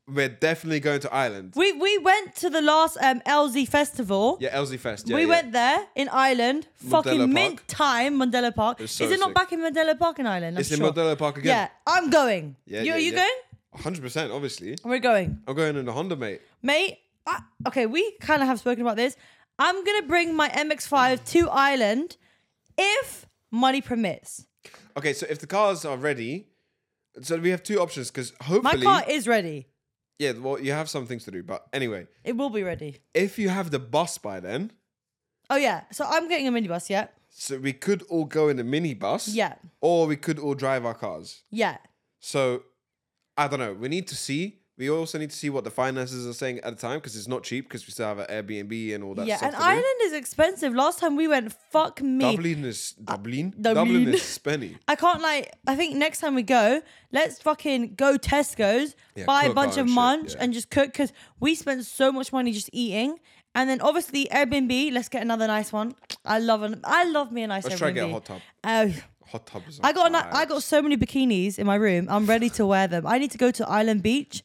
S1: And we're definitely going to Ireland.
S2: we we went to the last um, LZ festival.
S1: Yeah, Elsie Fest. Yeah,
S2: we
S1: yeah.
S2: went there in Ireland, fucking
S1: Park.
S2: mint time, Mandela Park.
S1: was so
S2: is it not
S1: sick.
S2: back in Mandela Park in Ireland? I'm
S1: It's in
S2: sure.
S1: Modelo Park
S2: Yeah,
S1: again.
S2: I'm going.
S1: Yeah,
S2: you,
S1: yeah,
S2: are you
S1: yeah.
S2: going?
S1: 100%, obviously.
S2: We're going,
S1: I'm going in a Honda, mate.
S2: mate. I, okay, we kind of have spoken about this. I'm gonna bring my MX-5 to Ireland if money permits.
S1: Okay, so if the cars are ready, so we have two options because
S2: My
S1: hopefully.
S2: car is ready.
S1: yeah, well, you have some things to do. But anyway,
S2: It will be ready.
S1: if you have the bus by then,
S2: Oh yeah. So I'm getting a minibus. Yeah.
S1: so we could all go in a minibus.
S2: Yeah.
S1: Or we could all drive our cars.
S2: Yeah.
S1: So I don't know. We need to see. We also need to see what the finances are saying at the time because it's not cheap because we still have an Airbnb and all that
S2: yeah.
S1: stuff.
S2: And
S1: to do.
S2: Ireland is expensive. Last time we went, fuck me.
S1: Dublin is Dublin. Dublin,
S2: Ah, Dublin.
S1: is spenny.
S2: I can't like. I think next time we go, let's fucking go Tesco's,
S1: Yeah,
S2: buy a
S1: cook
S2: bunch
S1: our own
S2: of
S1: shit,
S2: munch,
S1: yeah.
S2: and just cook because we spent so much money just eating. And then obviously Airbnb. Let's get another nice one. I love an. I love me a nice
S1: Let's
S2: Airbnb.
S1: try and get a hot tub.
S2: Oh,
S1: Hot tub is.
S2: I got an,
S1: fire.
S2: I got so many bikinis in my room. I'm ready to wear them. I need to go to Island Beach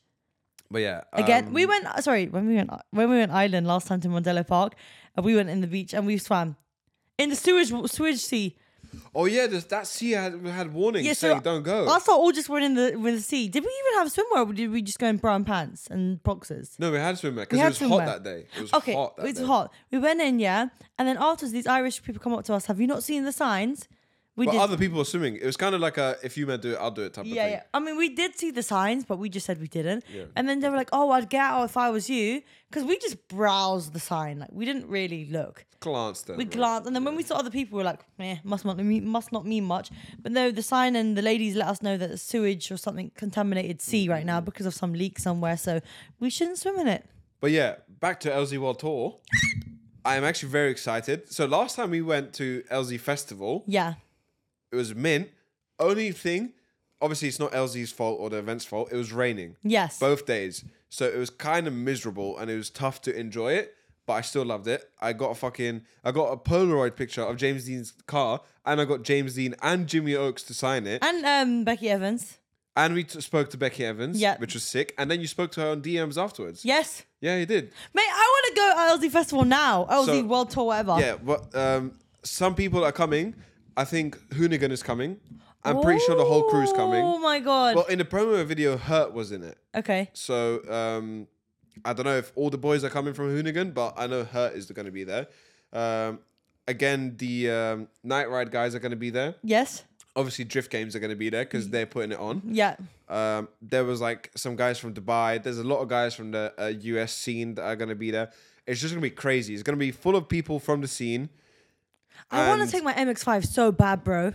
S1: But yeah,
S2: again.
S1: um,
S2: we went. uh, Sorry, when we went when we went Island last time to Mondello Park, and we went in the beach and we swam in the sewage sewage sea.
S1: Oh yeah, there's, that sea had had warnings
S2: Yeah, so
S1: saying don't go.
S2: I thought all just went in the with the sea. Did we even have swimwear or did we just go in brown pants and boxers?
S1: no, we had swimwear because
S2: We
S1: it
S2: had
S1: was
S2: swimwear.
S1: hot that day. It was
S2: Okay,
S1: hot. That
S2: it's
S1: day.
S2: hot. We went in, yeah, and then afterwards these Irish people come up to us. Have you not seen the signs? We
S1: But
S2: did.
S1: other people were swimming. It was kind of like a if you men do it, I'll do it type
S2: yeah,
S1: of thing.
S2: yeah. I mean, we did see the signs, but we just said we didn't. And then they were like, "Oh, I'd get out if I was you," because we just browsed the sign. Like we didn't really look.
S1: Glanced at
S2: We
S1: them.
S2: glanced, and then when we saw other people, we were like, "Eh, must not mean, must not mean much." But no, the sign and the ladies let us know that sewage or something contaminated sea right
S1: Mm.
S2: now because of some leak somewhere. So we shouldn't swim in it.
S1: But yeah, back to LZ World Tour. I am actually very excited. So last time we went to LZ Festival,
S2: Yeah.
S1: it was mint. Only thing, obviously, it's not LZ's fault or the event's fault. It was raining
S2: Yes.
S1: both days, so it was kind of miserable and it was tough to enjoy it. But I still loved it. I got a fucking, I got a Polaroid picture of James Dean's car, and I got James Dean and Jimmy Oakes to sign it.
S2: And um, Becky Evans.
S1: And we t- spoke to Becky Evans,
S2: Yeah.
S1: which was sick. And then you spoke to her on DMs afterwards.
S2: Yes.
S1: yeah, you did.
S2: Mate, I want to go LZ Festival now. LZ
S1: So-
S2: World Tour, whatever.
S1: Yeah, but um, some people are coming. I think Hoonigan is coming. I'm pretty sure the whole crew is
S2: Oh
S1: coming.
S2: my god.
S1: Well, in the promo video, Hurt was in it.
S2: okay.
S1: So um, I don't know if all the boys are coming from Hoonigan, but I know Hurt is going to be there. Um, again, the um, Night Ride guys are going to be there.
S2: Yes.
S1: Obviously, Drift Games are going to be there because they're putting it on.
S2: Yeah.
S1: Um, there was like some guys from Dubai. There's a lot of guys from the uh, US scene that are going to be there. It's just going to be crazy. It's going to be full of people from the scene.
S2: I want
S1: And-
S2: to take my MX5 so bad, bro.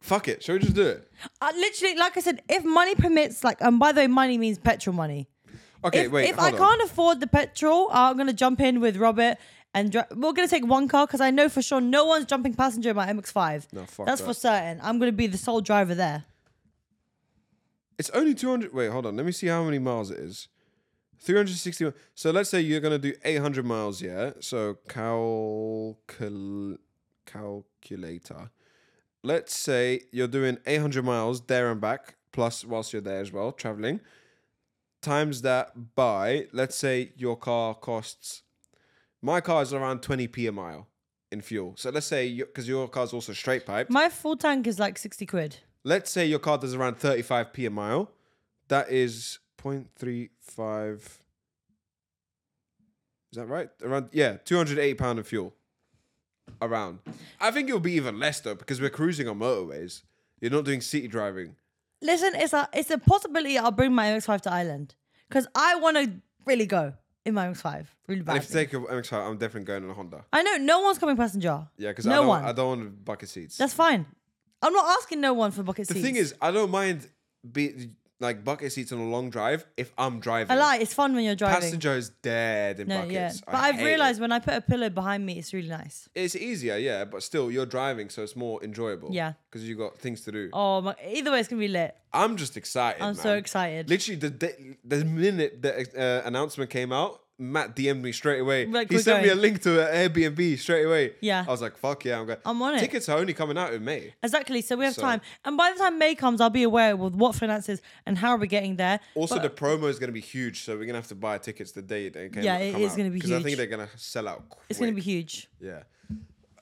S1: Fuck it. Shall we just do it?
S2: I literally, like I said, if money permits, like, and by the way, money means petrol money.
S1: Okay,
S2: if
S1: wait.
S2: if I
S1: hold on.
S2: can't afford the petrol, I'm gonna jump in with Robert and dri- we're gonna take one car because I know for sure no one's jumping passenger in my MX5.
S1: No, fuck
S2: That's
S1: that.
S2: for certain. I'm gonna be the sole driver there.
S1: It's only 200. Wait, hold on. Let me see how many miles it is. 360. mi- So let's say you're going to do 800 miles, yeah? So calcul- calculator. Let's say you're doing 800 miles there and back, plus whilst you're there as well, traveling. Times that by, let's say your car costs. My car is around 20p a mile in fuel. So let's say, because your car's also straight pipe.
S2: My full tank is like 60 quid.
S1: let's say your car does around 35p a mile. That is 0.35. Is that right? Around, yeah, 280 pound of fuel. Around. I think it'll be even less though, because we're cruising on motorways. You're not doing city driving.
S2: Listen, it's a it's a possibility I'll bring my MX5 to Ireland because I want to really go in my MX5 really
S1: And
S2: bad.
S1: if you take an MX-5, I'm definitely going on a Honda.
S2: I know no one's coming passenger.
S1: Yeah, because I
S2: no
S1: don't,
S2: one.
S1: I don't want bucket seats.
S2: That's fine. I'm not asking no one for bucket
S1: the
S2: seats.
S1: thing is, I don't mind be like bucket seats on a long drive if I'm driving.
S2: I lie. It's fun when you're driving.
S1: Passenger is dead in
S2: no,
S1: buckets.
S2: yeah.
S1: I
S2: But I've
S1: hate it.
S2: realized when I put a pillow behind me, it's really nice.
S1: It's easier, yeah, but still, you're driving, so it's more enjoyable.
S2: Yeah.
S1: because you got things to do.
S2: Oh my! Either way, it's gonna be lit.
S1: I'm just excited.
S2: I'm so
S1: man.
S2: excited.
S1: Literally, the day, the minute the uh, announcement came out, Matt DM'd me straight away.
S2: Like,
S1: he
S2: we're
S1: sent me a
S2: going.
S1: link to an Airbnb straight away.
S2: Yeah.
S1: I was like, "Fuck yeah, I'm going."
S2: I'm on it.
S1: Tickets are only coming out in May.
S2: Exactly. So we have
S1: So-
S2: time, and by the time May comes, I'll be aware with what finances and how are we getting there.
S1: Also,
S2: But-
S1: the promo is going to be huge, so we're going to have to buy tickets the day they came.
S2: Yeah, it is gonna be
S1: because I
S2: huge.
S1: think they're going to sell out. Quick.
S2: it's gonna be huge.
S1: yeah.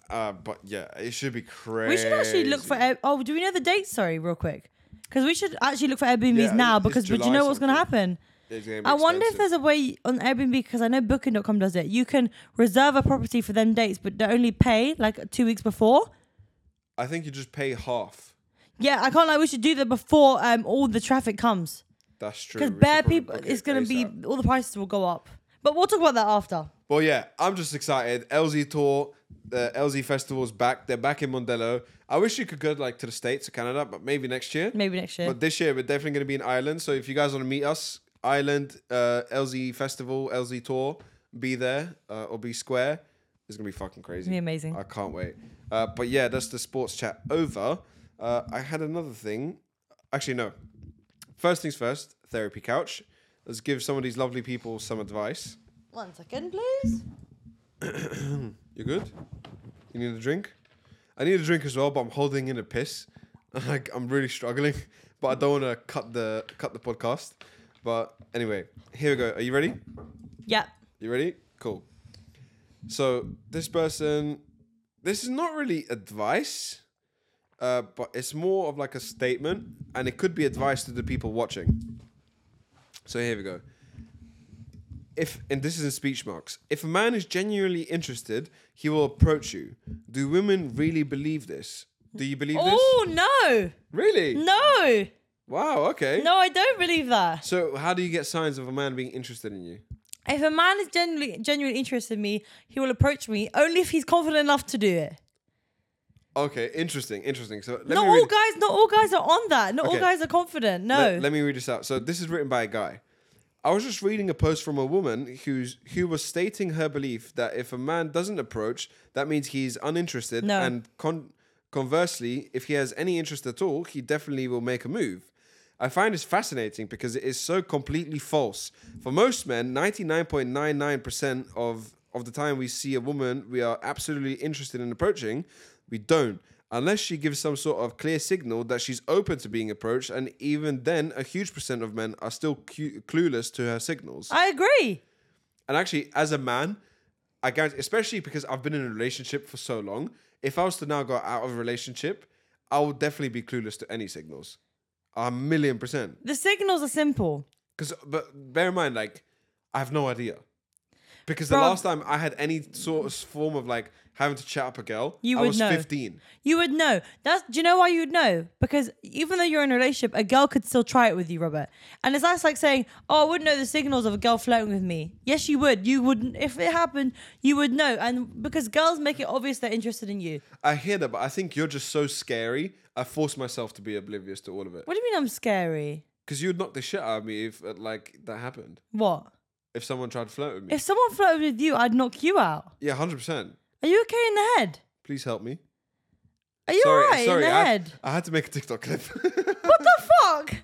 S1: Uh, but yeah, it should be crazy.
S2: We should actually look for. Air- oh, do we know the date? Sorry, real quick, because we should actually look for Airbnbs
S1: Yeah,
S2: now.
S1: it's
S2: Because but you
S1: July
S2: know what's gonna
S1: something.
S2: happen?
S1: It's gonna be
S2: I wonder if
S1: expensive.
S2: there's a way on Airbnb because I know Booking.com does it. You can reserve a property for them dates, but they only pay like two weeks before.
S1: I think you just pay half.
S2: Yeah, I can't like we should do that before um all the traffic comes
S1: That's true.
S2: because
S1: We should
S2: bare
S1: probably
S2: people
S1: book it
S2: it's gonna be
S1: ASAP.
S2: all the prices will go up. But we'll talk about that after.
S1: Well, yeah, I'm just excited. LZ tour, the LZ festival's back. They're back in Mondello. I wish you could go like to the states or Canada, but maybe next year.
S2: Maybe next year.
S1: But this year we're definitely going to be in Ireland. So if you guys want to meet us, Ireland uh, LZ festival, LZ tour, be there uh, or be square. It's gonna be fucking crazy.
S2: be amazing.
S1: I can't wait. Uh, but yeah, that's the sports chat over. Uh, I had another thing. Actually, no. First things first. Therapy couch. Let's give some of these lovely people some advice.
S2: One second, please.
S1: You good? You need a drink? I need a drink as well, but I'm holding in a piss. Like I'm really struggling, but I don't want to cut the cut the podcast. But anyway, here we go. Are you ready?
S2: Yeah.
S1: You ready? Cool. So this person, this is not really advice, uh, but it's more of like a statement, and it could be advice to the people watching. So here we go. if and this is in speech marks, if a man is genuinely interested, he will approach you. Do women really believe this? Do you believe this?
S2: Oh no,
S1: Really?
S2: no,
S1: Wow. Okay.
S2: no! I don't believe that.
S1: So how do you get signs of a man being interested in you?
S2: If a man is genuinely genuinely interested in me, he will approach me only if he's confident enough to do it.
S1: Okay. Interesting. Interesting. So let
S2: not
S1: me
S2: all
S1: read,
S2: guys, not all guys are on that. Not all
S1: Okay.
S2: guys are confident. No.
S1: Let, let me read this out. So this is written by a guy. I was just reading a post from a woman who's who was stating her belief that if a man doesn't approach, that means he's uninterested,
S2: No.
S1: and con- conversely, if he has any interest at all, he definitely will make a move. I find this fascinating because it is so completely false. For most men, ninety nine point nine nine percent of of the time we see a woman we are absolutely interested in approaching, we don't. Unless she gives some sort of clear signal that she's open to being approached, and even then, a huge percent of men are still cu- clueless to her signals.
S2: I agree.
S1: And actually, as a man, I guarantee, especially because I've been in a relationship for so long, if I was to now go out of a relationship, I would definitely be clueless to any signals. A million percent.
S2: The signals are simple.
S1: Because, but bear in mind, like, I have no idea. Because the
S2: Bruv.
S1: last time I had any sort of form of like having to chat up a girl,
S2: You
S1: I
S2: would
S1: was
S2: know.
S1: 15.
S2: You would know. That's do you know why you would know? Because even though you're in a relationship, a girl could still try it with you, Robert. And it's that's like saying, "Oh, I wouldn't know the signals of a girl flirting with me." Yes, you would. You wouldn't. If it happened, you would know. And because girls make it obvious they're interested in you.
S1: I hear that, but I think you're just so scary. I forced myself to be oblivious to all of it.
S2: What do you mean I'm scary?
S1: Because you would knock the shit out of me if, uh, like, that happened.
S2: What?
S1: If someone tried to flirt with me.
S2: If someone flirted with you, I'd knock you out.
S1: yeah, 100%.
S2: Are you okay in the head?
S1: Please help me.
S2: Are you
S1: sorry,
S2: alright in
S1: sorry,
S2: the
S1: I,
S2: head?
S1: I had to make a TikTok clip.
S2: What the fuck?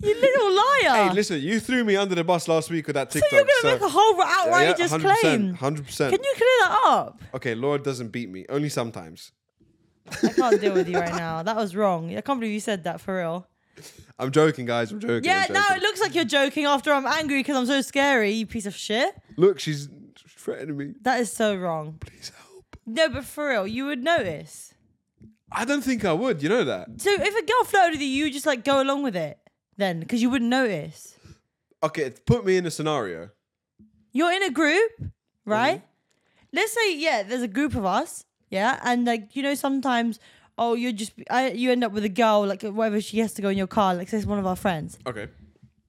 S2: You little liar!
S1: hey, listen, you threw me under the bus last week with that
S2: Ah. so
S1: TikTok.
S2: you're gonna make a whole outrageous claim?
S1: Hundred
S2: Can
S1: percent.
S2: you clear that up?
S1: Okay, Laura doesn't beat me. Only sometimes.
S2: I can't deal with you right now. That was wrong. I can't believe you said that for real.
S1: I'm joking, guys. I'm joking.
S2: Yeah,
S1: I'm
S2: now
S1: joking.
S2: it looks like you're joking after I'm angry because I'm so scary, you piece of shit.
S1: Look, she's threatening me.
S2: That is so wrong.
S1: Please help.
S2: No, but for real, you would notice.
S1: I don't think I would. You know that.
S2: So if a girl flirted with you, you would just like go along with it then because you wouldn't notice.
S1: Okay, put me in a scenario.
S2: You're in a group, right? Let's say, yeah, there's a group of us, yeah, and like, you know, sometimes, oh, you're just, I, you end up with a girl, like, whatever she has to go in your car, like, say it's one of our friends.
S1: Okay.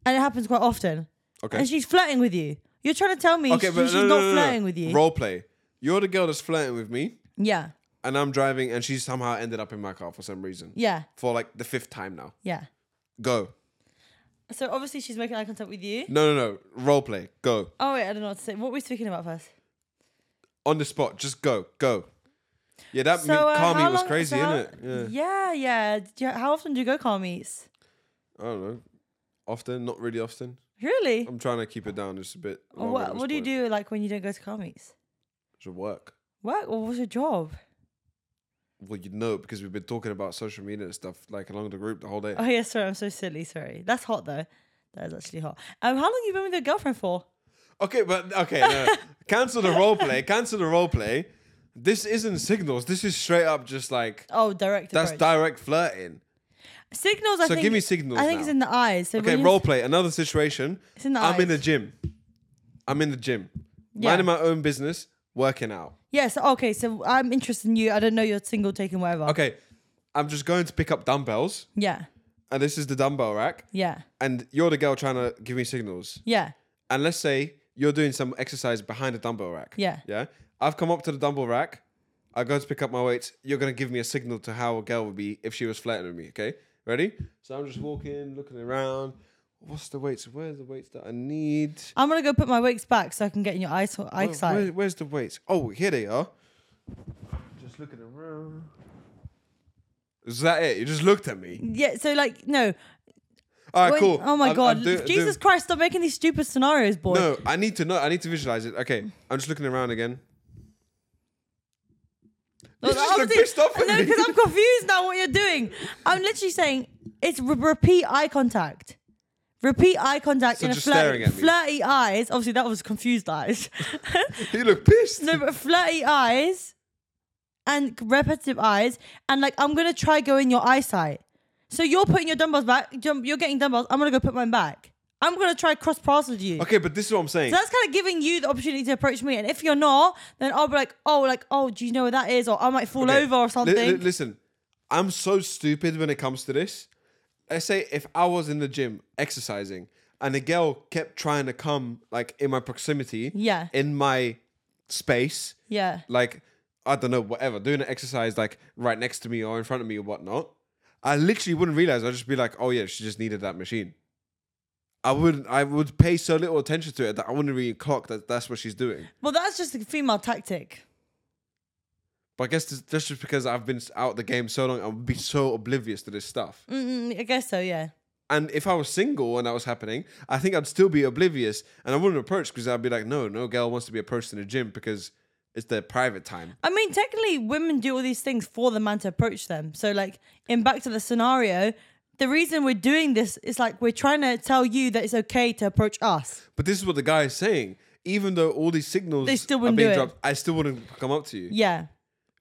S2: And it happens quite often.
S1: Okay.
S2: and she's flirting with you. You're trying to tell me
S1: okay,
S2: she- she's
S1: no, no,
S2: not
S1: no, no, no.
S2: flirting with you.
S1: Role play. You're the girl that's flirting with me,
S2: yeah,
S1: and I'm driving, and she somehow ended up in my car for some reason.
S2: yeah,
S1: For like the fifth time now.
S2: yeah.
S1: Go.
S2: So obviously she's making eye contact with you.
S1: No, no, no. Role play. Go.
S2: Oh wait, I don't know what to say. What were we speaking about first?
S1: on the spot. Just go, go. Yeah, that
S2: So
S1: me,
S2: uh,
S1: car
S2: how
S1: meet was
S2: long-
S1: crazy,
S2: so how-
S1: innit? Yeah.
S2: yeah, yeah. Do you- how often do you go car meets?
S1: I don't know. Often, not really often.
S2: Really?
S1: I'm trying to keep it down just a bit.
S2: Or
S1: longer at
S2: what
S1: this
S2: What do you
S1: point.
S2: do like when you don't go to car meets?
S1: Should work.
S2: Work or what's your job?
S1: Well, you know, because we've been talking about social media and stuff like along the group the whole day.
S2: Oh yeah, sorry, I'm so silly. Sorry, that's hot though. That is actually hot. Um, how long you been with your girlfriend for?
S1: Okay, but okay, no. cancel the role play. Cancel the role play. This isn't signals. This is straight up just like
S2: Oh, direct
S1: that's
S2: approach.
S1: direct flirting.
S2: signals. I
S1: So
S2: think,
S1: give me signals
S2: I think
S1: now.
S2: it's in the eyes. So
S1: Okay,
S2: when you-
S1: role play. Another situation.
S2: It's in the
S1: I'm in
S2: eyes.
S1: the gym. I'm in the gym,
S2: Yeah.
S1: minding my own business, working out.
S2: Yes. Okay. So I'm interested in you. I don't know you're single, taking whatever.
S1: Okay, I'm just going to pick up dumbbells,
S2: Yeah.
S1: and this is the dumbbell rack,
S2: Yeah.
S1: and you're the girl trying to give me signals.
S2: Yeah.
S1: And let's say you're doing some exercise behind the dumbbell rack.
S2: Yeah.
S1: Yeah. I've come up to the dumbbell rack. I go to pick up my weights. You're gonna give me a signal to how a girl would be if she was flirting with me. Okay, ready? So I'm just walking, looking around. What's the weights? Where's the weights that I need?
S2: I'm gonna go put my wigs back so I can get in your eyes
S1: Where-
S2: eyesight.
S1: where- where's the weights? Oh, here they are. Just looking around. Is that it? You just looked at me.
S2: Yeah. So like no.
S1: All right,
S2: When-
S1: cool.
S2: Oh my
S1: I'm-
S2: god.
S1: I'm do-
S2: Jesus
S1: do-
S2: Christ! Stop making these stupid scenarios, boy.
S1: No, I need to know. I need to visualize it. Okay, I'm just looking around again.
S2: No,
S1: You just look
S2: obviously-
S1: pissed off at
S2: No,
S1: me.
S2: because I'm confused now. What you're doing? I'm literally saying it's re- repeat eye contact. Repeat eye contact
S1: So
S2: in a
S1: just
S2: flirty,
S1: staring at me.
S2: flirty eyes. Obviously, that was confused eyes.
S1: You look pissed.
S2: No, but flirty eyes and repetitive eyes, and like I'm gonna try go in your eyesight. So you're putting your dumbbells back. jump- You're getting dumbbells. I'm gonna go put mine back. I'm gonna try cross paths with you.
S1: Okay, but this is what I'm saying.
S2: So that's kind of giving you the opportunity to approach me, and if you're not, then I'll be like, oh, like, oh, do you know where that is? Or I might fall
S1: Okay,
S2: over or
S1: li- li-
S2: something.
S1: listen, I'm so stupid when it comes to this. Let's say if I was in the gym exercising and a girl kept trying to come like in my proximity,
S2: Yeah.
S1: in my space,
S2: yeah.
S1: like I don't know, whatever, doing an exercise like right next to me or in front of me or whatnot, I literally wouldn't realize. I'd just be like, oh yeah, she just needed that machine. I wouldn't. I would pay so little attention to it that I wouldn't really clock that that's what she's doing.
S2: Well, that's just a female tactic.
S1: But I guess this- that's just because I've been out the game so long, I've been so oblivious to this stuff.
S2: Mm, I guess so. Yeah.
S1: And if I was single and that was happening, I think I'd still be oblivious and I wouldn't approach because I'd be like, no, no girl wants to be approached in the gym because it's their private time.
S2: I mean, technically, women do all these things for the man to approach them. So, like, in back to the scenario, the reason we're doing this is like we're trying to tell you that it's okay to approach us.
S1: But this is what the guy is saying. Even though all these signals
S2: They still
S1: are
S2: wouldn't
S1: being
S2: do it.
S1: dropped, I still wouldn't come up to you.
S2: Yeah.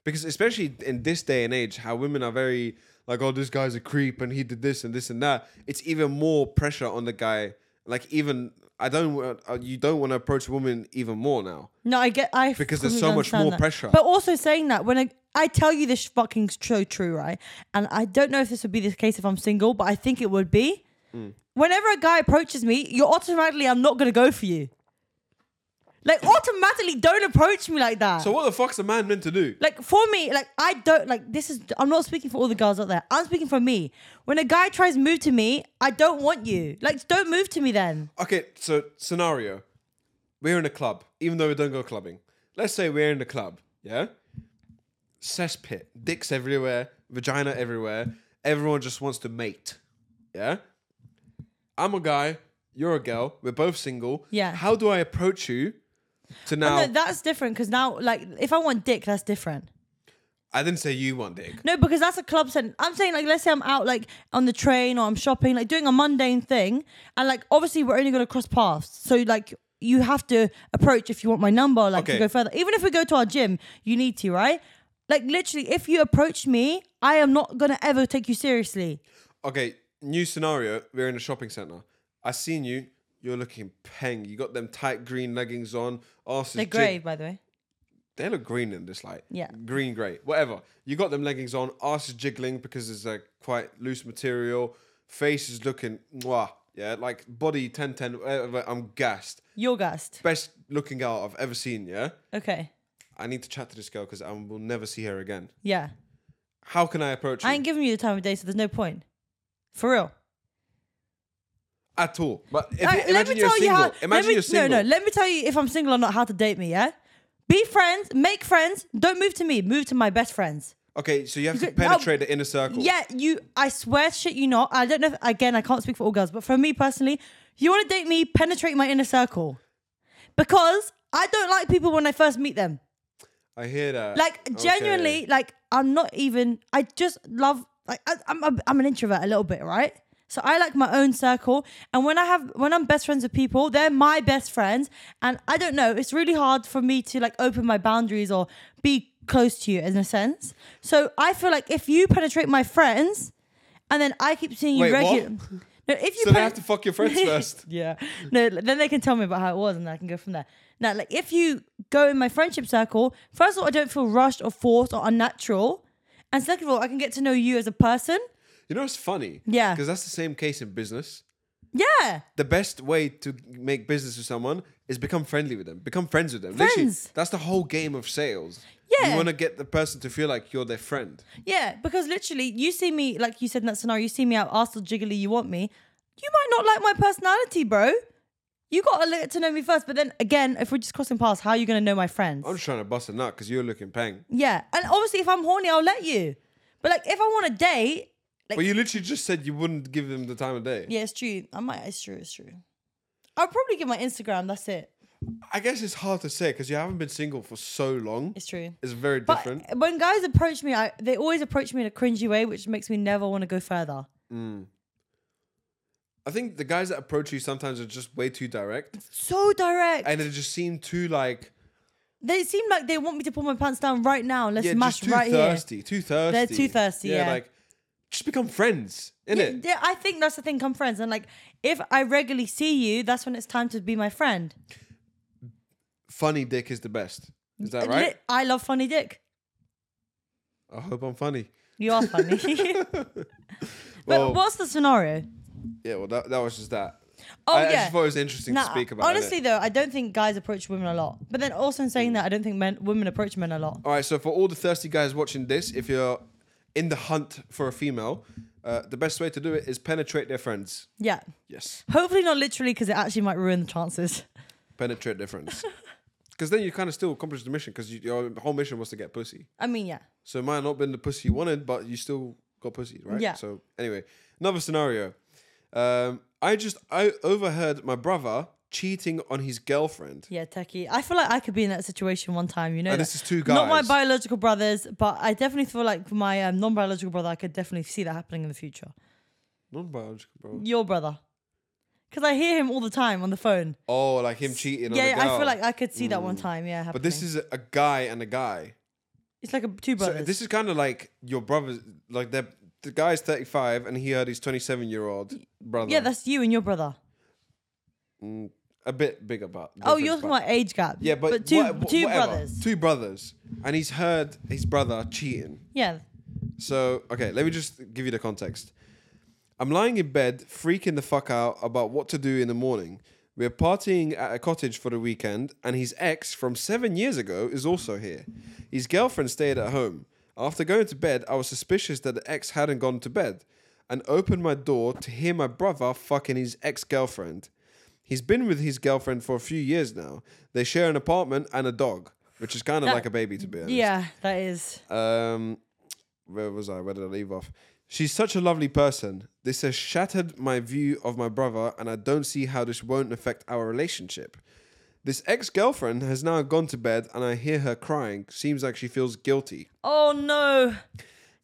S1: Because especially in this day and age, how women are very like, oh, this guy's a creep and he did this and this and that. It's even more pressure on the guy. Like even I don't wa- uh, you don't want to approach a woman even more now.
S2: No, I get I
S1: Because there's
S2: completely
S1: so much
S2: understand
S1: more
S2: that.
S1: pressure.
S2: But also saying that when I, I tell you this fucking so true, right? And I don't know if this would be the case if I'm single, but I think it would be.
S1: Mm.
S2: Whenever a guy approaches me, you're automatically I'm not gonna go for you. Like automatically, don't approach me like that.
S1: So what the fuck's a man meant to do?
S2: like for me, like I don't like this is I'm not speaking for all the girls out there. I'm speaking for me. When a guy tries to move to me, I don't want you. Like don't move to me then.
S1: Okay, so scenario. We're in a club, even though we don't go clubbing. Let's say we're in a club, yeah? Cesspit, dicks everywhere, vagina everywhere. Everyone just wants to mate, yeah? I'm a guy, you're a girl, we're both single.
S2: Yeah.
S1: How do I approach you to now?
S2: No, that's different because now like if I want dick, that's different.
S1: I didn't say you want dick.
S2: No, because that's a club sentence. I'm saying like let's say I'm out like on the train or I'm shopping, like doing a mundane thing, and like obviously we're only gonna cross paths. So like you have to approach if you want my number, like
S1: Okay.
S2: to go further. Even if we go to our gym, you need to, right? Like literally, if you approach me, I am not gonna ever take you seriously.
S1: Okay, new scenario. We're in a shopping center. I seen you. You're looking peng. You got them tight green leggings on. Arse is
S2: They're
S1: jig-
S2: grey, by the way.
S1: they look green in this light.
S2: Yeah.
S1: Green, grey, whatever. You got them leggings on, arse is jiggling because it's a quite loose material, face is looking, mwah, yeah, like body 1010, whatever. I'm gassed.
S2: You're gassed.
S1: Best looking girl I've ever seen, yeah?
S2: Okay.
S1: I need to chat to this girl because I will never see her again.
S2: Yeah.
S1: How can I approach her?
S2: I ain't giving you the time of day, so there's no point. For real.
S1: At all. But if,
S2: Alright,
S1: you- imagine you're single.
S2: how.
S1: imagine
S2: let me,
S1: you're single.
S2: No, no. Let me tell you if I'm single or not. How to date me? Yeah. Be friends. Make friends. Don't move to me. Move to my best friends.
S1: Okay, so you have to
S2: could- no.
S1: penetrate the inner circle.
S2: Yeah. You. I swear, shit. You not. I don't know. If, again, I can't speak for all girls, but for me personally, you want to date me? Penetrate my inner circle, because I don't like people when I first meet them.
S1: I hear that.
S2: Like
S1: Okay.
S2: genuinely, like I'm not even. I just love. Like I, I'm, I'm, I'm an introvert a little bit, right? So I like my own circle, and when I have, when I'm best friends with people, they're my best friends, and I don't know. It's really hard for me to like open my boundaries or be close to you in a sense. So I feel like if you penetrate my friends, and then I keep seeing you
S1: Wait, what?
S2: regularly. No, if you
S1: So they
S2: pen-
S1: have to fuck your friends first.
S2: yeah. No, then they can tell me about how it was and I can go from there. Now, like if you go in my friendship circle, first of all, I don't feel rushed or forced or unnatural. And second of all, I can get to know you as a person.
S1: You know, it's funny.
S2: Yeah.
S1: Because that's the same case in business.
S2: Yeah.
S1: the best way to make business with someone is become friendly with them. Become friends with them. Literally,
S2: Friends.
S1: that's the whole game of sales. You
S2: Yeah.
S1: want to get the person to feel like you're their friend.
S2: Yeah. Because literally, you see me, like you said in that scenario, you see me out arsed jiggly, you want me. You might not like my personality, bro. You gotta get to know me first. But then again, if we're just crossing paths, how are you gonna know my friends?
S1: I'm just trying to bust a nut because you're looking pang.
S2: yeah. And obviously, if I'm horny, I'll let you. But like if I want a date, like
S1: But you literally just said you wouldn't give them the time of day.
S2: Yeah, it's true. I might. It's true. It's true. I'll probably give my Instagram. That's it.
S1: I guess it's hard to say because you haven't been single for so long.
S2: It's true.
S1: It's very
S2: But
S1: different.
S2: when guys approach me, I, they always approach me in a cringy way, which makes me never want to go further.
S1: I think the guys that approach you sometimes are just way too direct
S2: So direct.
S1: and they just seem too like
S2: they seem like they want me to pull my pants down right now. Let's
S1: yeah,
S2: smash
S1: just too
S2: right here.
S1: thirsty, too thirsty.
S2: too thirsty, yeah.
S1: like just become friends, innit?
S2: Yeah, yeah, I think that's the thing. Come friends, and like if I regularly see you, that's when it's time to be my friend.
S1: Funny dick is the best. Is that
S2: Li-
S1: right?
S2: I love funny dick.
S1: I hope I'm funny.
S2: You are funny. but
S1: Well,
S2: what's the scenario?
S1: yeah, well, that, that was just that.
S2: Oh
S1: I, I
S2: yeah.
S1: just thought it was interesting
S2: Nah,
S1: to speak about. innit?
S2: honestly, though, I don't think guys approach women a lot. But then also in saying that, I don't think men women approach men a lot.
S1: All right, so for all the thirsty guys watching this, if you're in the hunt for a female, uh, the best way to do it is penetrate their friends.
S2: Yeah.
S1: Yes,
S2: Hopefully not literally, because it actually might ruin the chances.
S1: penetrate their friends. Because then you kind of still accomplish the mission because you, your whole mission was to get pussy.
S2: I mean, yeah.
S1: So it might not been the pussy you wanted, but you still got pussy, right?
S2: Yeah.
S1: So anyway, another scenario. Um, I just I overheard my brother cheating on his girlfriend.
S2: Yeah, techie. I feel like I could be in that situation one time, you know.
S1: And
S2: that.
S1: this is two
S2: Not my
S1: guys.
S2: biological brothers, but I definitely feel like my um, non biological brother, I could definitely see that happening in the future.
S1: Non-biological, bro.
S2: Your brother. Because I hear him all the time on the phone.
S1: Oh, like him cheating on
S2: yeah,
S1: a
S2: yeah,
S1: girl. Mm.
S2: I feel like I could see that one time. Yeah, happening.
S1: But this is a, a guy and a guy.
S2: it's like a, two
S1: So uh,
S2: brothers.
S1: this is kind of like your brother's, like they're- the guy's 35 and he heard his 27 year old brother.
S2: yeah, that's you and your brother.
S1: a bit bigger, but
S2: Oh,
S1: difference,
S2: you're
S1: but-
S2: talking about age gap.
S1: yeah, but,
S2: two
S1: wha- wha-
S2: two
S1: whatever.
S2: brothers.
S1: two brothers, and he's heard his brother cheating.
S2: Yeah,
S1: So okay, let me just give you the context. I'm lying in bed, freaking the fuck out about what to do in the morning. We're partying at a cottage for the weekend, and his ex from seven years ago is also here. His girlfriend stayed at home. After going to bed, I was suspicious that the ex hadn't gone to bed and opened my door to hear my brother fucking his ex girlfriend. He's been with his girlfriend for a few years now. They share an apartment and a dog, which is kind of
S2: That-
S1: like a baby, to be honest.
S2: yeah, that is.
S1: Um, where was I? Where did I leave off? She's such a lovely person. This has shattered my view of my brother, and I don't see how this won't affect our relationship. This ex girlfriend has now gone to bed, and I hear her crying. Seems like she feels guilty.
S2: Oh no,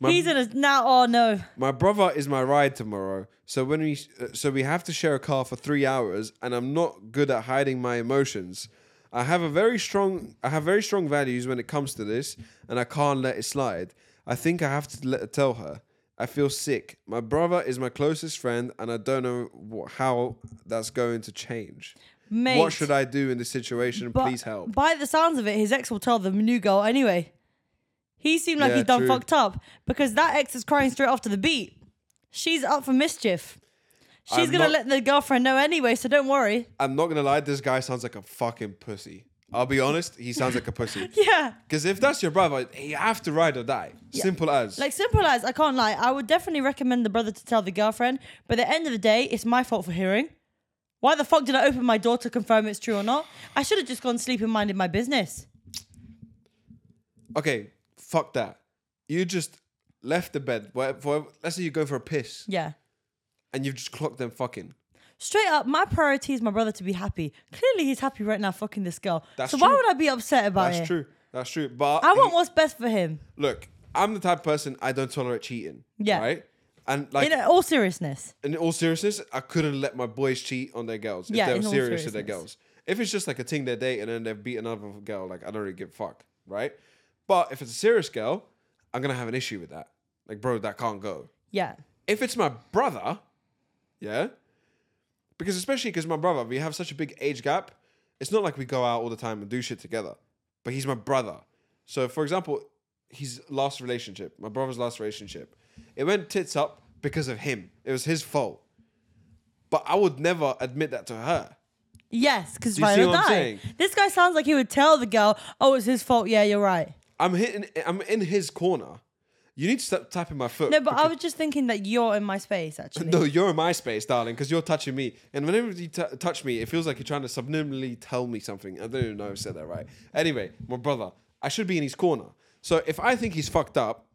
S2: he's in a now. Oh no,
S1: My brother is my ride tomorrow, so when we uh, so we have to share a car for three hours, and I'm not good at hiding my emotions. I have a very strong I have very strong values when it comes to this, and I can't let it slide. I think I have to let, tell her. I feel sick. My brother is my closest friend, and I don't know wh- how that's going to change.
S2: mate.
S1: What should I do in this situation?
S2: but
S1: Please help.
S2: By the sounds of it, his ex will tell the new girl anyway. He seemed like
S1: Yeah,
S2: he's done
S1: true.
S2: fucked up because that ex is crying straight after the beat. She's up for mischief. She's
S1: I'm
S2: gonna
S1: not-
S2: let the girlfriend know anyway, so don't worry.
S1: I'm not gonna lie. This guy sounds like a fucking pussy. I'll be honest. He sounds like a pussy.
S2: Yeah.
S1: Because if that's your brother, you have to ride or die. Simple as.
S2: Like simple as I can't lie. I would definitely recommend the brother to tell the girlfriend, but at the end of the day, it's my fault for hearing. Why the fuck did I open my door to confirm it's true or not? I should have just gone sleep and minded my business.
S1: okay, fuck that. You just left the bed. Where, for, let's say you go for a piss
S2: Yeah.
S1: and you've just clocked them fucking.
S2: Straight up, my priority is my brother to be happy. Clearly, he's happy right now fucking this girl.
S1: That's
S2: so why
S1: true.
S2: would I be upset about
S1: That's
S2: it?
S1: true. That's true. But
S2: Oh, I want
S1: he-
S2: what's best for him.
S1: look. I'm the type of person I don't tolerate cheating.
S2: Yeah.
S1: Right. And like
S2: In all seriousness,
S1: in all seriousness, I couldn't let my boys cheat on their girls
S2: Yeah,
S1: if they
S2: in
S1: were
S2: all
S1: serious with their
S2: seriousness.
S1: girls. If it's just like a thing they're dating and they've beat another girl, like I don't really give a fuck, right? But if it's a serious girl, I'm gonna have an issue with that. Like, bro, that can't go.
S2: yeah.
S1: if it's my brother, yeah, because especially because my brother, we have such a big age gap. It's not like we go out all the time and do shit together, but he's my brother. So, for example, his last relationship, my brother's last relationship, it went tits up because of him. It was his fault. But I would never admit that to her.
S2: Yes, because
S1: you see
S2: Viola
S1: what I'm
S2: died.
S1: saying?
S2: This guy sounds like he would tell the girl, "Oh, it's his fault. Yeah, you're right."
S1: I'm hitting. I'm in his corner. You need to stop tapping my foot.
S2: No, but I
S1: because-
S2: was just thinking that you're in my space. Actually,
S1: No, you're in my space, darling, because you're touching me. And whenever you t- touch me, it feels like you're trying to subliminally tell me something. I don't even know if I said that right. Anyway, my brother, I should be in his corner. So if I think he's fucked up,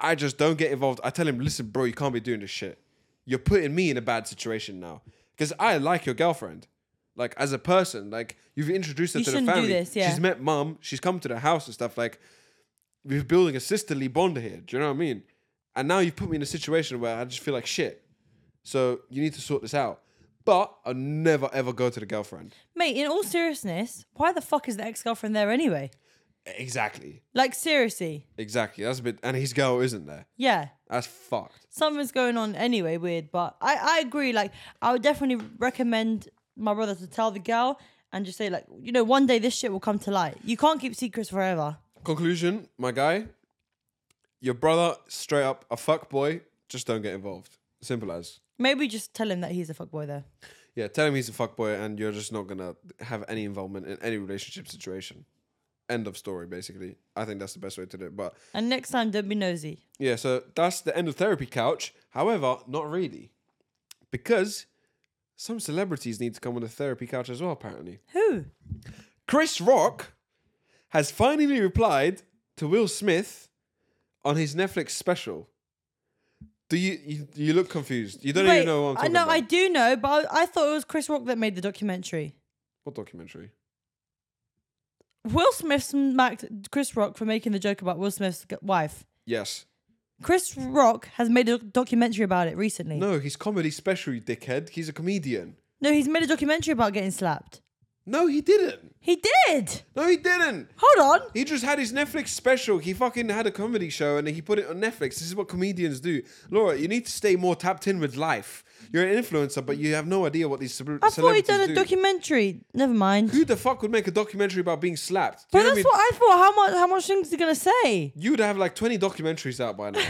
S1: I just don't get involved. I tell him, listen, bro, you can't be doing this shit. You're putting me in a bad situation now. Because I like your girlfriend. Like, as a person, like, you've introduced her
S2: You
S1: to the
S2: shouldn't do
S1: family.
S2: this, yeah.
S1: She's met mum. She's come to the house and stuff. Like, we're building a sisterly bond here. Do you know what I mean? And now you've put me in a situation where I just feel like shit. So you need to sort this out. But I'll never ever go to the girlfriend.
S2: mate. In all seriousness, why the fuck is the ex-girlfriend there anyway?
S1: Exactly.
S2: Like seriously,
S1: Exactly. That's a bit. And his girl isn't there.
S2: yeah.
S1: That's fucked.
S2: Something's going on anyway, weird. But I, I agree. Like I would definitely recommend my brother to tell the girl and just say like, you know, one day this shit will come to light. You can't keep secrets forever.
S1: Conclusion, my guy. Your brother, straight up a fuck boy. Just don't get involved. Simple as.
S2: Maybe just tell him that he's a fuckboy though.
S1: Yeah, tell him he's a fuckboy and you're just not gonna have any involvement in any relationship situation. End of story, basically. I think that's the best way to do it. But
S2: And next time, don't be nosy.
S1: yeah, so that's the end of therapy couch. However, not really. Because some celebrities need to come on the therapy couch as well, apparently.
S2: Who?
S1: Chris Rock has finally replied to Will Smith on his Netflix special. Do you you, you look confused? You don't
S2: Wait,
S1: even know what I'm
S2: I
S1: talking
S2: know,
S1: about.
S2: I do know, but I, I thought it was Chris Rock that made the documentary.
S1: What documentary?
S2: Will Smith smacked Chris Rock for making the joke about Will Smith's g- wife.
S1: Yes.
S2: Chris Rock has made a documentary about it recently.
S1: No, he's comedy special, you dickhead. He's a comedian.
S2: No, he's made a documentary about getting slapped.
S1: No, he didn't.
S2: He did.
S1: No, he didn't.
S2: Hold on.
S1: He just had his Netflix special. He fucking had a comedy show and he put it on Netflix. This is what comedians do. Laura, you need to stay more tapped in with life. You're an influencer, but you have no idea what these celeb-
S2: I thought he
S1: celebrities
S2: done a
S1: do.
S2: documentary. Never mind.
S1: Who the fuck would make a documentary about being slapped? Do
S2: But
S1: you know what I
S2: that's
S1: mean?
S2: what I thought. How much? How much things are gonna say?
S1: You'd have like 20 documentaries out by now.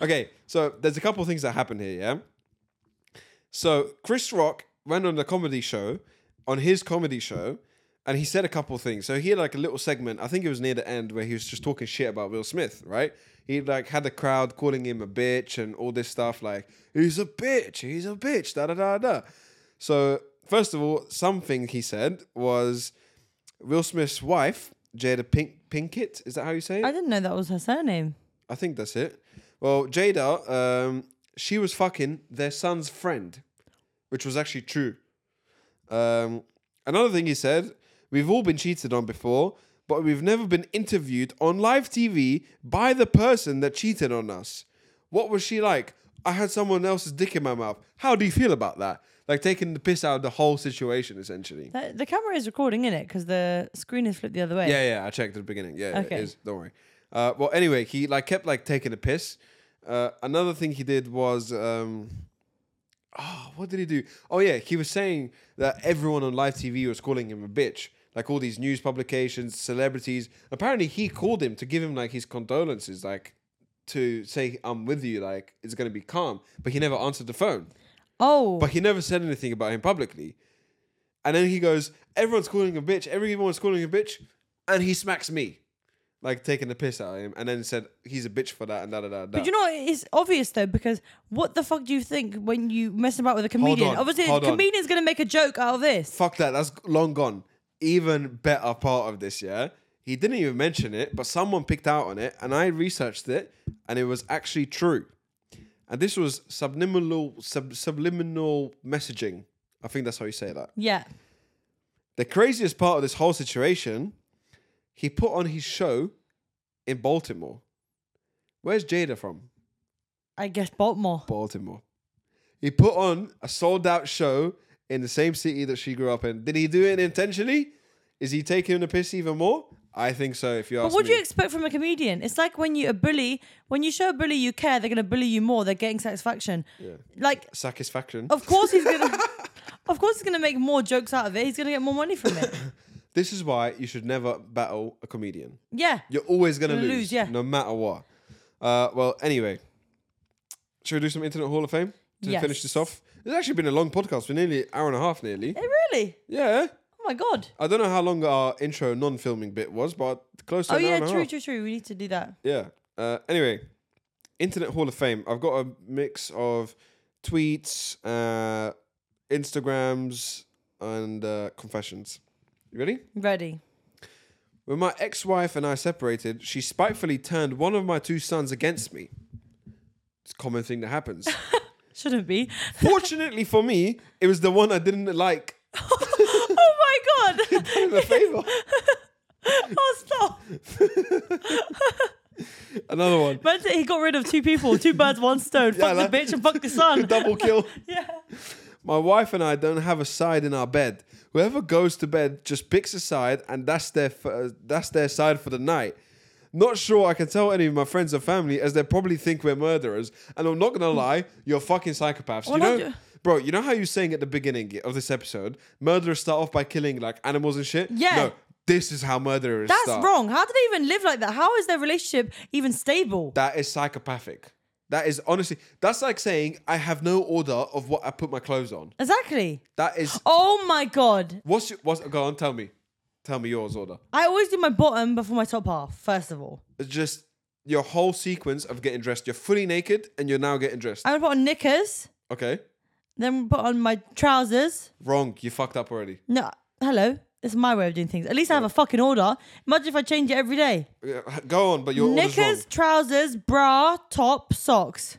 S1: okay, so there's a couple things that happen here, yeah? So Chris Rock went on the comedy show, on his comedy show, and he said a couple things. So he had like a little segment, I think it was near the end, where he was just talking shit about Will Smith, right? He like had the crowd calling him a bitch and all this stuff, like, he's a bitch, he's a bitch, da da da da. So, first of all, something he said was, Will Smith's wife, Jada Pink Pinkett, is that how you say it?
S2: I
S1: I,
S2: didn't know that was her surname.
S1: think that's it. Well, Jada, um, she was fucking their son's friend, which was actually true. Um, another thing he said, we've all been cheated on before, but we've never been interviewed on live TV by the person that cheated on us. What was she like? I had someone else's dick in my mouth. How do you feel about that? Like taking the piss out of the whole situation, essentially.
S2: The, the camera is recording in it because the screen is flipped the other way.
S1: Yeah, yeah, I checked at the beginning. Yeah, yeah,
S2: Okay.
S1: it is. Don't worry. Uh, well, anyway, he like kept like taking a piss. Uh, another thing he did was, um, oh, what did he do? Oh yeah, he was saying that everyone on live TV was calling him a bitch. Like all these news publications, celebrities. Apparently, he called him to give him like his condolences, like to say I'm with you, like it's gonna be calm. But he never answered the phone.
S2: Oh,
S1: But he never said anything about him publicly. And then he goes, Everyone's calling him a bitch, everyone's calling him a bitch. And he smacks me, like taking the piss out of him. And then said, He's a bitch for that, and da da da da.
S2: But you know what? It's obvious though, because what the fuck do you think when you messing about with a comedian?
S1: on,
S2: Obviously, the
S1: hold on.
S2: comedian's gonna make a joke out of this.
S1: Fuck that, that's long gone. Even better part of this, yeah? He didn't even mention it, but someone picked out on it, and I researched it, and it was actually true. And this was subliminal, sub, subliminal messaging. I think that's how you say that.
S2: Yeah.
S1: The craziest part of this whole situation, he put on his show in Baltimore. Where's Jada from?
S2: I guess Baltimore.
S1: Baltimore. He put on a sold out show in the same city that she grew up in. Did he do it intentionally? Is he taking the piss even more? I think so, if you ask
S2: But what
S1: me.
S2: do you expect from a comedian? It's like when you a bully, when you show a bully you care, they're gonna bully you more. They're getting satisfaction. Like,
S1: Satisfaction.
S2: of course he's gonna, of course he's gonna make more jokes out of it. He's gonna get more money from it.
S1: This is why you should never battle a comedian.
S2: Yeah.
S1: You're always going to
S2: Gonna
S1: lose,
S2: lose, yeah.
S1: no matter what. Uh, well, anyway, should we do some Internet Hall of Fame to
S2: Yes.
S1: finish this off? It's actually been a long podcast. We're nearly hour and a half, nearly.
S2: Eh, really?
S1: Yeah.
S2: Oh my god.
S1: I don't know how long our intro non-filming bit was, but close to
S2: Oh
S1: an hour
S2: yeah,
S1: and a
S2: true,
S1: half.
S2: true, true. We need to do that.
S1: Yeah. Uh, anyway, Internet Hall of Fame. I've got a mix of tweets, uh, Instagrams, and uh, confessions. You ready?
S2: Ready.
S1: When my ex wife and I separated, she spitefully turned one of my two sons against me. It's a common thing that happens.
S2: Shouldn't be.
S1: Fortunately for me, it was the one I didn't like.
S2: oh my god.
S1: Done him a favor.
S2: oh stop.
S1: Another one.
S2: But he got rid of two people, two birds, one stone.
S1: Yeah,
S2: fuck
S1: like-
S2: the bitch and fuck the son.
S1: Double kill.
S2: yeah.
S1: My wife and I don't have a side in our bed. whoever goes to bed just picks a side, and that's their f- uh, that's their side for the night. Not sure I can tell any of my friends or family, as they probably think we're murderers. And I'm not gonna lie, you're fucking psychopaths. you
S2: Hmm. Well,
S1: know,
S2: I do-
S1: bro. You know how you're saying at the beginning of this episode, murderers start off by killing like animals and shit.
S2: Yeah.
S1: No, this is how murderers
S2: That's
S1: start.
S2: wrong. How do they even live like that? How is their relationship even stable?
S1: That is psychopathic. That is honestly. That's like saying I have no order of what I put my clothes on.
S2: exactly.
S1: That is.
S2: Oh my god.
S1: What's your, what's go on? Tell me, tell me yours order.
S2: I always do my bottom before my top half, first of all.
S1: It's just your whole sequence of getting dressed. You're fully naked and you're now getting dressed.
S2: I'm gonna put on knickers,
S1: Okay,
S2: then put on my trousers.
S1: wrong. You fucked up already.
S2: No, hello. It's my way of doing things. At least I have a fucking order. Imagine if I change it every day.
S1: Yeah, Uh, Go on, but your order's wrong.
S2: Knickers, trousers, bra, top, socks.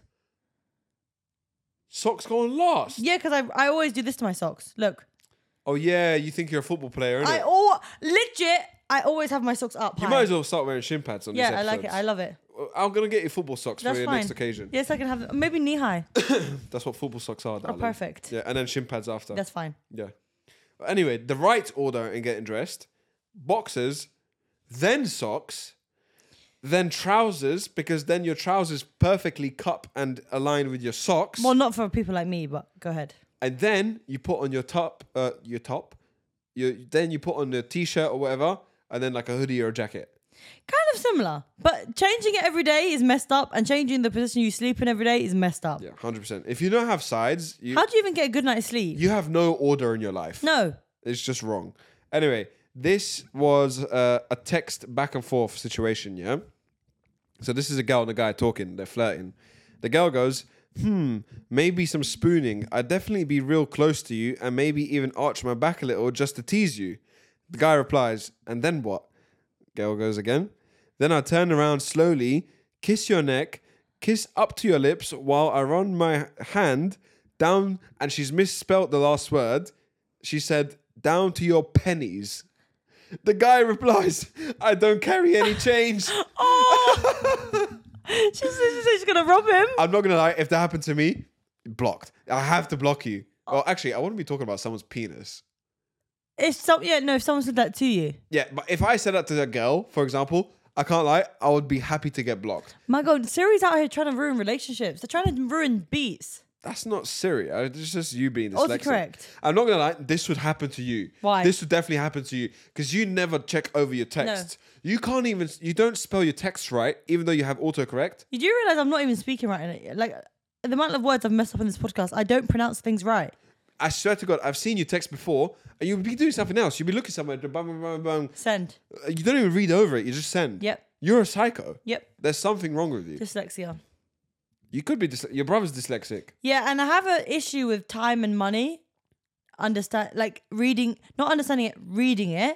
S1: Socks going last.
S2: Yeah, because I, I always do this to my socks. Look,
S1: Oh yeah, you think you're a football player?
S2: I
S1: Innit?
S2: all legit. I always have my socks up.
S1: You
S2: high.
S1: might as well start wearing shin pads on
S2: yeah,
S1: these
S2: I like it.
S1: episodes.
S2: I love it.
S1: I'm gonna get you football socks
S2: That's
S1: for your
S2: fine.
S1: next occasion.
S2: Yes, I can have maybe knee high.
S1: That's what football socks are. Darling.
S2: Oh, perfect.
S1: Yeah, and then shin pads after.
S2: That's fine.
S1: Yeah. Anyway, the right order in getting dressed: boxers, then socks, then trousers, because then your trousers perfectly cup and align with your socks,
S2: Well, not for people like me, but go ahead.
S1: and then you put on your top, uh, your top, your then you put on a t-shirt or whatever, and then like a hoodie or a jacket.
S2: Kind of similar, but changing it every day is messed up, and changing the position you sleep in every day is messed up.
S1: Yeah, hundred percent. If you don't have sides, you
S2: How do you even get a good night's sleep?
S1: you have no order in your life.
S2: no.
S1: It's just wrong. Anyway, this was uh, a text back and forth situation, yeah? So this is a girl and a guy talking, they're flirting. The girl goes, hmm, maybe some spooning. I'd definitely be real close to you and maybe even arch my back a little just to tease you. The guy replies, and then what? Girl goes again. Then I turn around slowly, kiss your neck, kiss up to your lips while I run my hand down, and she's misspelt the last word. She said, down to your pennies. The guy replies, I don't carry any change.
S2: Oh, she's, she's, she's gonna rob him.
S1: I'm not gonna lie, if that happened to me, blocked. I have to block you. Well, actually, I wouldn't be talking about someone's penis.
S2: If some, yeah, no, if someone said that to you,
S1: Yeah, but if I said that to a girl, for example, I can't lie, I would be happy to get blocked.
S2: my god, Siri's out here trying to ruin relationships. They're trying to ruin beats.
S1: That's not serious. It's just you being
S2: Also
S1: dyslexic.
S2: correct.
S1: I'm not gonna lie. This would happen to you.
S2: Why?
S1: This would definitely happen to you because you never check over your texts. You can't even. You don't spell your text right, even though you have autocorrect.
S2: You do realize I'm not even speaking right. in it. Like the amount of words I've messed up in this podcast, I don't pronounce things right.
S1: I swear to God, I've seen you text before, and you'll be doing something else. You'll be looking somewhere. Bang, bang, bang, bang.
S2: Send.
S1: You don't even read over it. You just send.
S2: Yep.
S1: You're a psycho.
S2: Yep.
S1: There's something wrong with you.
S2: Dyslexia.
S1: You could be dys- your brother's dyslexic.
S2: Yeah, and I have an issue with time and money. Understand, like reading, not understanding it, reading it,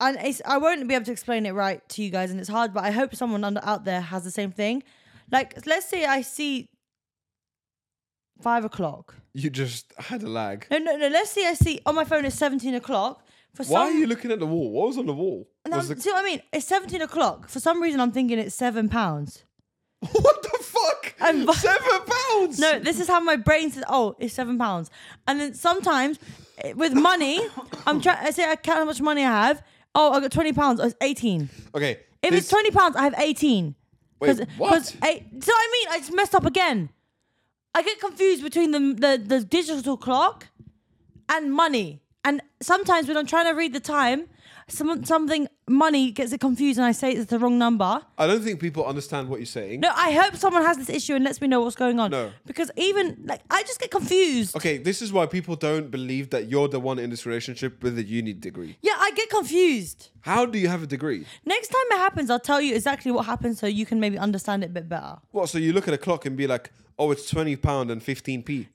S2: and it's, I won't be able to explain it right to you guys, and it's hard. But I hope someone under, out there has the same thing. Like, let's say I see five o'clock.
S1: You just had a lag.
S2: No, no, no. Let's say I see on my phone it's seventeen o'clock. For
S1: Why are
S2: some,
S1: you looking at the wall? What was on the wall?
S2: And I'm,
S1: Was the-
S2: see what I mean? It's 17 o'clock. For some reason, I'm thinking it's seven pounds.
S1: what the fuck?
S2: And bu-
S1: Seven pounds.
S2: No, this is how my brain says, oh, it's seven pounds. And then sometimes eh, with money, I'm trying, I say, I count how much money I have. Oh, I got 20 pounds. It's 18.
S1: Okay.
S2: If
S1: this-
S2: it's 20 pounds, I have 18.
S1: Wait, what?
S2: eight, so I mean, I just messed up again. I get confused between the, the, the digital clock and money. And sometimes when I'm trying to read the time, some, something money gets it confused and I say it's the wrong number.
S1: I don't think people understand what you're saying.
S2: No, I hope someone has this issue and lets me know what's going on.
S1: No.
S2: Because even like I just get confused.
S1: Okay, this is why people don't believe that you're the one in this relationship with a uni degree.
S2: Yeah, I get confused.
S1: How do you have a degree?
S2: Next time it happens, I'll tell you exactly what happened so you can maybe understand it a bit better.
S1: What? So you look at a clock and be like, "Oh, it's twenty pound and fifteen p."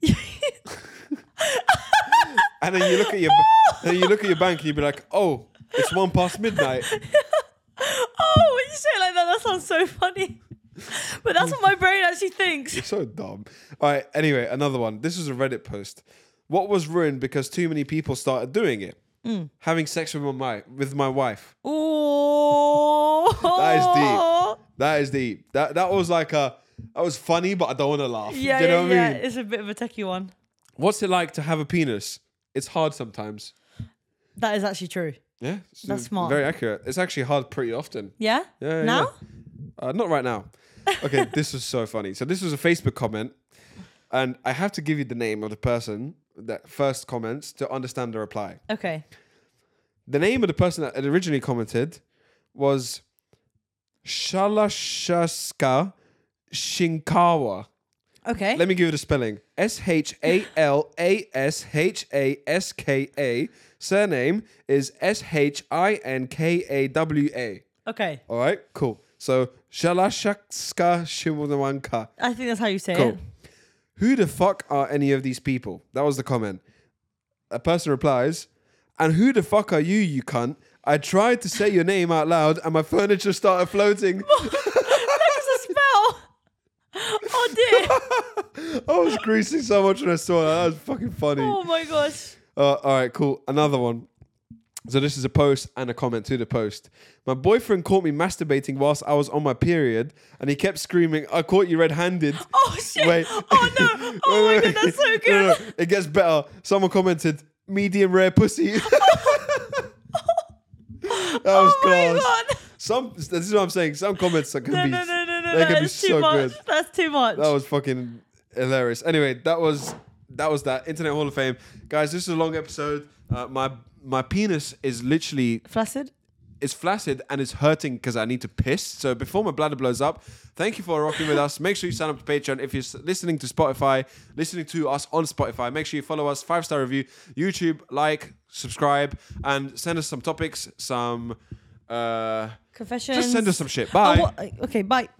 S1: And then you look at your, ba- then you look at your bank and you be like, "Oh, it's one past midnight."
S2: Oh, when you say it like that, that sounds so funny. but that's what my brain actually thinks.
S1: so dumb. All right. Anyway, another one. This is a Reddit post. What was ruined because too many people started doing it?
S2: Mm.
S1: Having sex with my with my wife.
S2: Oh,
S1: That is deep. That is deep. That that was like a that was funny, but I don't want to laugh.
S2: Yeah,
S1: Do you know
S2: yeah,
S1: what
S2: yeah.
S1: I mean?
S2: It's a bit of a techie one.
S1: What's it like to have a penis? It's hard sometimes.
S2: That is actually true.
S1: Yeah, it's-
S2: That's
S1: it's
S2: smart.
S1: Very accurate. It's actually hard pretty often.
S2: Yeah?
S1: Yeah, yeah,
S2: Now?
S1: Uh, not right now. Okay, this was so funny. So this was a Facebook comment, and I have to give you the name of the person that first comments to understand the reply.
S2: Okay.
S1: The name of the person that had originally commented was Shalashaska Shinkawa.
S2: Okay.
S1: Let me give you the spelling: S H A L A S H A S K A. Surname is S H I N K A W A.
S2: okay.
S1: All right, cool. So Shalashakska Shimunawanka.
S2: I think that's how you say it.
S1: Cool. Who the fuck are any of these people? That was the comment. A person replies, and who the fuck are you, you cunt? I tried to say your name out loud and my furniture started floating.
S2: that was a spell. Oh dear.
S1: I was greasing so much when I saw that. That was fucking funny.
S2: Oh my gosh.
S1: Uh, all right, cool. Another one. So this is a post and a comment to the post. My boyfriend caught me masturbating whilst I was on my period, and he kept screaming, "I caught you red-handed."
S2: Oh shit.
S1: Wait.
S2: Oh no. Oh my
S1: Wait, wait.
S2: god, that's so
S1: No, no,
S2: good.
S1: no. It gets better. Someone commented, "Medium rare pussy." that was
S2: Oh my
S1: class.
S2: god.
S1: Some. This is what I'm saying. Some comments that can
S2: No,
S1: be.
S2: no, no, no, no.
S1: They can be
S2: That's too
S1: so
S2: much.
S1: good.
S2: That's too much.
S1: That was fucking hilarious. Anyway, that was that was that Internet Hall of Fame, guys. This is a long episode. Uh, my my penis is literally
S2: Flaccid?
S1: it's flaccid and it's hurting because I need to piss. So before my bladder blows up, thank you for rocking with us. Make sure you sign up to Patreon. If you're s- listening to Spotify, listening to us on Spotify, make sure you follow us, five star review, YouTube, like, subscribe, and send us some topics, some. Uh,
S2: Confessions.
S1: just send us some shit.
S2: Oh,
S1: Bye.
S2: what- Okay, bye.